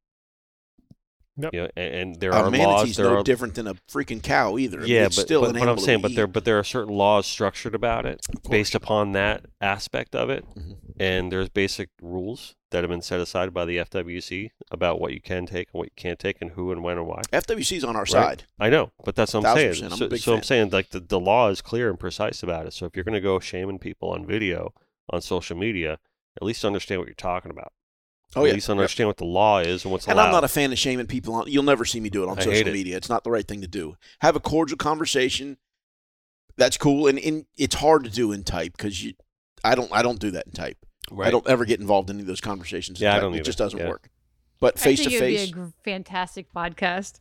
S3: Yep.
S1: You know, and, and there
S4: A
S1: are laws
S4: Uh, manatee's
S1: there
S4: no
S1: are
S4: different than a freaking cow either. I mean,
S1: yeah,
S4: it's
S1: but,
S4: still
S1: but,
S4: an
S1: but
S4: animal
S1: I'm saying,
S4: to
S1: but there
S4: eat.
S1: but there are certain laws structured about it
S4: Of course.
S1: based mm-hmm. upon that aspect of it,
S4: Mhm.
S1: and there's basic rules that have been set aside by the FWC about what you can take and what you can't take, and who and when and why.
S4: FWC's on our side.
S1: I know, but that's what I'm
S4: Thousand
S1: saying.
S4: percent, I'm a
S1: so
S4: big
S1: so I'm
S4: fan.
S1: saying like the, the law is clear and precise about it. So if you're going to go shaming people on video on social media, at least understand what you're talking about.
S4: Oh
S1: at
S4: yeah.
S1: least understand what the law is and what's
S4: And
S1: allowed.
S4: I'm not a fan of shaming people on. You'll never see me do it on
S1: I hate
S4: social
S1: it.
S4: media. It's not the right thing to do. Have a cordial conversation. That's cool, and, and it's hard to do in type because you. I don't. I don't do that in type.
S1: right.
S4: I don't ever get involved in any of those conversations. in
S1: Yeah, I
S4: type.
S1: don't
S4: It
S1: either.
S4: just doesn't
S1: Yeah.
S4: work. But face
S2: I
S4: to
S2: think it would
S4: face.
S2: be a gr- fantastic podcast.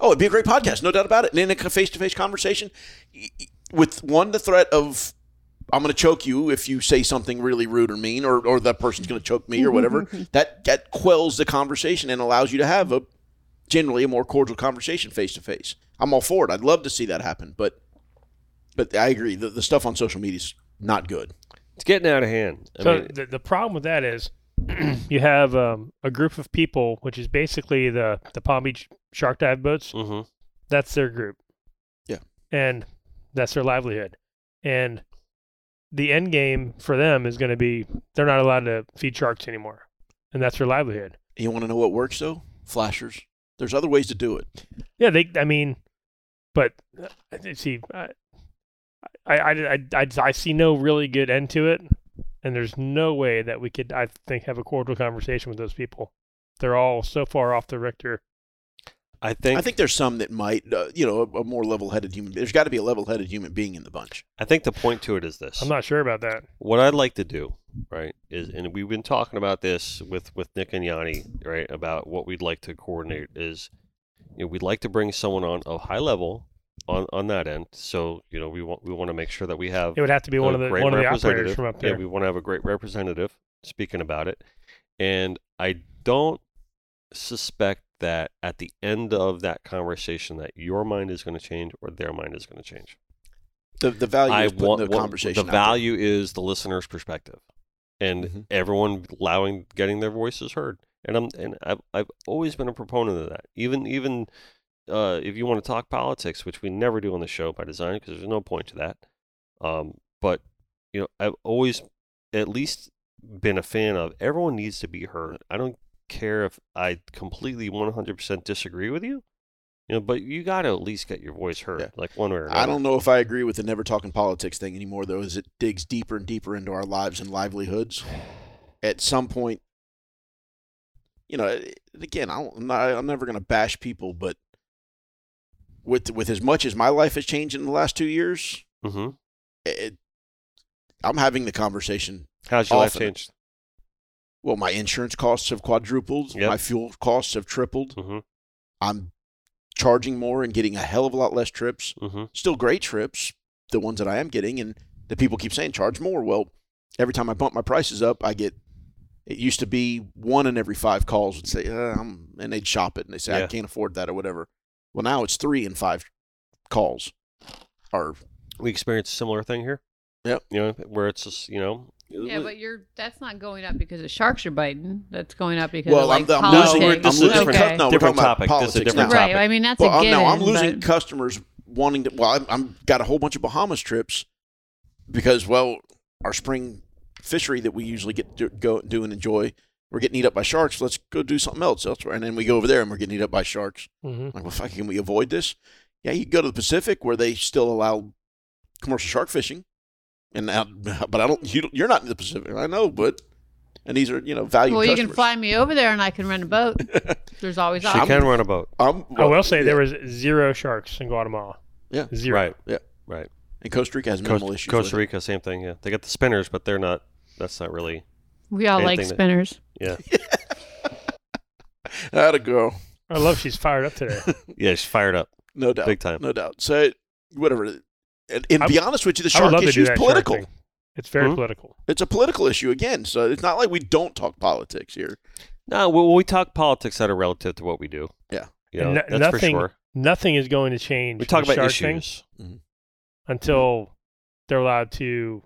S4: Oh, it'd be a great podcast, no doubt about it. And in a face to face conversation, y- y- with one, the threat of I'm going to choke you if you say something really rude or mean, or, or that person's going to choke me or whatever, that, that quells the conversation and allows you to have a generally a more cordial conversation face to face. I'm all for it. I'd love to see that happen. But but I agree. The, the stuff on social media is not good.
S1: It's getting out of hand. I
S3: so
S1: mean,
S3: the, the problem with that is you have um, a group of people, which is basically the, the Palm Beach shark dive boats.
S1: mhm.
S3: That's their group.
S4: Yeah.
S3: And that's their livelihood. And the end game for them is going to be they're not allowed to feed sharks anymore. And that's their livelihood.
S4: You want to know what works, though? Flashers. There's other ways to do it.
S3: Yeah, they. I mean, but uh, see, I, I, I, I, I, I see no really good end to it, and there's no way that we could, I think, have a cordial conversation with those people. They're all so far off the Richter.
S1: I think
S4: I think there's some that might, uh, you know, a, a more level-headed human. There's got to be a level-headed human being in the bunch.
S1: I think the point to it is this.
S3: I'm not sure about that.
S1: what I'd like to do, right, is, and we've been talking about this with with Nick and Yanni, right, about what we'd like to coordinate is, you know, we'd like to bring someone on a high level on on that end. So you know, we want we want to make sure that we have
S3: It would have to be one
S1: a
S3: of the
S1: great
S3: one of the
S1: representative.
S3: operators from up there.
S1: Yeah, we want to have a great representative speaking about it, and I don't suspect that at the end of that conversation that your mind is going to change or their mind is going to change.
S4: The the value
S1: I
S4: is putting
S1: want
S4: the
S1: what-
S4: conversation.
S1: The
S4: out there.
S1: value is the listener's perspective, and
S4: Mhm.
S1: everyone allowing getting their voices heard. And I'm and I've I've always been a proponent of that. Even even uh, if you want to talk politics, which we never do on the show by design, because there's no point to that. Um, but you know, I've always at least been a fan of everyone needs to be heard. I don't care if I completely 100% disagree with you. You know, but you got to at least get your voice heard,
S4: Yeah.
S1: like one way or another.
S4: I don't know if I agree with the never talking politics thing anymore, though, as it digs deeper and deeper into our lives and livelihoods. At some point, you know, it- again, I don't, I'm, not, I'm never going to bash people, but with with as much as my life has changed in the last two years,
S1: Mm-hmm.
S4: it, I'm having the conversation
S1: How's your life
S4: Often.
S1: changed?
S4: Well, my insurance costs have quadrupled.
S1: Yep.
S4: My fuel costs have tripled.
S1: hmm
S4: I'm charging more and getting a hell of a lot less trips.
S1: hmm
S4: Still great trips, the ones that I am getting, and the people keep saying charge more. Well, every time I bump my prices up, I get. It used to be one in every five calls would say, uh, I'm, and they'd shop it and they say, I
S1: Yeah.
S4: can't afford that or whatever. Well, now it's three in five calls. Or
S1: we experienced a similar thing here.
S4: Yep.
S1: You know, where it's just, you know,
S2: Yeah, but you're that's not going up because the sharks are biting. That's going up because
S4: well,
S2: of, like,
S4: I'm, I'm
S2: politics.
S4: losing.
S1: This
S4: I'm
S1: is
S4: losing.
S1: different.
S4: cus-
S2: Okay.
S4: no, we're
S1: Different
S4: talking
S1: topic. This is
S4: about politics
S1: different
S4: now.
S1: topic.
S2: right. I mean, that's
S4: well,
S2: a given.
S4: I'm, no, I'm losing
S2: but-
S4: customers wanting to. Well, I'm, I'm got a whole bunch of Bahamas trips because well, our spring fishery that we usually get to go do and enjoy, we're getting eat up by sharks. Let's go do something else elsewhere, and then we go over there and we're getting eat up by sharks.
S3: Mhm.
S4: Like, well, fuck, can we avoid this? Yeah, you can go to the Pacific where they still allow commercial shark fishing, and now, but I don't. You don't you're not in the Pacific, I know, but and these are you know valued.
S2: Well, you
S4: customers.
S2: can fly me over there, and I can rent a boat. There's always
S1: she
S4: I'm-
S2: options.
S1: can run a boat.
S4: Um,
S3: I will say
S4: yeah,
S3: there was zero sharks in Guatemala.
S4: Yeah.
S3: Zero.
S1: Right.
S4: Yeah.
S1: Right.
S4: and Costa Rica has minimal
S1: Costa,
S4: issues.
S1: Costa
S4: with it.
S1: Rica, same thing. Yeah. They got the spinners, but they're not, that's not really,
S2: We all like
S1: Anything that-
S2: spinners.
S1: yeah.
S4: That'll go.
S3: I love she's fired up today.
S1: yeah, she's fired up
S4: No doubt.
S1: big time.
S4: No doubt. So whatever. And, and
S3: I
S4: be
S3: would-
S4: honest with you, the
S3: I would
S4: shark
S3: love to
S4: issue
S3: do
S4: is
S3: that. shark
S4: political.
S3: thing. It's very
S1: Hmm?
S3: political.
S4: It's a political issue again. So it's not like we don't talk politics here.
S1: No, well, we talk politics that are relative to what we do.
S4: Yeah.
S1: You know,
S3: And no-
S1: that's for
S3: nothing-
S1: sure.
S3: nothing is going to change.
S1: We talk
S3: the
S1: about
S3: shark
S1: issues.
S3: thing until they're allowed to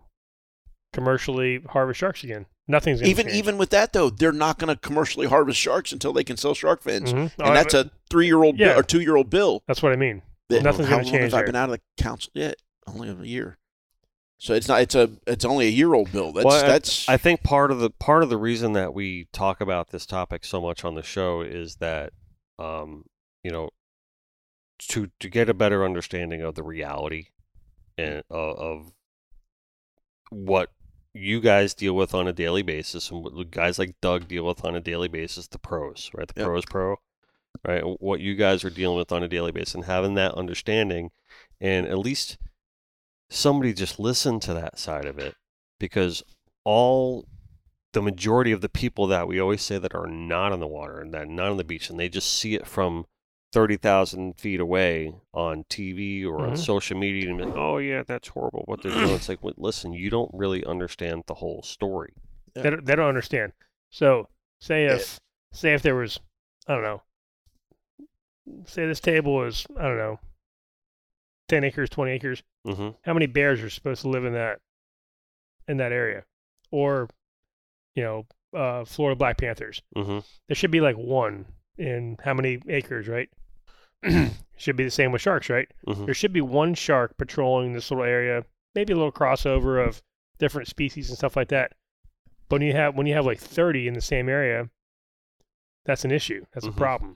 S3: commercially harvest sharks again. Nothing's going
S4: Even
S3: to change.
S4: even with that though, they're not going to commercially harvest sharks until they can sell shark fins,
S3: Mhm.
S4: and
S3: Oh,
S4: that's a three-year-old bill
S3: Yeah.
S4: or two-year-old bill.
S3: that's what I mean.
S4: that-
S3: Nothing's
S4: how
S3: gonna
S4: long
S3: change
S4: Have I
S3: there.
S4: been out of the council yet? Only a year. So it's not. It's a. It's only a year-old bill. That's
S1: Well, I-
S4: that's.
S1: I think part of the part of the reason that we talk about this topic so much on the show is that um, you know to to get a better understanding of the reality and uh, of what you guys deal with on a daily basis and what guys like Doug deal with on a daily basis the pros right the
S4: Yep.
S1: pros pro right what you guys are dealing with on a daily basis and having that understanding and at least somebody just listen to that side of it because all the majority of the people that we always say that are not on the water and that not on the beach and they just see it from 30,000 feet away on TV or on
S3: Mhm.
S1: social media and be like, oh, yeah, that's horrible what they're doing. It's like, well, listen, you don't really understand the whole story.
S3: They, don't, they don't understand. So say if say if there was I don't know. Say this table is I don't know, ten acres, twenty acres.
S1: Mm-hmm.
S3: How many bears are supposed to live in that in that area, or you know, uh, Florida black panthers?
S1: Mm-hmm.
S3: There should be like one in how many acres, right? should be the same with sharks, right?
S1: hmm
S3: There should be one shark patrolling this little area, maybe a little crossover of different species and stuff like that. But when you have when you have like thirty in the same area, that's an issue. That's
S1: Mhm.
S3: a problem.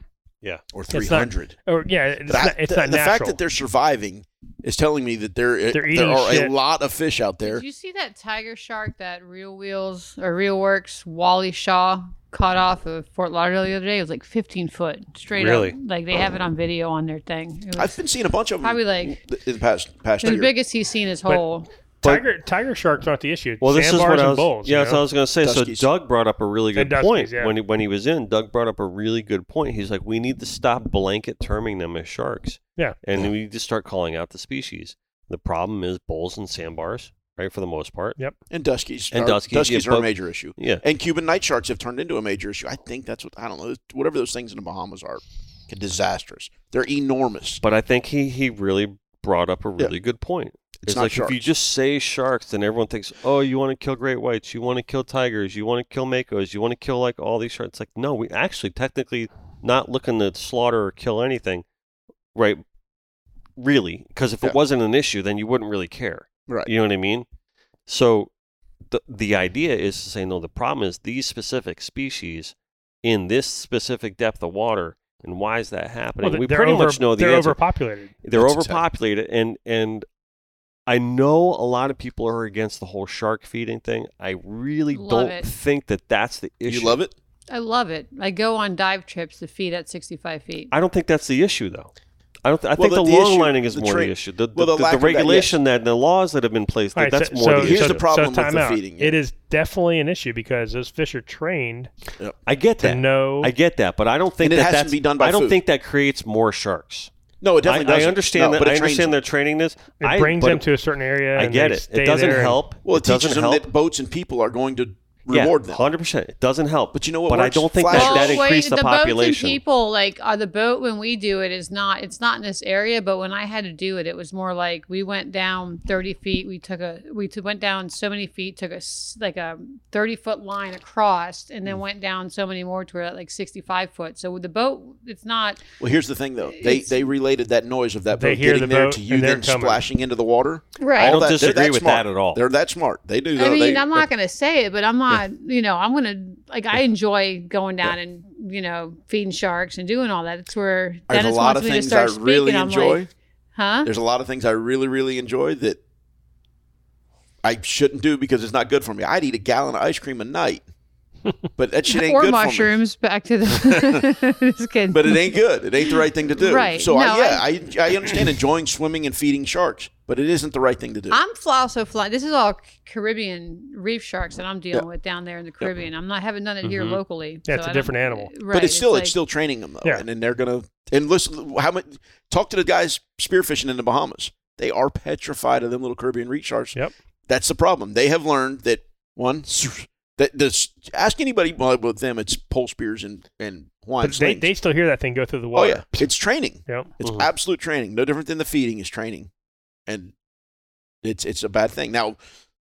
S4: or
S3: not-
S4: three hundred.
S3: Or yeah, it's
S4: That-
S3: not, it's
S4: the,
S3: not
S4: the
S3: natural.
S4: fact that they're surviving is telling me that there
S3: They're
S4: there
S3: eating
S4: are a
S3: shit.
S4: lot of fish out there.
S2: Did you see that tiger shark that Real Wheels or Real Works Wally Shaw caught off of Fort Lauderdale the other day? It was like 15 foot straight
S1: Really?
S2: up. Like they have it on video on their thing. It
S4: I've
S2: was
S4: been seeing a bunch of them
S2: Mm. probably like
S4: in the past past
S2: the
S4: year.
S2: biggest he's seen his whole.
S3: tiger tiger sharks aren't the issue.
S1: Well, this is
S3: Sandbars
S1: what I
S3: and
S1: was.
S3: bulls,
S1: yeah,
S3: you
S1: that's what I
S3: know?
S1: was going to say.
S4: Duskies.
S1: So Doug brought up a really good
S3: And duskies,
S1: point
S3: yeah.
S1: when he, when he was in. Doug brought up a really good point. He's like, we need to stop blanket terming them as sharks.
S3: Yeah.
S1: and we need to start calling out the species. The problem is bulls and sandbars, right? For the most part.
S4: and duskies.
S1: And
S4: are,
S1: duskies, yeah,
S4: duskies are a
S1: bug-
S4: major issue.
S1: Yeah.
S4: And Cuban night sharks have turned into a major issue. I think that's what I don't know. Whatever those things in the Bahamas are, disastrous. They're enormous.
S1: But I think he he really brought up a
S4: Yeah.
S1: really good point.
S4: It's
S1: It's,
S4: not
S1: like
S4: sharks.
S1: if you just say sharks, then everyone thinks, oh, you want to kill great whites, you want to kill tigers, you want to kill makos, you want to kill like all these sharks. It's like, no, we actually technically not looking to slaughter or kill anything, right? Really, because if
S4: Yeah.
S1: it wasn't an issue, then you wouldn't really care.
S4: Right.
S1: You know what I mean? So the the idea is to say no. The problem is these specific species in this specific depth of water, and why is that happening?
S3: Well,
S1: we
S3: they're
S1: pretty
S3: over-
S1: much know the
S3: they're
S1: answer
S3: overpopulated.
S1: they're
S4: That's exact-
S1: overpopulated and and I know a lot of people are against the whole shark feeding thing. I really
S2: Love
S1: don't
S2: it.
S1: think that that's the issue.
S4: You love it?
S2: I love it. I go on dive trips to feed at 65 feet.
S1: I don't think that's the issue though. I don't. Th- I
S4: Well,
S1: think the,
S4: the- the
S1: long
S4: issue-
S1: lining is
S4: the
S1: more
S4: tra-
S1: the issue. The, the,
S4: well, the
S1: the- the
S4: lack of that, yes.
S1: regulation that, and the laws that have been placed.
S3: All right,
S1: that, that's
S3: so,
S1: more
S3: so,
S1: the
S4: Here's
S1: issue.
S4: the problem
S3: so
S4: with
S3: time
S4: the
S3: out.
S4: feeding, yeah.
S3: It is definitely an issue because those fish are trained
S1: I get
S3: to
S1: that.
S3: know.
S1: I get that, but I don't think
S4: And
S1: that
S4: it has to
S1: that's,
S4: be done by
S1: I don't
S4: food.
S1: think that creates more sharks.
S4: No,
S1: I,
S4: it definitely
S1: I
S4: doesn't.
S1: understand
S4: No,
S1: that.
S4: but
S1: I
S4: it trains
S1: understand
S4: them.
S1: they're training this.
S3: it
S1: I,
S3: brings
S1: but
S3: them to a certain area.
S1: I
S3: and
S1: get
S3: they
S1: it.
S3: stay
S1: It doesn't
S3: there and-
S1: help.
S4: Well, it,
S1: doesn't
S4: teaches them
S1: help.
S4: that boats and people are going to reward them.
S1: Hundred percent. It doesn't help.
S4: But you know what
S1: But I
S4: works?
S1: don't think
S4: Flash
S1: that, that
S4: floods.
S2: wait,
S1: increased the,
S2: boats
S1: population.
S2: and people like uh, the boat when we do it is not it's not in this area but when i had to do it it was more like we went down 30 feet we took a we t- went down so many feet took a s- like a 30 foot line across and
S1: Mm.
S2: then went down so many more to where like 65 foot so with the boat it's not
S4: Well, here's the thing, though. They
S2: It's-
S4: they related that noise of that
S3: They
S4: boat
S3: hear
S4: getting
S3: the
S4: there
S3: boat
S4: to you
S3: and they're
S4: then
S3: coming.
S4: splashing into the water.
S2: right
S1: I don't
S4: All that- they're
S1: disagree with
S4: smart.
S1: that at all.
S4: They're that smart. They do.
S2: I
S4: though.
S2: mean,
S4: They-
S2: I'm not going to say it, but I'm not, you know, I'm going to, like, I enjoy going down and, you know, feeding sharks and doing all that. It's where
S4: There's a
S2: Dennis
S4: lot
S2: wants
S4: of
S2: me to
S4: things I
S2: start speaking.
S4: really
S2: I'm
S4: enjoy.
S2: like, huh?
S4: There's a lot of things I really, really enjoy that I shouldn't do because it's not good for me. I'd eat a gallon of ice cream a night, but that shit ain't
S2: or
S4: good
S2: mushrooms. Back to the just
S4: for
S2: kidding.
S4: me. But it ain't good. It ain't the right thing to do.
S2: Right.
S4: So I,
S2: No,
S4: yeah, I, I understand enjoying swimming and feeding sharks, but it isn't the right thing to do.
S2: I'm fly- also flying. This is all Caribbean reef sharks that I'm dealing with down there in the Caribbean. I'm not having none of it here
S1: Mhm.
S2: locally.
S3: Yeah, it's
S2: so
S3: a
S2: I don't-
S3: different animal.
S2: Right,
S4: but it's still it's,
S2: like-
S4: still training them though,
S3: Yeah.
S4: and then they're gonna and listen. How much? Talk to the guys spearfishing in the Bahamas. They are petrified of them little Caribbean reef sharks.
S3: Yep.
S4: That's the problem. They have learned that one that this ask anybody well, with them it's pole spears and and Hawaiian
S3: But they,
S4: slings.
S3: they still hear that thing go through the
S4: oh
S3: water.
S4: yeah, it's training.
S3: Yep. Mm-hmm.
S4: It's
S1: Mhm.
S4: absolute training. No different than the feeding is training, and it's it's a bad thing. Now,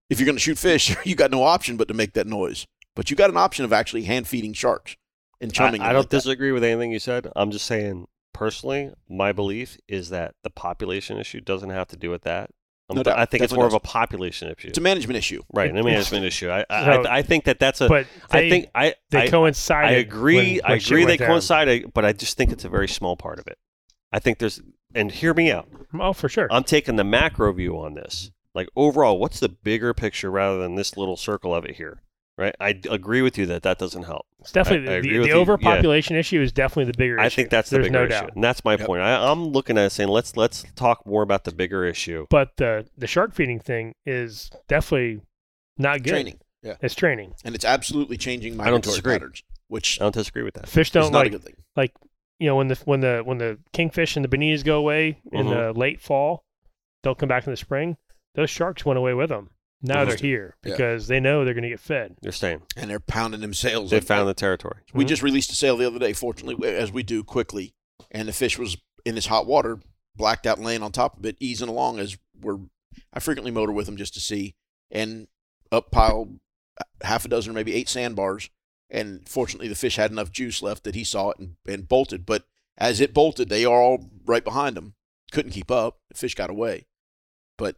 S4: if you're going to shoot fish, you got no option but to make that noise. But you got an option of actually hand feeding sharks and
S1: I,
S4: chumming.
S1: I
S4: them
S1: don't
S4: like that.
S1: disagree with anything you said. I'm just saying, personally, my belief is that the population issue doesn't have to do with that. Um,
S4: No
S1: but
S4: doubt.
S1: I think it's
S4: Definitely
S1: more of a
S4: doesn't.
S1: population issue,
S4: It's a management issue.
S1: right? And a
S3: It's-
S1: management issue. I, I,
S3: No.
S1: I, I think that that's a.
S3: But they,
S1: I think I
S3: they
S1: I,
S3: coincide.
S1: I agree. I agree they coincide, I- but I just think it's a very small part of it. I think there's, and hear me out.
S3: Oh, for sure.
S1: I'm taking the macro view on this. Like overall, what's the bigger picture rather than this little circle of it here, right? I d- agree with you that that doesn't help.
S3: it's definitely
S1: I- I
S3: the,
S1: agree
S3: the,
S1: with
S3: the
S1: you.
S3: overpopulation issue is definitely the bigger
S1: I
S3: issue.
S1: think that's the
S3: There's
S1: bigger
S3: no
S1: issue,
S3: doubt.
S1: and that's my
S4: Yep.
S1: point. I, I'm looking at it saying let's let's talk more about the bigger issue.
S3: But the the shark feeding thing is definitely not good.
S4: Training, yeah,
S3: It's training.
S4: and it's absolutely changing
S1: don't
S4: migratory
S1: disagree.
S4: patterns, which
S1: I don't disagree with that.
S3: Fish
S4: is
S3: don't
S4: not
S3: like
S4: a good thing.
S3: you know when the when the when the kingfish and the bonitas go away in the
S1: Mm-hmm.
S3: late fall, they'll come back in the spring. Those sharks went away with them. Now they're
S1: Interesting.
S3: here
S4: Yeah.
S3: because they know they're going to get fed.
S1: You're saying
S4: And they're pounding them sails.
S1: they
S4: like
S1: found
S4: that.
S1: the territory.
S4: We just released a sale the other day, fortunately, as we do quickly, and the fish was in this hot water, blacked out, laying on top of it, easing along as we're. I frequently motor with them just to see, and up piled uh, half a dozen or maybe eight sandbars, and fortunately the fish had enough juice left that he saw it and, and bolted. But as it bolted, they are all right behind him. Couldn't keep up. The fish got away, but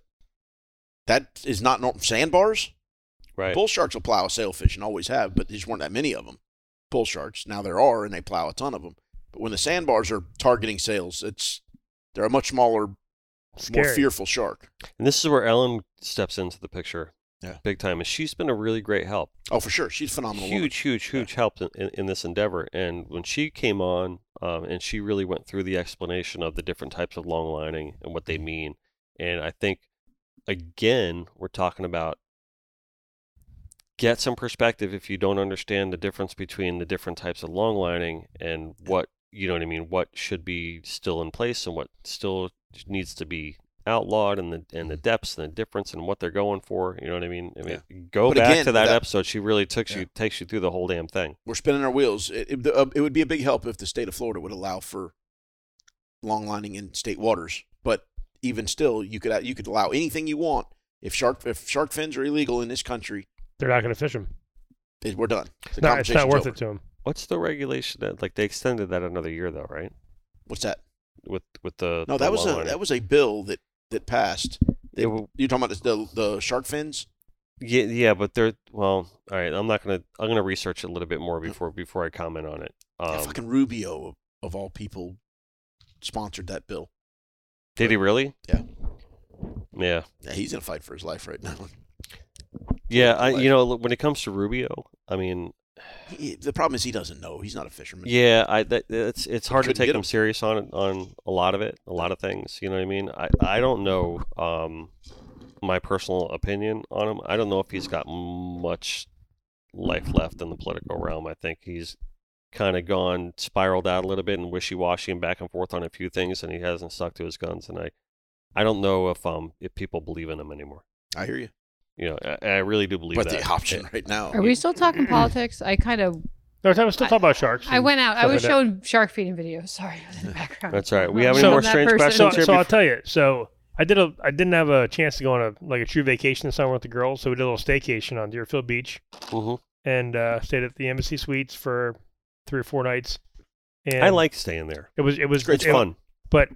S4: that is not normal. Sandbars.
S1: Right.
S4: Bull sharks will plow a sailfish and always have, but there just weren't that many of them. Bull sharks. Now there are, and they plow a ton of them. But when the sandbars are targeting sails, it's they're a much smaller, more
S3: Scary.
S4: fearful shark.
S1: And this is where Ellen steps into the picture,
S4: Yeah.
S1: big time. And she's been a really great help.
S4: Oh, for sure, she's a phenomenal. woman.
S1: huge, huge, huge help in, in, in this endeavor. And when she came on, um, and she really went through the explanation of the different types of long lining and what they mean. And I think, again, we're talking about get some perspective if you don't understand the difference between the different types of long lining and what you know what I mean, what should be still in place and what still needs to be outlawed and the and
S4: Mm-hmm.
S1: the depths and the difference and what they're going for. You know what I mean? I mean, go
S4: But
S1: back
S4: again,
S1: to that,
S4: that-
S1: episode. She really took
S4: Yeah.
S1: you takes you through the whole damn thing.
S4: We're spinning our wheels. It, it, uh, it would be a big help if the state of Florida would allow for long lining in state waters. But even still, you could uh, you could allow anything you want. If shark if shark fins are illegal in this country,
S3: They're not going to fish them.
S4: it, we're done.
S3: It's not, it's not
S4: conversation's
S3: worth
S4: over.
S3: it to them.
S1: What's the regulation that like they extended that another year though, right?
S4: What's that?
S1: With with the
S4: No,
S1: the
S4: that was a
S1: long line.
S4: that was a bill that that passed. They,
S1: Yeah, well-
S4: you're talking about the the shark fins.
S1: yeah yeah, but they're well, all right. I'm not gonna I'm gonna research it a little bit more before before I comment on it.
S4: Mm. yeah,
S1: Um,
S4: fucking Rubio of, of all people sponsored that bill.
S1: did he really?
S4: Yeah.
S1: Yeah.
S4: Yeah, he's gonna fight for his life right now.
S1: Yeah, I,
S4: But-
S1: you know, when it comes to Rubio, I mean,
S4: He, the problem is he doesn't know. He's not a fisherman.
S1: yeah, I that, it's it's hard to
S4: couldn't
S1: take
S4: get
S1: him
S4: him.
S1: serious on it- on a lot of it, a lot of things. You know what I mean? I I don't know um my personal opinion on him. I don't know if he's got much life left in the political realm. I think he's kind of gone spiraled out a little bit and wishy-washy and back and forth on a few things, and he hasn't stuck to his guns. And I I don't know if um if people believe in him anymore.
S4: I hear you.
S1: You know, I, I really do believe
S4: But
S1: that.
S4: the option right now.
S2: Are we still talking politics? I kind of
S3: No, we're still talking about sharks.
S2: I
S3: and
S2: went out. I
S3: stuff
S2: was
S3: like that.
S2: showing shark feeding videos. Sorry, I was in the background.
S1: That's all right. We
S2: I'm
S1: have any
S2: not
S3: more
S2: that
S1: strange
S2: person.
S1: questions
S3: so,
S1: here
S3: so I'll
S1: bef-
S3: tell you. So I did a I didn't have a chance to go on a like a true vacation this summer with the girls, so we did a little staycation on Deerfield Beach
S1: Mhm.
S3: and uh, stayed at the Embassy Suites for three or four nights. And
S1: I like staying there.
S3: it was it was
S1: It's
S3: it-
S1: fun.
S3: but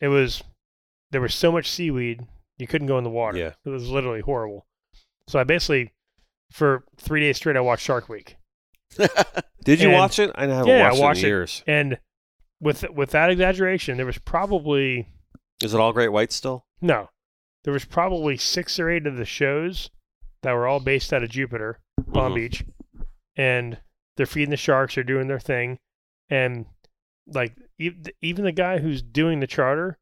S3: it was there was so much seaweed you couldn't go in the water.
S1: Yeah.
S3: It was literally horrible. So I basically for three days straight I watched Shark Week.
S1: Did you
S3: And-
S1: watch it? I haven't
S3: yeah,
S1: watched,
S3: I watched
S1: it in
S3: it.
S1: years.
S3: And with with that exaggeration, there was probably
S1: Is it all great white still?
S3: No. There was probably six or eight of the shows that were all based out of Jupiter, Palm
S1: Mhm.
S4: Mm-hmm.
S3: Beach, and they're feeding the sharks, they're doing their thing, and like e- even the guy who's doing the charter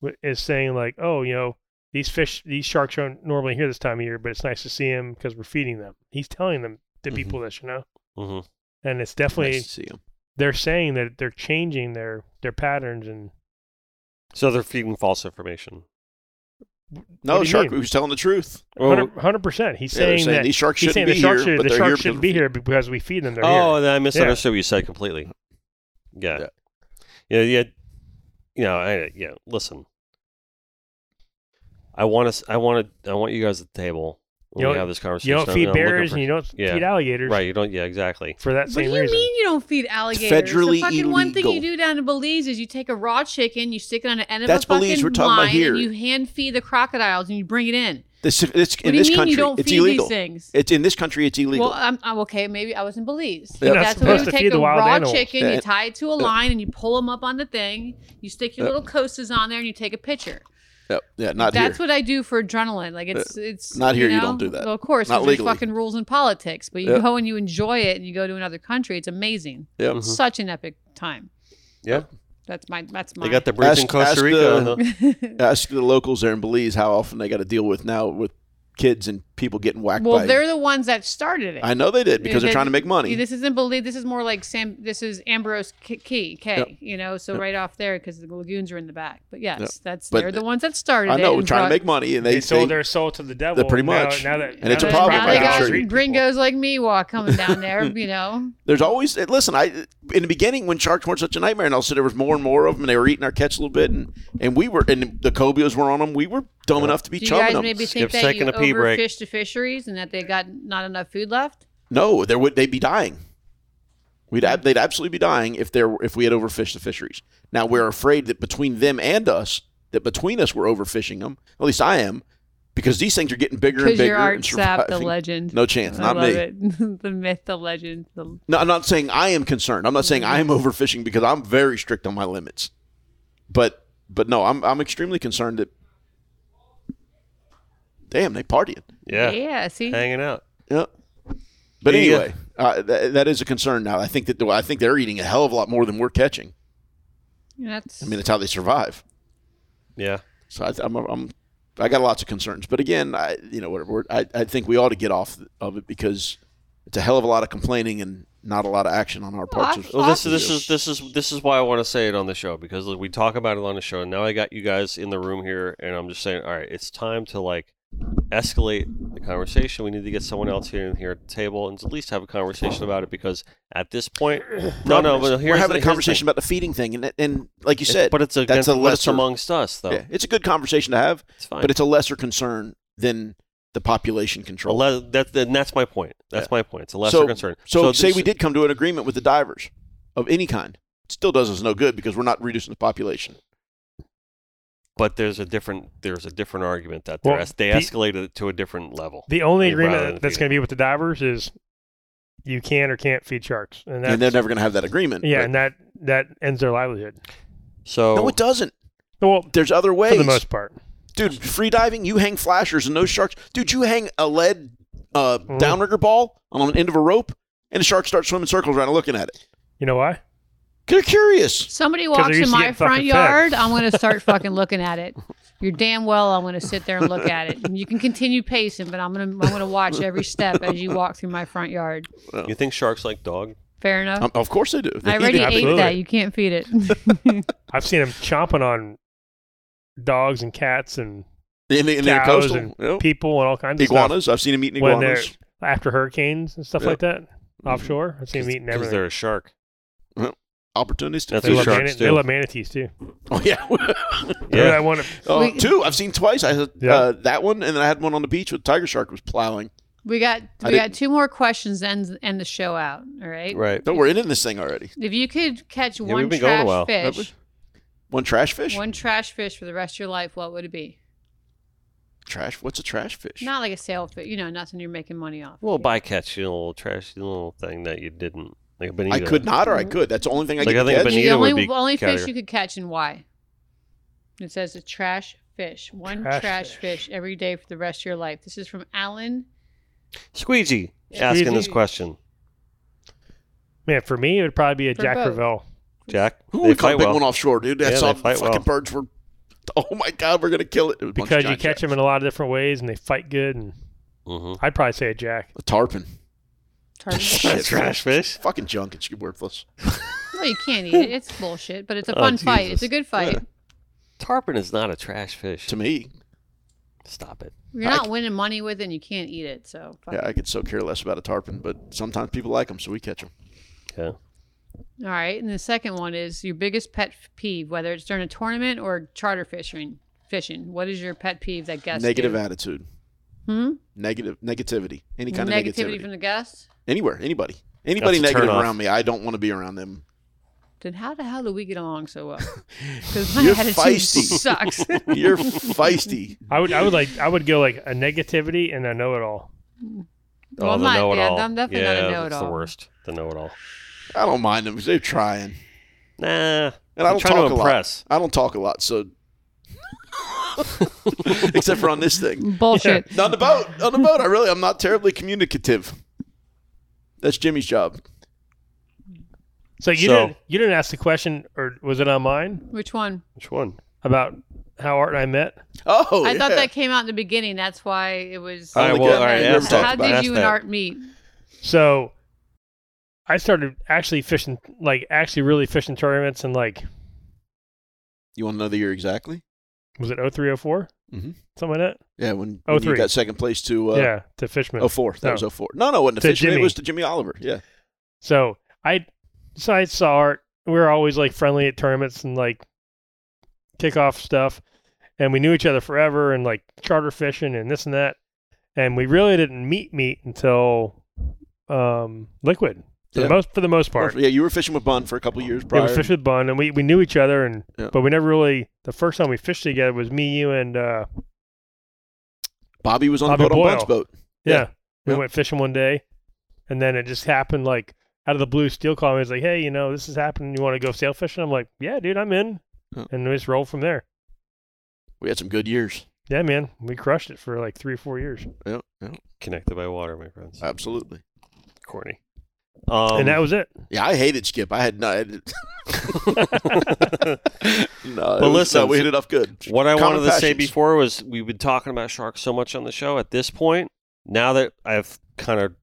S3: w- is saying like, oh, you know, these fish, these sharks aren't normally here this time of year, but it's nice to see them because we're feeding them. He's telling them to
S4: Mhm.
S3: people this, you know, Mm-hmm.
S1: hmm
S3: and it's definitely
S4: Nice to see him.
S3: they're saying that they're changing their their patterns and
S1: So they're feeding false information.
S3: What
S4: No,
S3: do you
S4: shark.
S3: mean?
S4: He was telling the truth.
S1: Well,
S3: hundred percent. He's
S4: Yeah, they're
S3: saying,
S4: saying
S3: that
S4: these sharks
S3: he's
S4: shouldn't
S3: saying
S4: be
S3: the sharks
S4: here,
S3: should,
S4: but
S3: the
S4: they're here
S3: sharks
S4: because
S3: shouldn't
S4: of
S3: be
S4: feeding.
S3: here because we feed them. They're
S1: oh,
S3: here.
S1: then I misunderstood what you said completely. Yeah. Yeah.
S4: Yeah.
S1: Yeah. You know, I, yeah. Listen, I want to. I want to. I want you guys at the table when
S3: You
S1: we
S3: don't-
S1: have this conversation.
S3: You don't
S1: I'm-
S3: feed
S1: I'm looking
S3: bears
S1: for-
S3: and you don't
S1: yeah.
S3: feed alligators
S1: right. You don't. Yeah. Exactly.
S3: for
S2: What
S3: that
S2: do
S3: same
S2: you
S3: reason.
S2: mean you don't feed alligators?
S4: federally
S2: the fucking one thing you
S4: illegal.
S2: do down in Belize is you take a raw chicken, you stick it on an end of
S4: That's
S2: a fucking
S4: Belize, we're talking about
S2: line,
S4: here.
S2: and you hand feed the crocodiles and you bring it in.
S4: This, it's,
S2: What
S4: in
S2: do you
S4: this
S2: mean
S4: country,
S2: you don't
S4: it's
S2: feed these
S4: illegal.
S2: things?
S4: It's in this country, it's illegal.
S2: Well, I'm, I'm okay. Maybe I was in Belize.
S4: You're
S3: not
S2: That's when you
S3: supposed to
S2: take
S3: feed
S2: a
S3: the wild
S2: raw
S3: animals.
S2: chicken,
S4: Yeah.
S2: you tie it to a line, and you pull them up on the thing. You stick your
S4: Yeah.
S2: little coasters on there, and you take a picture.
S4: no, yeah, not
S2: That's
S4: here. Uh,
S2: what I do for adrenaline. Like it's it's
S4: not here, you don't
S2: know?
S4: do that.
S2: Well, of course,
S4: Not
S2: 'cause there's
S4: legally.
S2: fucking rules in politics. But you
S4: Yeah.
S2: go and you enjoy it, and you go to another country. It's amazing.
S4: Yep.
S1: Mhm.
S2: Such an epic time.
S1: Yeah.
S2: That's my that's my.
S1: They got the bridge in
S4: Ask-
S1: Costa
S4: ask
S1: Rica.
S4: the-
S1: on the-
S4: Ask the locals there in Belize how often they got to deal with now with kids and people getting whacked
S2: well,
S4: by.
S2: they're the ones that started it.
S4: I know they did because
S2: They-
S4: they're trying to make money.
S2: See, this isn't Belize. This is more like Sam. This is Ambrose K. Key, K You know, so right off there because the lagoons are in the back. But yes,
S4: Yep.
S2: that's
S4: But
S2: they're the ones that started.
S4: I know,
S2: it
S4: we're
S2: and
S4: trying to
S2: brought-
S4: make money, and
S3: They,
S4: they,
S3: sold
S4: they-
S3: their soul to the devil.
S4: pretty
S3: now-
S4: much.
S3: Now, that,
S4: And it's a
S3: that
S4: problem
S2: Now they
S4: right now.
S3: crocodiles
S4: Sure.
S2: got
S3: eat
S2: gringos like me walk coming down there. You know,
S4: There's always eh, listen. I in the beginning when sharks weren't such a nightmare, and also there was more and more of them, and they were eating our catch a little bit, and, and we were and the cobias were on them. We were dumb enough to be
S2: do you
S4: chumming
S2: guys
S4: them.
S2: maybe
S1: Skip's
S2: think that you
S1: taking a pee break.
S2: overfished the fisheries and that they got not enough food left?
S4: no, there would they'd be dying. We'd ab- they'd absolutely be dying if there were- if we had overfished the fisheries. Now we're afraid that between them and us, that between us we're overfishing them. At least I am, because these things are getting bigger and
S2: Because
S4: bigger.
S2: you're Art
S4: and
S2: Sap, the
S4: surviving.
S2: legend.
S4: No chance,
S2: I
S4: not
S2: love
S4: me.
S2: It. the myth, the legend. The...
S4: No, I'm not saying I am concerned. I'm not saying I am
S2: Mm-hmm.
S4: overfishing because I'm very strict on my limits. But but no, I'm I'm extremely concerned that damn they partying.
S1: yeah.
S2: See,
S1: Hanging out.
S4: Yeah. But
S1: The, uh,
S4: anyway, uh, th- that is a concern now. I think that I think they're eating a hell of a lot more than we're catching.
S2: that's
S4: I mean, it's how they survive.
S1: Yeah.
S4: So I, I'm, I'm I got lots of concerns. But again, I you know whatever. I I think we ought to get off of it because it's a hell of a lot of complaining and not a lot of action on our parts.
S2: I-
S1: Well, this is this
S4: Yeah.
S1: is this is this is why I want to say it on the show because like, we talk about it on the show. And now I got you guys in the room here, and I'm just saying, all right, it's time to like escalate the conversation. We need to get someone else here here at the table and at least have a conversation about it because at this point, no, no, but
S4: we're
S1: here's
S4: having
S1: the-
S4: a
S1: here's
S4: conversation
S1: the
S4: about the feeding thing, and and like you
S1: thing.
S4: said,
S1: but it's
S4: that's
S1: against
S4: a
S1: but it's
S4: lesser-
S1: amongst us though.
S4: yeah, it's a good conversation to have,
S1: It's fine.
S4: but it's a lesser concern than the population
S1: a
S4: control.
S1: le- that, that- and that's my point. That's my point. It's a lesser
S4: so,
S1: concern.
S4: So, say
S1: this-
S4: we did come to an agreement with the divers of any kind, it still does us no good because we're not reducing the population.
S1: but there's a different there's a different argument that
S3: Well,
S1: they're es- they
S3: the-
S1: escalated it to a different level.
S3: The only
S1: Like, rather than
S3: agreement that's
S1: feeding.
S3: going to be with the divers is you can or can't feed sharks, and that's
S4: and they're never going to have that agreement.
S3: yeah,
S4: but-
S3: and that that ends their livelihood.
S1: So
S4: no, it doesn't.
S3: Well,
S4: There's other ways.
S3: for the most part,
S4: Dude, free diving, you hang flashers and no sharks. Dude, you hang a lead uh,
S3: Mm-hmm.
S4: downrigger ball on an end of a rope, and the shark starts swimming circles around and looking at it.
S3: you know why?
S4: They're curious.
S2: Somebody
S3: they're
S2: walks in
S3: used to
S2: my
S3: getting
S2: front
S3: fucking fed.
S2: yard, I'm going to start fucking looking at it. You're damn well I'm going to sit there and look at it. And you can continue pacing, but I'm going to I'm going to watch every step as you walk through my front yard.
S1: you think sharks like dog?
S2: Fair enough.
S4: Um, of course they do.
S2: I already
S3: Absolutely.
S2: ate that. You can't feed it.
S3: I've seen them chomping on dogs and cats and
S4: In the, in the
S3: cows
S4: coastal,
S3: and
S4: yep.
S3: people and all kinds of
S4: iguanas. I've seen him eating
S3: stuff when they're
S4: iguanas.
S3: after hurricanes and stuff
S4: Yeah.
S3: like that offshore. I've seen them eating
S1: Because
S3: everything.
S1: they're a shark.
S4: Opportunities to
S1: That's
S3: They
S1: they're
S3: love,
S1: sharks
S3: mani-
S1: too.
S3: they love manatees too.
S4: Oh yeah,
S3: Remember that one-
S4: Uh,
S2: We-
S4: two. I've seen twice. I had
S3: Yeah.
S4: uh, that one, and then I had one on the beach with tiger shark was plowing.
S2: we got
S4: I
S2: we got two more questions and end the show out. All right.
S1: Right.
S4: No, we're in this thing already.
S2: If you could catch
S1: we've
S2: one
S1: been going a while,
S2: trash
S4: haven't
S2: fish,
S4: One trash fish.
S2: one trash fish for the rest of your life, what would it be?
S4: trash. What's a trash fish?
S2: Not like a sailfish, you know, nothing you're making money off.
S1: Little bycatch, you know, little trash, you know, little thing that you didn't. Like a bonita.
S4: I could not, or I could. That's the only thing I
S1: Like, I
S4: can
S1: think
S4: catch.
S1: Bonita
S2: the only
S1: would be
S2: only fish
S1: category.
S2: you could catch and why. It says a trash fish, one
S3: Trash
S2: trash, fish. every day for the rest of your life. This is from Alan.
S1: Squeegee asking this
S3: Squeegee.
S1: question.
S3: man, for me, it would probably be a
S2: For
S3: Jack
S2: both.
S3: Revell.
S1: Jack,
S4: Who
S1: they
S4: would call a
S1: fight
S4: big
S1: well.
S4: one offshore, dude? That's
S1: Yeah, they
S4: all
S1: fight
S4: fucking
S1: well.
S4: birds were. Oh my god, we're gonna kill it. It was a bunch of
S3: because you
S4: giant
S3: catch
S4: sharks.
S3: them in a lot of different ways and they fight good. And
S1: Mm-hmm.
S3: I'd probably say a jack.
S4: a tarpon.
S2: Target.
S4: Shit,
S1: trash fish.
S4: Fucking junk. It's worthless.
S2: well, you can't eat it. It's bullshit, but it's a
S1: Oh,
S2: fun fight.
S1: Jesus.
S2: It's a good fight.
S1: Tarpon is not a trash fish.
S4: To me,
S1: Stop it.
S2: You're not winning money with it, and you can't eat it. So fuck
S4: yeah,
S2: it.
S4: I could so care less about a tarpon, but sometimes people like them, so we catch them.
S1: Yeah. Oh,
S2: All right. And the second one is your biggest pet peeve, whether it's during a tournament or charter fishing. Fishing. What is your pet peeve that guests
S4: negative
S2: do?
S4: attitude,
S2: Hmm?
S4: negative negativity, any kind
S2: negativity,
S4: of negativity
S2: from the guests.
S4: anywhere, anybody, anybody
S1: That's a turn
S4: negative
S1: off.
S4: around me. I don't want to be around them.
S2: Then how the hell do we get along so well? Because my
S4: You're
S2: attitude
S4: feisty.
S2: sucks.
S4: You're feisty.
S3: I would I would like I would go like a negativity and a know it all.
S2: well, I'm
S1: Oh, the
S2: not,
S1: know-it-all.
S2: yeah, I'm definitely
S1: yeah,
S2: not a know it
S1: that's the
S2: all.
S1: worst. The know-it-all.
S4: I don't mind them because they're trying,
S1: Nah.
S4: and I
S1: I'm
S4: don't
S1: trying
S4: talk
S1: to
S4: a lot.
S1: impress.
S4: I don't talk a lot, so except for on this thing.
S2: Bullshit.
S4: on the boat on the boat i really i'm not terribly communicative that's jimmy's job
S3: So you
S1: So-
S3: didn't you didn't ask the question or was it on mine
S2: Which one?
S1: Which one?
S3: about how Art and I met?
S4: oh
S2: I thought
S4: yeah.
S2: that came out in the beginning. That's why it was.
S1: All
S4: I
S1: right,
S4: only
S1: well,
S4: got-
S1: all right.
S4: I
S1: ask
S4: never
S2: so
S1: that.
S2: how
S4: talked about
S2: did
S1: Ask
S2: you
S1: that.
S2: and Art meet?
S3: So I started actually fishing like actually really fishing tournaments in like
S4: you want to know the year exactly
S3: was it 0304?
S1: Mm-hmm.
S4: Mhm.
S3: Something like that?
S4: yeah when,
S3: Oh,
S4: when you
S3: three.
S4: got second place to uh
S3: yeah, to Fishman.
S4: 04 that
S3: No.
S4: was 04 no no it wasn't
S3: To
S4: officially it
S3: Jimmy.
S4: was to jimmy oliver yeah
S3: So I so I saw Art. We were always like friendly at tournaments and like kickoff stuff, and we knew each other forever and like charter fishing and this and that, and we really didn't meet meet until um liquid for
S4: Yeah.
S3: the most for the most part.
S4: Oh, yeah you were fishing with bun for a couple years
S3: Yeah,
S4: prior
S3: we fished with Bun, and we, we knew each other, and
S4: Yeah.
S3: but we never really. The first time we fished together was me, you, and uh,
S4: bobby was on
S3: Bobby
S4: the boat on
S3: Boyle.
S4: bun's boat
S3: yeah,
S4: Yeah.
S3: we
S4: Yeah.
S3: went fishing one day, and then it just happened like out of the blue. Steel called me, was like, "Hey, you know, this is happening. You want to go sail fishing?" I'm like, "Yeah, dude, I'm in,"
S4: Yeah.
S3: and we just rolled from there.
S4: we had some good years
S3: Yeah, man, we crushed it for like three, four years,
S4: yeah, yeah
S1: Connected by water, my friends.
S4: Uh, absolutely
S1: Corny. Um,
S3: and that was it.
S4: yeah i hated skip i had no I didn't-
S1: Um,
S4: no, it was-
S1: listen,
S4: no, we hit it off good
S1: What I
S4: Common
S1: wanted to say
S4: passions.
S1: before was we've been talking about sharks so much on the show. At this point, now that I've kind of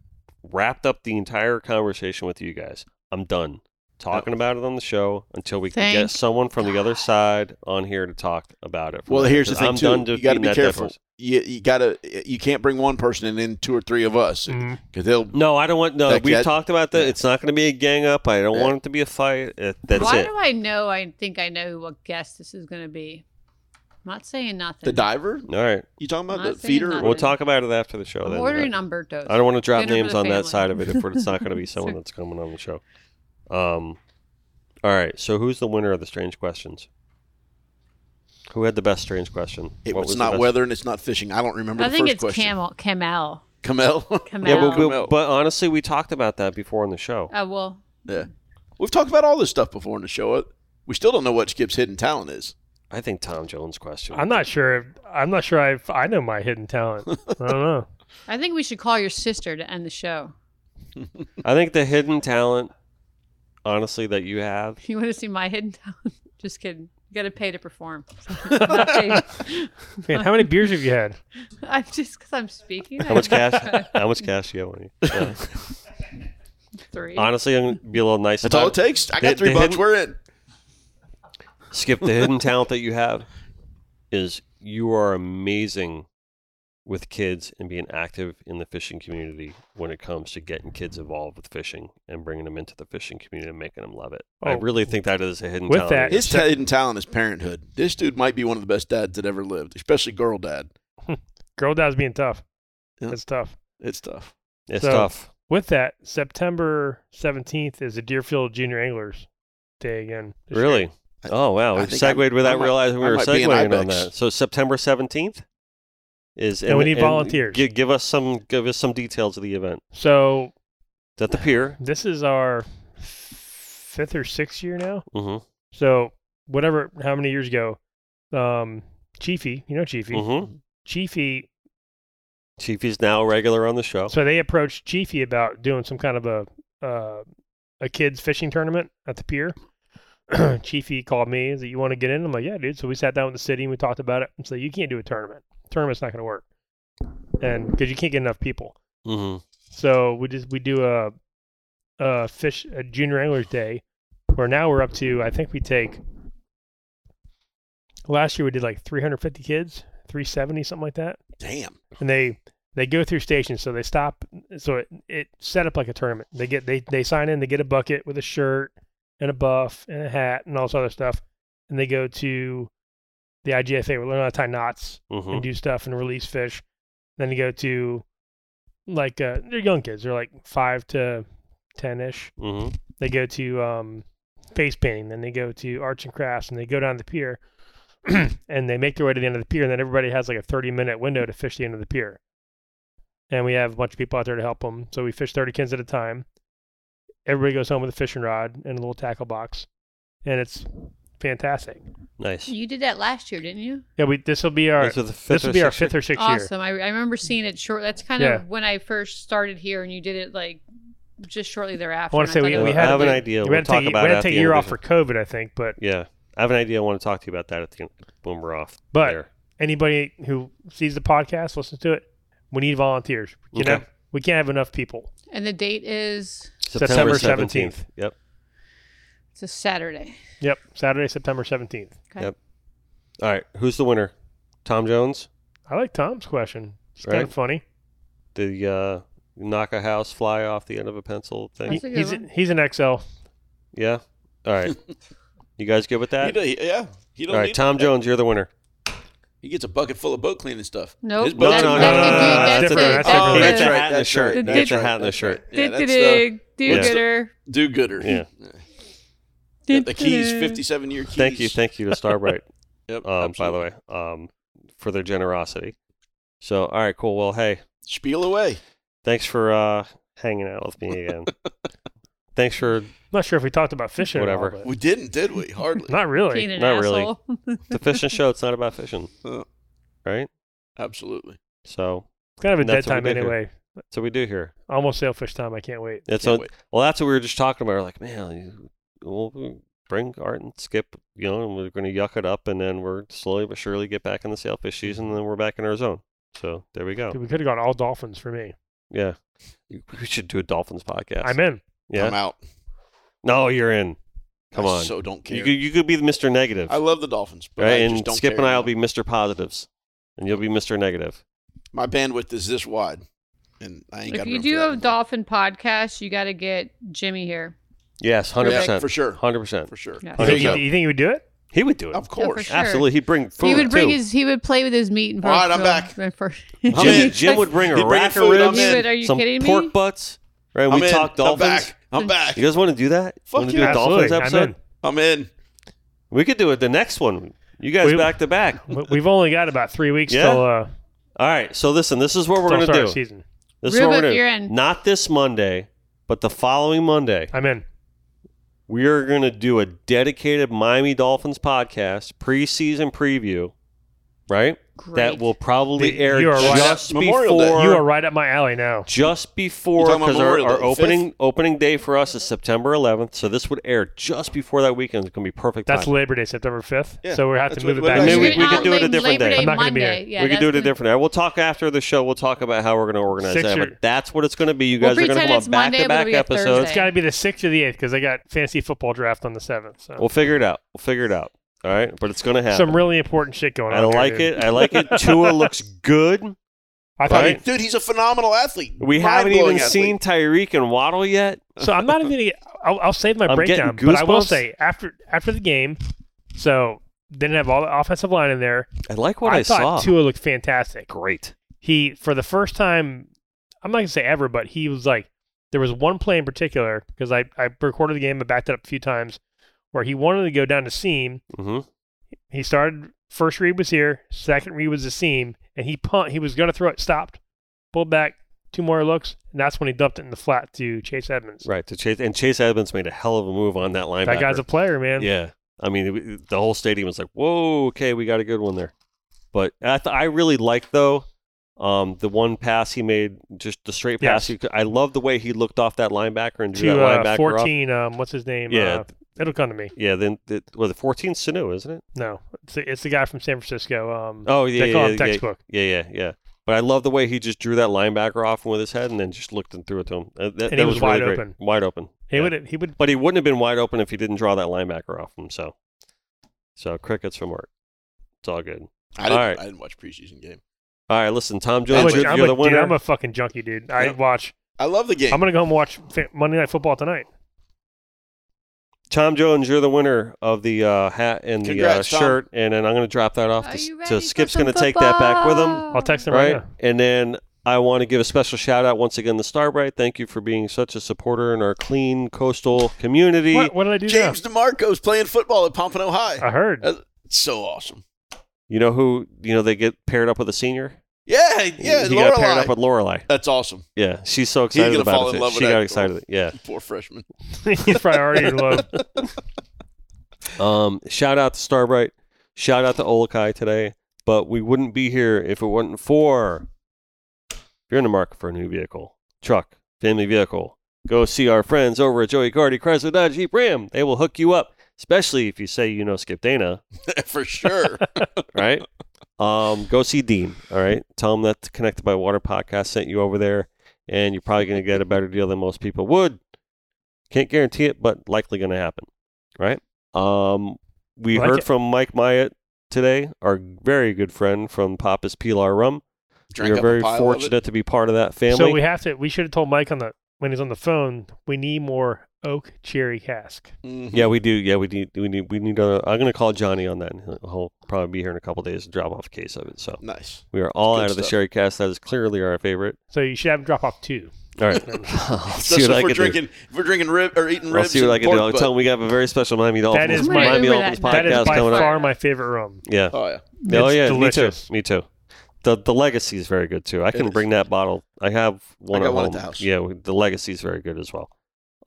S1: wrapped up the entire conversation with you guys, I'm done talking about it on the show until we can
S2: Thank
S1: get someone from the other side on here to talk about it.
S4: Well, here's the thing
S1: I'm
S4: too.
S1: done
S4: you got to
S1: defeating
S4: be
S1: that dead
S4: careful.
S1: horse.
S4: You, you got to. You can't bring one person and then two or three of us because
S3: Mhm.
S4: they'll.
S1: No, I don't want. No,
S4: That
S1: we've
S4: kid-
S1: talked about that.
S4: yeah.
S1: It's not going to be a gang up. I don't
S4: Yeah.
S1: want it to be a fight. Uh, that's
S2: Why
S1: it.
S2: do I know? I think I know what guest this is going to be. I'm not saying nothing.
S4: The diver?
S1: All right,
S4: You talking about
S2: I'm not
S4: the
S2: saying
S4: feeder?
S2: nothing.
S1: we'll talk about it after the show.
S2: I'm
S1: then.
S2: ordering Umberto's.
S1: I don't want to drop
S2: Dinner for
S1: names
S2: the
S1: on that
S2: family.
S1: side of it if it's not going to be someone that's coming on the show. Um, all right. So who's the winner of the strange questions? Who had the best strange question?
S4: It
S1: What
S4: was,
S1: the
S4: not
S1: best-
S4: weather and it's not fishing. I don't remember
S2: I
S4: the
S2: think
S4: first
S2: it's
S4: question.
S2: Camel. Camel.
S4: Camel.
S2: Camel.
S1: Yeah, but,
S4: Camel.
S1: we, but honestly, we talked about that before on the show.
S2: Uh, well,
S4: yeah. We've talked about all this stuff before in the show. We still don't know what Skip's hidden talent is.
S1: I think Tom Jones' question.
S3: I'm not sure. If, I'm not sure. I I know my hidden talent. I don't know.
S2: I think we should call your sister to end the show.
S1: I think the hidden talent, honestly, that you have.
S2: You want to see my hidden talent? Just kidding. You got to pay to perform. Not paid.
S3: Man, how many beers have you had?
S2: I'm just because I'm speaking.
S1: How much cash? how much cash do you have on you? Yeah.
S2: Three.
S1: honestly, I'm gonna be a little nice.
S4: That's
S1: about
S4: all it takes. I
S1: They-
S4: got three
S1: they
S4: bucks.
S1: hidden-
S4: We're in.
S1: Skip, the hidden talent that you have is you are amazing with kids and being active in the fishing community when it comes to getting kids involved with fishing and bringing them into the fishing community and making them love it. I
S3: Oh.
S1: really think that is a hidden
S3: With
S1: talent.
S3: that-
S4: His ta- hidden talent is parenthood. This dude might be one of the best dads that ever lived, especially girl dad.
S3: Girl, that was being tough.
S4: Yeah.
S3: That's tough.
S4: It's tough.
S1: It's
S3: So-
S1: tough.
S3: With that, September 17th is the Deerfield Junior Anglers Day again. this year.
S1: Really?
S4: I-
S1: oh, wow.
S4: I
S1: We
S4: think
S1: segued
S4: I'm- I
S1: without
S4: might-
S1: realizing we
S4: I
S1: were
S4: might be an
S1: segueing on
S4: Ibex.
S1: that. So September 17th is.
S3: And we need volunteers.
S1: gi- give us some give us some details of the event.
S3: So
S1: It's at the pier.
S3: this is our fifth or sixth year now.
S1: Mm-hmm.
S3: So whatever, how many years ago, um, Chiefy, you know Chiefy,
S1: Mm-hmm.
S3: Chiefy.
S1: Chief is now a regular on the show.
S3: So they approached Chiefy about doing some kind of a uh, a kids fishing tournament at the pier. Chiefy called me. Is that you want to get in? I'm like, yeah, dude. So we sat down with the city and we talked about it. And so you can't do a tournament. Tournament's not going to work, and because you can't get enough people.
S1: Mm-hmm.
S3: So we just we do a a fish a junior anglers day where now we're up to I think we take last year we did like 350 kids, 370 something like that.
S4: Damn.
S3: And they They go through stations, so they stop. So it, it set up like a tournament. They get they they sign in, they get a bucket with a shirt and a buff and a hat and all this other stuff, and they go to the IGFA. We learn how to tie knots
S1: hmm
S3: and do stuff and release fish. Then you go to like uh, they're young kids. They're like five to ten ish.
S1: hmm
S3: They go to um, face painting. Then they go to arts and crafts, and they go down the pier. and they make their way to the end of the pier, and then everybody has like a 30 minute window to fish the end of the pier. And we have a bunch of people out there to help them. So we fish 30 kins at a time. Everybody goes home with a fishing rod and a little tackle box. And it's fantastic.
S1: Nice.
S2: You did that last year, didn't you?
S3: Yeah, we this will be our
S1: These are the fifth
S3: this
S1: or
S3: will be our
S1: sixth year?
S3: fifth or sixth year.
S2: Awesome. I, I remember seeing it short. That's kind
S3: Yeah.
S2: of when I first started here, and you did it like just shortly thereafter.
S3: wanna
S2: and
S3: say
S2: thought
S3: we-
S2: it
S3: we
S2: was
S1: I
S3: had-
S1: have an
S2: really-
S1: idea.
S3: we
S1: We'll
S3: had to
S1: talk
S3: take,
S1: about it
S3: we had
S1: at
S3: to
S1: the
S3: take a
S1: end
S3: year
S1: of
S3: off
S1: the-
S3: for COVID, I think. But
S1: Yeah, I have an idea. I want to talk to you about that at the end when we're off.
S3: But-
S1: there.
S3: anybody who sees the podcast, listens to it, we need volunteers. You
S1: Okay.
S3: know, we can't have enough people.
S2: And the date is
S3: September
S1: September
S3: 17th.
S1: seventeenth. Yep.
S2: it's a Saturday.
S3: Yep, Saturday, September seventeenth.
S2: Okay.
S1: Yep. All right. Who's the winner? Tom Jones.
S3: I like Tom's question. It's kind
S1: Right.
S3: of funny.
S1: Did he, uh, knock a house fly off the end of a pencil thing?
S3: He-
S2: That's a good
S3: he's
S2: one.
S3: he's an XL.
S1: Yeah. All right. you guys good with
S4: He
S1: that?
S4: do- he- yeah. He
S1: All
S4: don't
S1: right.
S4: need
S1: Tom
S4: that.
S1: Jones, you're the winner.
S4: He gets a bucket full of boat cleaning stuff.
S2: Nope.
S4: His
S2: No,
S4: boat's
S2: no,
S4: a
S2: no,
S4: mess.
S2: no, no, no, that's different, different.
S3: that's
S4: Oh,
S2: Oh,
S4: that's
S2: the-
S4: right. That's
S1: the-
S4: right.
S2: the-
S4: That's
S2: the-
S4: right.
S1: hat and the shirt.
S4: Yeah, that's uh, the
S2: Do-do-dig,
S1: yeah.
S2: do-gooder.
S4: do gooder.
S1: Yeah.
S4: The keys,
S2: do-do-do.
S4: 57 year keys.
S1: Thank you. Thank you to Starbright,
S4: Yep,
S1: um, by the
S4: absolutely.
S1: way, um, for their generosity. So, all right, cool. Well, hey,
S4: Spiel away.
S1: thanks for uh, hanging out with me again. thanks for
S3: I'm not sure if we talked about fishing. at all,
S1: Whatever.
S3: but-
S4: We didn't, did we? Hardly.
S3: not really.
S2: Being an
S1: Not really.
S2: asshole.
S1: the fishing show. It's not about fishing,
S4: Uh,
S1: right?
S4: absolutely.
S1: So
S3: It's kind of a
S1: And
S3: dead
S1: that's what
S3: time
S1: we did here.
S3: anyway.
S1: that's what we do here.
S3: Almost sailfish time. I can't wait.
S1: It's
S4: Can't
S1: on,
S4: wait.
S1: well, that's what we were just talking about. We're like, man, you- we'll bring Art and Skip, you know, and we're going to yuck it up, and then we're slowly but surely get back in the sailfish season, and then we're back in our zone. So there we go.
S3: Dude, we could have gone all dolphins for me.
S1: Yeah, You- we should do a Dolphins podcast.
S3: I'm in.
S1: Yeah,
S4: I'm out.
S1: no, you're in. Come
S4: I
S1: on,
S4: So don't care.
S1: you could, you could be the Mister Negative,
S4: I love the Dolphins, but
S1: right?
S4: I
S1: and
S4: just don't
S1: Skip
S4: care
S1: and I will
S4: anymore.
S1: be Mister Positives, and you'll be Mister Negative.
S4: My bandwidth is this wide, and I
S2: If
S4: ain't got
S2: you
S4: room
S2: do
S4: for that
S2: a
S4: anymore.
S2: dolphin podcast, you got to get Jimmy here.
S1: Yes, hundred
S4: Yeah,
S1: percent,
S4: for sure,
S1: hundred percent.
S4: for sure.
S2: Yeah.
S3: You
S1: I
S3: think,
S1: think
S3: you,
S1: so.
S3: you think you would do it?
S1: He would do it.
S4: Of course.
S2: sure.
S1: Absolutely, he'd bring food
S2: he would bring
S1: too.
S2: his. He would play with his meat. In
S4: All right, I'm
S2: Parkville. For-
S4: I'm
S1: Jim,
S4: in.
S1: Jim would bring a
S4: He'd bring
S1: rack of
S4: food, I'm
S1: ribs,
S4: in.
S2: Dude, are you
S1: some
S2: kidding me?
S1: pork butts. Right,
S4: I'm
S1: we
S4: in.
S1: talked
S4: I'm
S1: dolphins.
S4: back.
S2: Hmm.
S4: I'm back.
S1: You guys want to do that?
S4: Fuck
S1: want to
S4: yeah.
S1: do a dolphins
S3: Absolutely, I'm
S1: episode?
S3: in.
S4: I'm in.
S1: We could do it the next one. You guys
S3: We-
S1: back to back.
S3: We- We've only got about three weeks
S1: Yeah.
S3: till uh,
S1: All right. So listen, this is what we're
S3: till
S1: gonna
S3: start of
S1: do.
S3: season.
S1: This is what we're
S2: Ruben,
S1: gonna do.
S2: you're in.
S1: Not this Monday, but the following Monday.
S3: I'm in.
S1: We are gonna do a dedicated Miami Dolphins podcast preseason preview. Right? That
S2: Great.
S1: will probably
S3: The-
S1: air
S3: you are right.
S1: just
S4: Memorial Day.
S1: before
S3: You are right up my alley now.
S1: just before
S4: You talking about
S1: because our,
S4: Memorial
S1: our
S4: Day,
S1: opening opening day for us is September 11th, so this would air just before that weekend. It's gonna be perfect.
S3: That's
S1: time.
S3: Labor Day, September 5th.
S4: Yeah,
S3: so we have to
S4: that's
S3: move it
S4: what-
S3: back.
S1: Maybe
S2: You're
S1: we-
S3: six
S1: we
S2: not
S1: could do it a
S2: Lab-
S1: different
S2: Labor
S1: day.
S3: I'm not gonna be
S2: Monday.
S3: here.
S2: Yeah,
S1: we can do it
S2: that's
S1: a different day. We'll talk after the show. We'll talk about how we're going to organize
S3: Six
S1: that.
S3: or-
S1: But that's what it's going to be. You
S2: We'll
S1: guys are going to
S2: pretend
S1: come
S2: it's
S1: on back
S2: Monday,
S1: to
S2: but it'll
S1: back
S2: be a
S1: episodes.
S2: Thursday.
S3: It's got to be the 6th or the 8th because I got fancy football draft on the 7th. So.
S1: We'll figure it out. We'll figure it out. All right. But it's going to happen.
S3: Some really important shit going
S1: I
S3: on. here,
S1: like
S3: dude.
S1: it. I like it. Tua looks good.
S3: I thought
S1: Right?
S4: Dude, he's a phenomenal athlete.
S1: We haven't
S4: Mind-blowing
S1: even
S4: athlete.
S1: seen Tyreek and Waddle yet.
S3: So I'm not even. Gonna, I'll, I'll save my
S1: I'm getting
S3: breakdown, but I will
S1: goosebumps.
S3: say after after the game, so they didn't have all the offensive line in there.
S1: I like what I, saw.
S3: thought Tua looked fantastic.
S1: Great.
S3: He for the first time, I'm not gonna say ever, but he was like there was one play in particular because I I recorded the game, I backed it up a few times, where he wanted to go down to seam.
S1: hmm
S3: He started first read was here, second read was the seam, and he punt. He was gonna throw it, stopped, pulled back. Two more looks, and that's when he dumped it in the flat to Chase Edmonds.
S1: Right. To Chase, and Chase Edmonds made a hell of a move on that linebacker.
S3: That guy's a player, man.
S1: Yeah, I mean, it- the whole stadium was like, "Whoa, okay, we got a good one there." But I, th- I really liked though um, the one pass he made, just the straight pass.
S3: Yes.
S1: He could- I love the way he looked off that linebacker and drew
S3: to
S1: that linebacker
S3: uh,
S1: off.
S3: 14. Um, what's his name?
S1: Yeah.
S3: Uh, it'll come to me.
S1: Yeah, then the, well, the 14 Sanu, isn't it?
S3: No, it's the, it's the guy from San Francisco. Um,
S1: Oh yeah,
S3: they call
S1: yeah,
S3: him
S1: yeah,
S3: textbook.
S1: yeah, yeah, yeah. But I love the way he just drew that linebacker off with his head and then just looked and threw it to him. Uh, that,
S3: he
S1: that
S3: was
S1: really
S3: wide
S1: great.
S3: open.
S1: Wide open.
S3: He
S1: Yeah.
S3: would he would
S1: but he wouldn't have been wide open if he didn't draw that linebacker off him. So, so crickets from work. It's all good.
S4: I didn't,
S1: All right.
S4: I didn't watch preseason game.
S1: All right, listen, Tom
S3: I'm
S1: Jones,
S3: a-
S1: you're,
S3: I'm
S1: you're
S3: a-
S1: the
S3: dude,
S1: winner.
S3: I'm a fucking junkie, dude. I
S1: Yeah.
S3: watch.
S4: I love the game.
S3: I'm gonna go home and watch fa- Monday Night Football tonight.
S1: Tom Jones, you're the winner of the uh, hat and the uh,
S4: Congrats, Tom.
S1: shirt, and then I'm going to drop that off
S2: Are
S1: to,
S2: you ready
S1: S- to
S2: for
S1: Skip's
S2: some
S1: going to take that back with him,
S3: I'll text him right,
S1: right?
S3: now.
S1: And then I want to give a special shout out once again to Starbright. Thank you for being such a supporter in our clean coastal community.
S3: What, what did I do?
S4: James DeMarco's playing football at Pompano High.
S3: now? I heard.
S4: That's it's so awesome.
S1: You know who? You know they get paired up with a senior.
S4: Yeah, yeah,
S1: he got paired up
S4: Lorelai.
S1: with Lorelai.
S4: That's awesome.
S1: Yeah, she's so
S4: He's
S1: excited
S4: gonna
S1: about
S4: fall
S1: it.
S4: in
S1: too.
S4: love with
S1: she
S4: that
S1: got
S4: girl.
S1: excited. Yeah.
S4: Poor freshman.
S3: He's probably already in love.
S1: Um, shout out to Starbright. Shout out to Olakai today. But we wouldn't be here if it wasn't for. If you're in the market for a new vehicle, truck, family vehicle, go see our friends over at Joey Cardi Chrysler Dodge Jeep Ram. They will hook you up, especially if you say you know Skip Dana,
S4: For sure.
S1: right? um, go see Dean. All right, tell him that the Connected by Water podcast sent you over there, and you're probably going to get a better deal than most people would. Can't guarantee it, but likely going to happen, right? Um, we
S3: Like
S1: heard
S3: it.
S1: from Mike Myatt today, our very good friend from Papa's Pilar Rum.
S4: Drank
S1: we
S4: up
S1: are
S4: a
S1: very
S4: pile of it.
S1: fortunate to be part of that family.
S3: So we have to. We should have told Mike on the when he's on the phone. We need more oak cherry cask.
S4: Mhm.
S1: yeah, we do. Yeah, we need. We need. We need. i I'm going to call Johnny on that. And he'll- he'll probably be here in a couple days to drop off a case of it. So
S4: Nice.
S1: we are all
S4: Good
S1: out of the
S4: stuff.
S1: sherry cast. That is clearly our favorite.
S3: So you should have him drop off two.
S1: All right.
S4: So,
S1: Especially
S4: if we're drinking, if we're drinking rib or eating
S1: I'll
S4: ribs,
S1: see what
S4: and
S1: I can do.
S4: pork
S1: I'll
S4: butt.
S1: tell them we have a very special Miami Dolphins.
S3: That is my-
S1: Miami
S2: Remember
S1: Dolphins
S2: that.
S3: that is
S1: podcast
S3: by
S1: coming up.
S3: far my favorite rum.
S1: Yeah.
S4: Oh yeah.
S1: oh
S3: It's
S1: yeah.
S3: delicious.
S1: Me too. Me too. The the legacy is very good too. I can
S4: is.
S1: bring that bottle. I have one
S4: I
S1: at
S4: got one at
S1: home.
S4: the house.
S1: Yeah, we- the legacy is very good as well.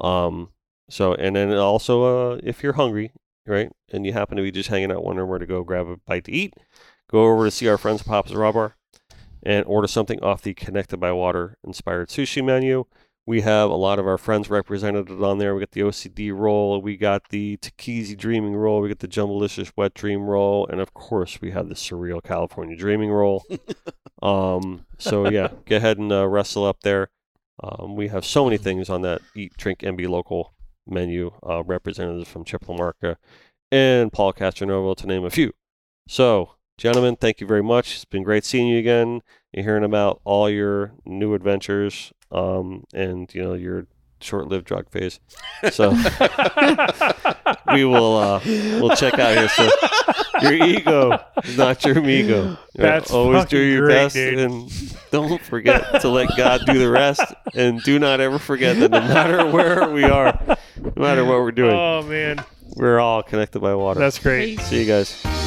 S1: Um. So and then also, uh, if you're hungry, right, and you happen to be just hanging out, wondering where to go grab a bite to eat, go over to see our friends at Pop's Raw Bar and order something off the Connected by Water inspired sushi menu. We have a lot of our friends represented on there. We got the OCD roll, we got the Takizi Dreaming roll, we got the Jumbalicious Wet Dream roll, and of course we have the Surreal California Dreaming roll. um, so yeah, go ahead and uh, wrestle up there. Um, we have so many
S3: Mm-hmm.
S1: things on that eat, drink, and be local menu. Uh, representatives from Chip LaMarca and Paul Castronovo, to name a few. So, gentlemen, thank you very much. It's been great seeing you again and hearing about all your new adventures um, and you know your short-lived drug phase. So we will uh, we'll check out here. So your ego is not your amigo. You know,
S3: That's
S1: always do
S3: fucking
S1: your
S3: great,
S1: best
S3: dude.
S1: and don't forget to let God do the rest. And do not ever forget that no matter where we are, no matter what we're doing,
S3: Oh man,
S1: we're all connected by water.
S3: that's great.
S1: See you guys.